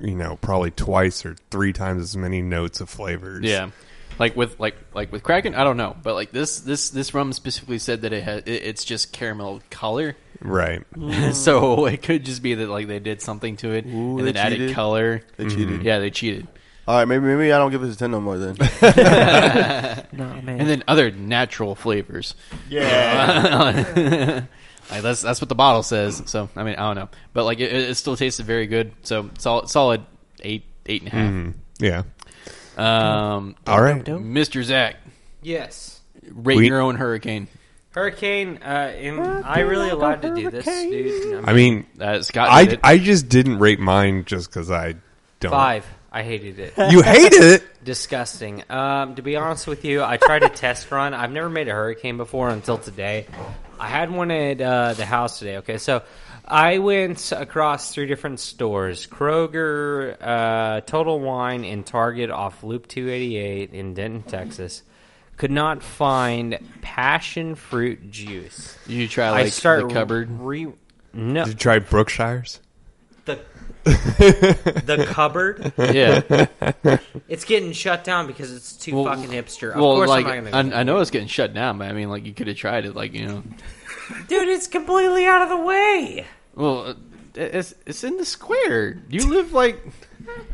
C: you know probably twice or three times as many notes of flavors.
A: Yeah, like with like like with Kraken, I don't know, but like this this this rum specifically said that it has it, it's just caramel color,
C: Right.
A: Mm-hmm. so it could just be that like they did something to it
E: Mm. Ooh,
A: and
E: they
A: then added
E: cheated.
A: color. Mm-hmm.
E: They cheated.
A: Yeah, they cheated.
E: All right, maybe, maybe I don't give this a 10 no more then.
F: No, man.
A: and then other natural flavors.
E: Yeah.
A: Like, that's that's what the bottle says. So I mean, I don't know, but like it, it still tasted very good. So solid, solid eight, eight and a half.
C: Yeah.
A: Um,
C: All right.
A: Mr. Zach,
B: yes.
A: rate
C: Mm-hmm. We-
A: your own hurricane.
B: Hurricane. Uh, am I really allowed to do this, dude?
C: I mean,
A: Uh, Scott, did
C: I
A: it.
C: I just didn't rate mine just cuz I don't
B: five. I hated it.
C: You hated it.
B: Disgusting. Um, to be honest with you, I tried to test run. I've never made a hurricane before until today. I had one at uh, the house today. Okay, so I went across three different stores: Kroger, uh, Total Wine, and Target off Loop 288 in Denton, Texas. Could not find passion fruit juice.
A: you try
B: I
A: like
B: start
A: the cupboard.
B: Re- no,
C: Did you try Brookshire's?
B: the the cupboard.
A: yeah,
B: It's getting shut down because it's too
A: Well,
B: fucking hipster. Of
A: well,
B: course,
A: like
B: I'm not
A: I,
B: gonna.
A: I know it's getting shut down, but I mean, like you could have tried it, like you know.
B: Dude, it's completely out of the way.
A: Well, uh, it's it's in the square. You live like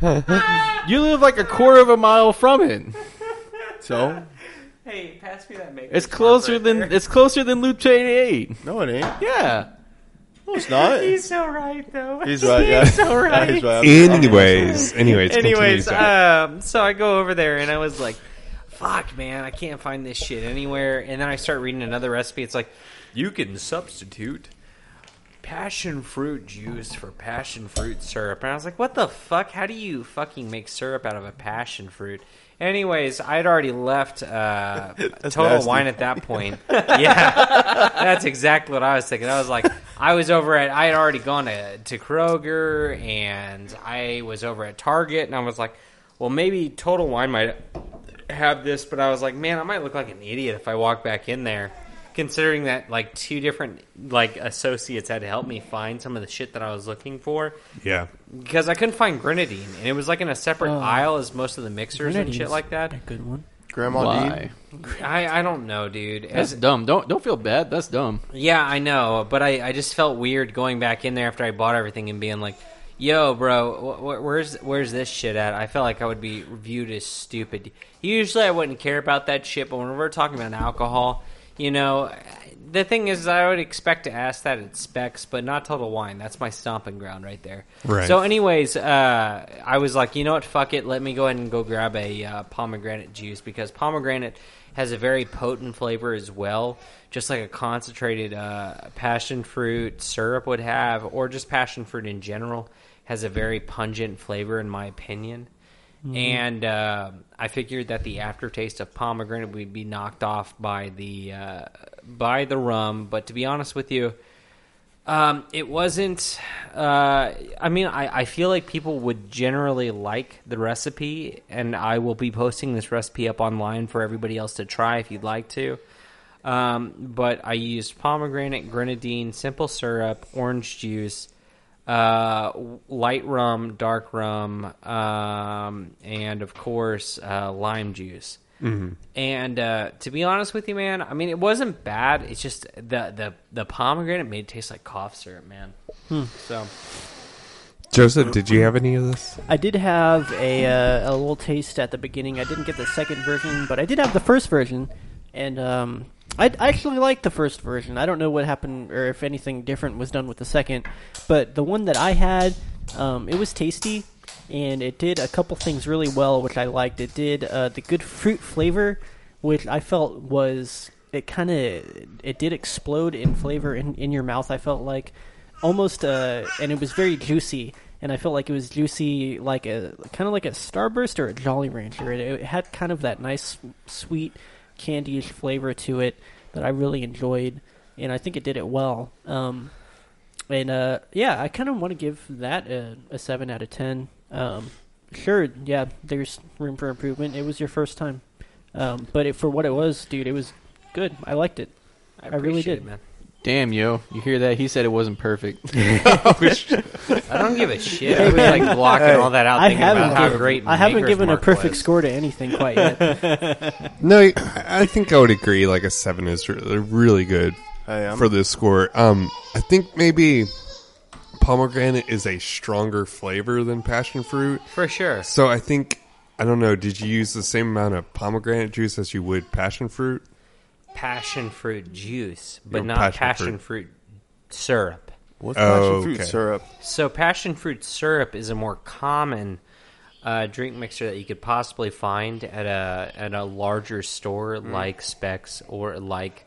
A: you live like a quarter of a mile from it.
E: so?
B: Hey, pass me that maker.
A: It's closer than it's closer than Loop 88.
E: No, it ain't.
A: Yeah.
E: No, it's not.
B: He's so right though.
E: He's right, yeah.
B: He's so right.
E: Yeah, he's right.
C: Anyways, anyways, continue,
B: Anyways,
C: Zach.
B: um, so I go over there and I was like, "Fuck, man, I can't find this shit anywhere." And then I start reading another recipe. It's like, you can substitute passion fruit juice for passion fruit syrup. And I was like, "What the fuck? How do you fucking make syrup out of a passion fruit?" Anyways, I'd already left uh, Total
E: nasty.
B: Wine at that point. yeah, that's exactly what I was thinking. I was like, I was over at, I had already gone to, to Kroger and I was over at Target and I was like, well, maybe Total Wine might have this, but I was like, man, I might look like an idiot if I walk back in there. Considering that, like two different like associates had to help me find some of the shit that I was looking for,
C: yeah.
B: because I couldn't find grenadine, and it was like in a separate
F: Oh.
B: aisle as most of the mixers and shit
F: Grenadine's
B: like that.
F: a good one.
E: Grandma Dean.
A: Why?
B: I, I don't know, dude.
A: That's
B: As,
A: dumb. Don't don't feel bad. That's dumb.
B: yeah, I know, but I, I just felt weird going back in there after I bought everything and being like, yo, bro, wh- wh- where's where's this shit at? I feel like I would be viewed as stupid. Usually, I wouldn't care about that shit, but when we're talking about alcohol, you know, the thing is, I would expect to ask that at Specs, but not Total Wine. That's my stomping ground right there.
C: Right.
B: So, anyways, uh, I was like, you know what, fuck it, let me go ahead and go grab a uh, pomegranate juice because pomegranate has a very potent flavor as well, just like a concentrated uh, passion fruit syrup would have, or just passion fruit in general has a very pungent flavor, in my opinion. And uh, I figured that the aftertaste of pomegranate would be knocked off by the uh, by the rum. But to be honest with you, um, it wasn't. Uh, I mean, I, I feel like people would generally like the recipe, and I will be posting this recipe up online for everybody else to try if you'd like to. Um, but I used pomegranate, grenadine, simple syrup, orange juice, uh, light rum, dark rum, um, and of course uh, lime juice. And uh, to be honest with you, man, I mean, it wasn't bad. It's just the the the pomegranate made it taste like cough syrup, man. So
C: Joseph, did you have any of this?
F: I did have a, uh, a little taste at the beginning. I didn't get the second version, but I did have the first version, and um, I I actually liked the first version. I don't know what happened or if anything different was done with the second, but the one that I had, um, it was tasty, and it did a couple things really well, which I liked. It did uh, the good fruit flavor, which I felt was it kind of it did explode in flavor in, in your mouth. I felt like almost uh and it was very juicy and i felt like it was juicy like a kind of like a starburst or a jolly rancher it, it had kind of that nice sweet candyish flavor to it that i really enjoyed and i think it did it well um and uh yeah i kind of want to give that a, a 7 out of 10 um sure yeah there's room for improvement it was your first time um but it, for what it was dude it was good i liked it
B: I,
F: really
B: appreciate
F: did.
B: it, man.
A: Damn, yo, you hear that? He said it wasn't perfect.
B: I don't give a shit. I was like blocking all that out.
F: I
B: thinking
F: haven't
B: about how
F: given,
B: great
F: I haven't
B: Maker's
F: given a
B: Mark
F: perfect
B: was.
F: score to anything quite yet.
C: No, I- I think I would agree. Like a seven is re- really good
E: Hey, I'm-
C: for this score. Um, I think maybe pomegranate is a stronger flavor than passion fruit.
B: for sure.
C: So I think I don't know. Did you use the same amount of pomegranate juice as you would passion fruit?
B: Passion fruit juice, but
C: Your
B: not passion,
C: passion
B: fruit. syrup.
E: What's
C: Oh,
E: passion fruit
C: okay.
E: syrup?
B: So passion fruit syrup is a more common uh, drink mixer that you could possibly find at a at a larger store
A: Mm.
B: like Specs or like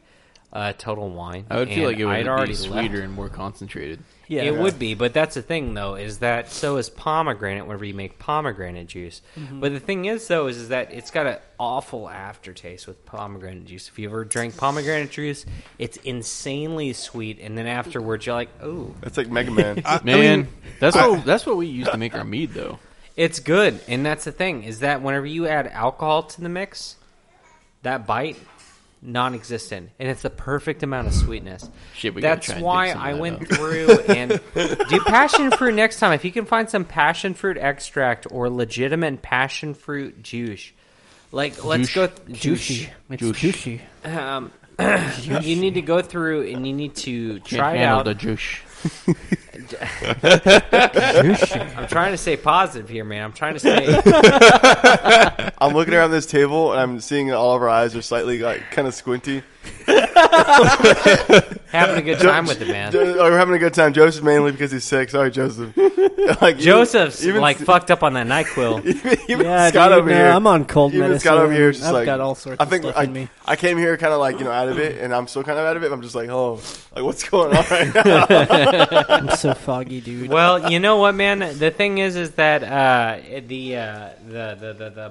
B: uh, Total Wine.
A: I would feel
B: And
A: like it would
B: I'd
A: be
B: already
A: sweeter
B: left-
A: and more concentrated.
F: Yeah,
B: it would be, but that's the thing though, is that so is pomegranate whenever you make pomegranate juice.
A: Mm-hmm.
B: But the thing is though, is, is that it's got an awful aftertaste with pomegranate juice. If you ever drink pomegranate juice, it's insanely sweet, and then afterwards you're like, oh,
E: That's like Mega Man.
A: Man, that's what that's what we used to make our mead though.
B: it's good. And that's the thing is that whenever you add alcohol to the mix, that bite non-existent and it's the perfect amount of sweetness
A: Shit, we gotta
B: that's
A: try and dig
B: why
A: some of
B: i
A: that
B: went
A: up.
B: through and do passion fruit next time if you can find some passion fruit extract or legitimate passion fruit juice like let's
A: Juice.
B: go th- juice
F: It's
A: Juice.
F: juicy.
B: um, you need to go through and you need to
A: Can't
B: try it
A: handle
B: out
A: the juice.
B: i'm trying to stay positive here man i'm trying to stay
E: I'm looking around this table and I'm seeing that all of our eyes are slightly like kind of squinty.
B: having a good time with it man
E: Jo- oh, we're having a good time. Joseph mainly because he's sick. Sorry, Joseph. like
B: Joseph's
E: even-
B: like
E: even-
B: fucked up on that Nyquil.
E: even
F: Yeah,
E: Scott
F: dude,
E: over
F: no,
E: here.
F: I'm on cold
E: even
F: medicine.
E: Scott over here. is Just
F: I've
E: like,
F: got all sorts
E: I
F: of
E: think
F: stuff
E: I,
F: in me.
E: I came here kind of like you know out of it, and I'm still kind of out of it. I'm just like, oh, like what's going on right now?
F: I'm so foggy, dude.
B: well, you know what, man? The thing is, is that uh, the, uh, the the the the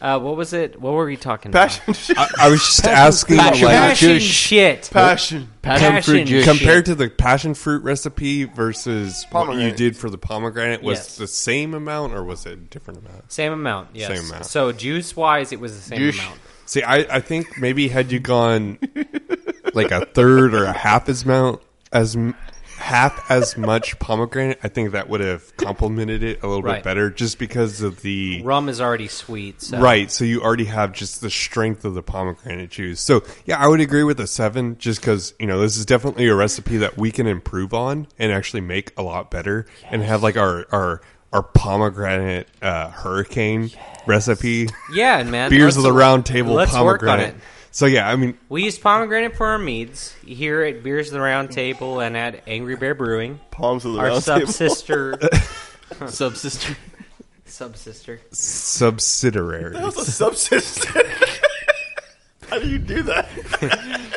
B: uh, what was it? What were we talking
E: Passion,
C: I, I was just asking,
B: about?
C: like,
B: Passion
A: juice.
B: shit.
E: passion.
A: Passion,
B: Passion
A: fruit juice.
B: shit.
C: compared to the passion fruit recipe versus what you
E: Pomegranate.
C: did for the pomegranate, was
B: Yes.
C: the same amount or was it a different amount?
B: Same amount. Yes.
C: Same amount.
B: So juice wise, it was the same
A: Juice.
B: amount.
C: See, I, I think maybe had you gone like a third or a half as amount as m- half as much pomegranate, I think that would have complemented it a little
B: Right.
C: bit better, just because of the
B: Rum is already sweet. So.
C: Right, so you already have just the strength of the pomegranate juice. So yeah, I would agree with a seven, just because you know this is definitely a recipe that we can improve on and actually make a lot better, and have like our our our pomegranate uh, hurricane recipe,
B: Yeah, and man.
C: beers of the
B: let's-
C: round table
B: Let's
C: pomegranate.
B: work on it.
C: So yeah, I mean,
B: We use pomegranate for our meads here at Beers of the Round Table and at Angry Bear Brewing.
E: Palms of the
B: Our
E: round
B: sub
E: table.
B: sister,
A: Subsister.
B: sub sister.
C: subsidiary.
E: That was a subsystem. How do you do that?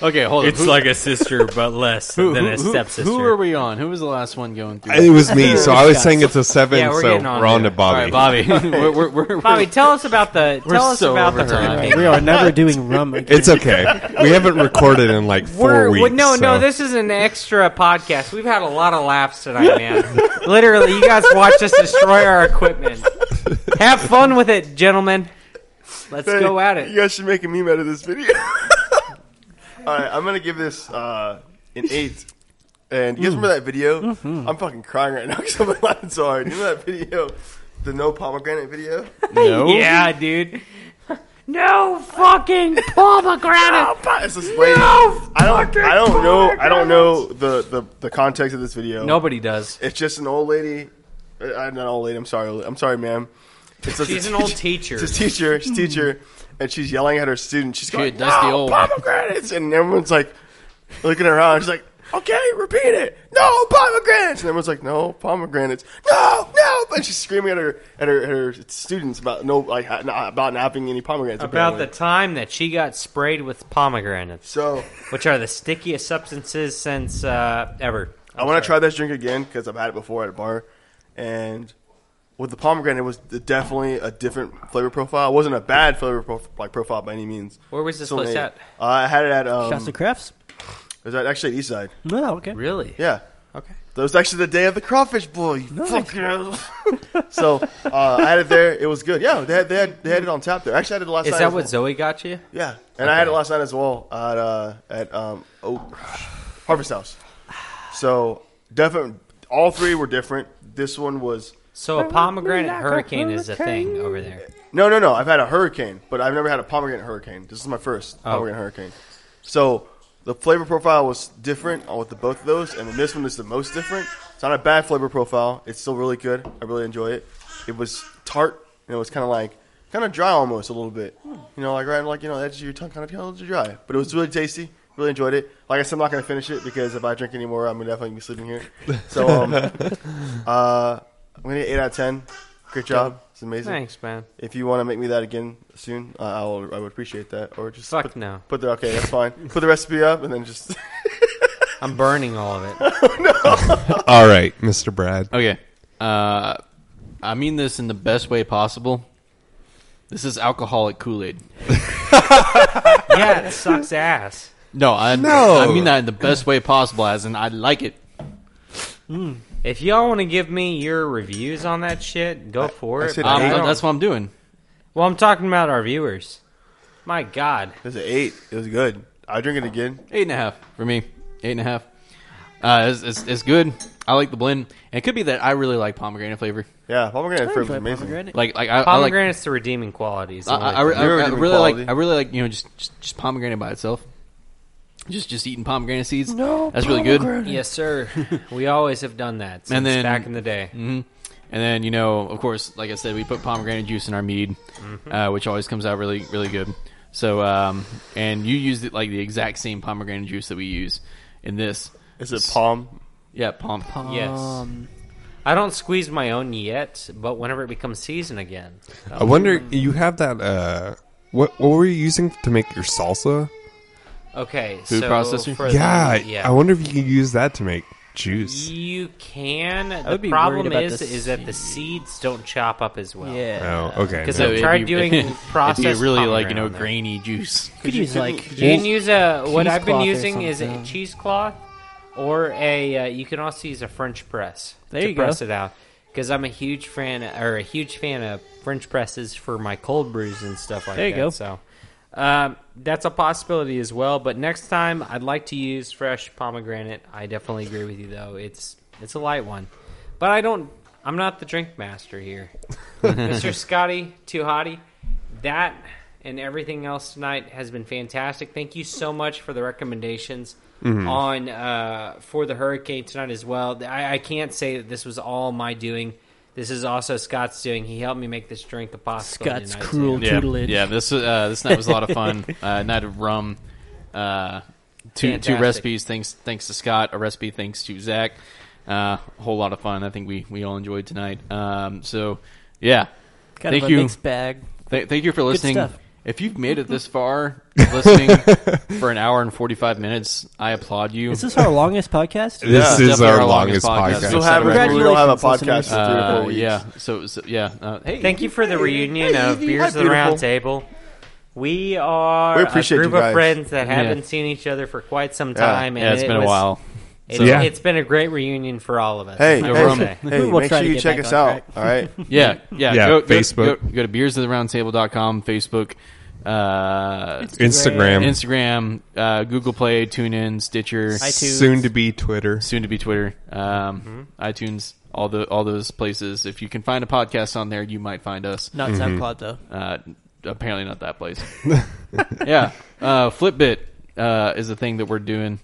A: Okay, hold on. Who-
B: a sister, but less
A: who, who, who, Who are we on? Who was the last one going through?
C: It was me, so I was saying it's a seven.
B: Yeah, we're
C: so
B: getting on
C: we're on
B: to
C: to
B: it.
A: All
C: Bobby.
A: right, Bobby. we're, we're, we're,
B: Bobby, tell us about the
A: We're
B: tell us
A: so
B: about
A: over
B: the
A: time.
B: hurricane.
F: Right, we are never doing rum again.
C: It's okay. We haven't recorded in like 4
B: We're,
C: weeks.
B: we- no,
C: so.
B: no, this is an extra podcast. We've had a lot of laughs tonight, man. Literally, you guys watched us destroy our equipment. Have fun with it, gentlemen. Let's
E: Hey,
B: go at
E: You
B: it.
E: guys should make a meme out of this video. All right, I'm gonna give this uh, an eight. And you guys remember that video?
B: Mm-hmm.
E: I'm fucking crying right now because I'm laughing so hard. You know that video, the no pomegranate video?
A: no.
B: Yeah, dude. No fucking pomegranate.
E: It's this lady. I don't. I don't know. I don't know the, the, the context of this video.
B: Nobody does.
E: It's just an old lady. uh, I'm not an old lady. I'm sorry. I'm sorry, ma'am. It's just a
B: She's an old
E: teacher-
B: teacher.
E: It's a teacher. She's a teacher, and she's yelling at her student. She's going,
A: that's the
E: "No,
A: old one."
E: pomegranates!" And everyone's like looking around. She's like, "Okay, repeat it. No pomegranates." And everyone's like, "No pomegranates. No, no!" And she's screaming at her at her, at her students about no like ha- not, about not having any pomegranates.
B: About
E: apparently.
B: the time that she got sprayed with pomegranates,
E: so.
B: which are the stickiest substances since uh, ever.
E: i want to try this drink again because I've had it before at a bar, and with the pomegranate, it was definitely a different flavor profile. It wasn't a bad flavor prof- like profile by any means.
B: Where was this
E: Still an
B: place
E: eight.
B: at?
E: Uh, I had it at um,
F: Shasta Crafts?
E: it was at- actually at Eastside.
F: No, okay.
B: Really?
E: Yeah,
B: Hmm. Okay.
E: that was actually the day of the crawfish bowl. You fuck you. so uh, I had it there. It was good. Yeah, they had, they had they had it on tap there. Actually, I had it last
B: Is
E: night.
B: that
E: as
B: what
E: well.
B: Zoe got you?
E: Yeah, and I had it last night as well at uh, at um, Oak Harvest House. So definitely, all three were different. This one was
B: So a pomegranate hurricane is a thing over there.
E: no, no, no. I've had a hurricane, but I've never had a pomegranate hurricane. This is my first pomegranate hurricane. So the flavor profile was different on with the both of those, and then this one is the most different. It's not a bad flavor profile. It's still really good. I really enjoy it. It was tart, and it was kind of like kind of dry almost a little bit. You know, like right, like you know, the edge of your tongue kind of kind of dry, but it was really tasty. Really enjoyed it. Like I said, I'm not going to finish it because if I drink any more, I'm gonna definitely be sleeping here. So um, uh, I'm gonna get eight out of ten. Great job. It's amazing
B: Thanks, man.
E: if you want to make me that again soon, uh, I will. I would appreciate that. Or just
B: Fuck
E: put,
B: no.
E: Put the okay, that's fine. Put the recipe up and then just
B: I'm burning all of it.
C: All right, Mr. Brad.
A: Okay. Uh, I mean this in the best way possible. This is alcoholic Kool Aid.
B: yeah, it sucks ass.
A: No, I no. I mean that in the best way possible, as in I like it.
B: If y'all want to give me your reviews on that shit, go for
E: I
B: it.
E: said
B: but
A: Um,
E: I
B: don't-
E: don't-
A: that's what I'm doing.
B: well, I'm talking about our viewers. My God,
E: it was an eight. It was good. I drink it again.
A: Eight and a half for me. Eight and a half. Uh, it's, it's, it's good. I like the blend. And it could be that I really like pomegranate flavor.
E: Yeah, pomegranate
F: I
E: flavor was
F: enjoy
E: amazing.
F: pomegranate.
A: Like like I, I like. I,
B: pomegranate's the redeeming qualities.
A: I, I, I
E: You're a
A: really
E: quality.
A: like. I really like you know just, just just pomegranate by itself. Just just eating pomegranate seeds. No, that's really good.
B: yes, sir. we always have done that since
A: And then-
B: back in the day.
A: hmm And then you know, of course, like I said, we put pomegranate juice in our mead,
B: Mm-hmm.
A: uh, which always comes out really, really good. So, um, and you used it like the exact same pomegranate juice that we use in this.
E: Is it palm?
A: Yeah, pom pom.
B: Yes.
F: Um,
B: I don't squeeze my own yet, but whenever it becomes season again,
C: I wonder you have that uh what what were you using to make your
B: Uh,
C: salsa?
B: okay.
A: Food
B: so
A: processor?
B: for the-
C: Yeah,
B: yeah.
C: I wonder if you can use that to make juice.
B: You can. The
F: would be worried
B: problem
F: about
B: is,
F: the
B: is that the seeds don't chop up as well.
F: Yeah.
C: Oh, okay.
B: 'Cause
C: no.
B: I've tried doing
A: It'd
B: processed
A: be really like you
B: pomegranate
A: know
B: on there.
A: grainy juice.
F: could use like
B: You can use a what I've been
F: Cheesecloth or
B: using is a
F: something.
B: cheesecloth, or a uh, you can also use a French press
F: There
B: to
F: you go.
B: press it out. Because I'm a huge fan or a huge fan of French presses for my cold brews and stuff like
F: There you
B: that.
F: go.
B: So Um, that's a possibility as well. But next time, I'd like to use fresh pomegranate. I definitely agree with you, though. It's it's a light one, but I don't. I'm not the drink master here, Mr. Scotty Too Hottie. That and everything else tonight has been fantastic. Thank you so much for the recommendations on uh, for the hurricane tonight as well. I, I can't say that this was all my doing. This is also Scott's doing. He helped me make this drink a possibility.
F: Scott's
B: tonight, too.
F: cruel
A: yeah,
F: tutelage.
A: yeah. This uh, this night was a lot of fun. Uh, night of rum. Uh, two two
B: Fantastic.
A: recipes. Thanks thanks to Scott. A recipe. Thanks to Zach. Uh, a whole lot of fun. I think we we all enjoyed tonight. Um, so yeah.
F: Kind
A: thank
F: of a
A: you.
F: mixed bag.
A: Th- thank you for listening.
F: stuff.
A: If you've made it this far, listening for an hour and forty five minutes, I applaud you.
F: Is this our longest podcast?
C: This
A: Yeah.
C: is
A: Definitely
C: our,
A: our longest
C: longest,
A: podcast.
C: podcast.
E: Still have it. We don't have a podcast
F: Congratulations,
E: for three or
A: Uh,
E: four weeks.
A: yeah. So, so yeah. Uh, hey,
B: Thank you for the reunion of Beers of the
E: beautiful.
B: Round Table. We are
E: We appreciate
B: a
E: you
B: group
E: guys.
B: of friends that
A: Yeah.
B: haven't seen each other for quite some time.
A: Yeah,
B: and
A: it's
B: it
A: been a
B: was-
A: while.
B: It's,
C: So- Yeah.
B: it's been a great reunion for all of us.
E: Hey,
B: I
E: hey,
B: will
A: rum.
B: say.
E: hey,
F: We'll
E: make
F: try
E: sure
F: to
E: you
F: get
E: check
F: back
E: us
F: on
E: out. All right.
A: Yeah, yeah.
C: Yeah,
A: Go, go-
C: Facebook.
A: Go, go to beersoftheroundtable.com, Facebook, uh,
C: Instagram,
A: Instagram, uh, Google Play, TuneIn, Stitcher,
F: iTunes.
C: soon to be Twitter.
A: soon to be Twitter, um, iTunes, all the all those places. If you can find a podcast on there, you might find us.
F: Not SoundCloud though.
A: Uh, apparently, not that place. yeah, uh, Flipbit uh, is the thing that we're doing.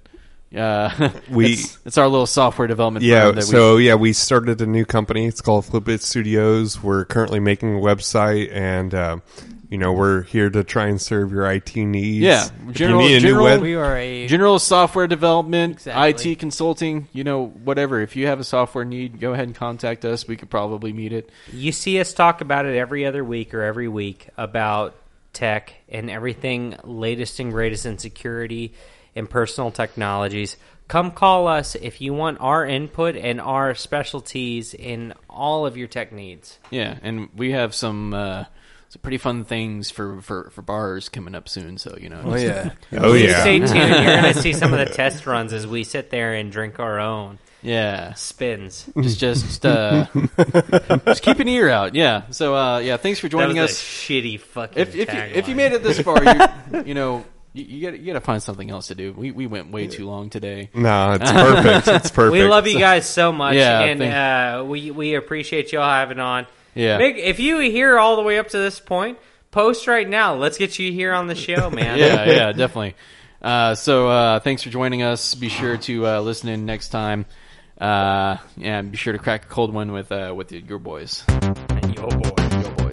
A: Uh,
C: We-
A: it's, it's our little software development.
C: Yeah,
A: firm that we,
C: so yeah, we started a new company. It's called Flipit Studios. We're currently making a website, and um, you know we're here to try and serve your IT needs.
A: Yeah,
C: If you
A: general-
C: need a new
A: general-
C: web-
F: We are a
A: general software development,
F: Exactly.
A: IT consulting, you know, whatever. If you have a software need, go ahead and contact us. We could probably meet it.
B: You see us talk about it every other week or every week about tech and everything latest and greatest in security and personal technologies. Come call us if you want our input and our specialties in all of your tech needs.
A: Yeah, and we have some uh, some pretty fun things for, for, for bars coming up soon. So you know,
E: Oh yeah.
C: Oh
B: Please
C: yeah,
B: Stay tuned. You're going to see some of the test runs as we sit there and drink our own
A: yeah,
B: spins.
A: just just uh, just keep an ear out. Yeah. So uh, yeah, thanks for
B: That was
A: joining
B: a
A: us.
B: shitty fucking.
A: If if you, if you
B: tagline.
A: made it this far, you, you know. You, you gotta, you gotta find something else to do. We, we went way too long today.
C: no, it's perfect. It's perfect.
B: we love you guys so much,
A: Yeah,
B: and
A: thank-
B: uh, we we appreciate y'all having on.
A: Yeah.
B: Make- if you hear all the way up to this point, post right now. Let's get you here on the show, man.
A: yeah, yeah, definitely. Uh, so uh, thanks for joining us. Be sure to uh, listen in next time, uh, and be sure to crack a cold one with uh, with your boys.
B: Yo, boy.
A: Your boys.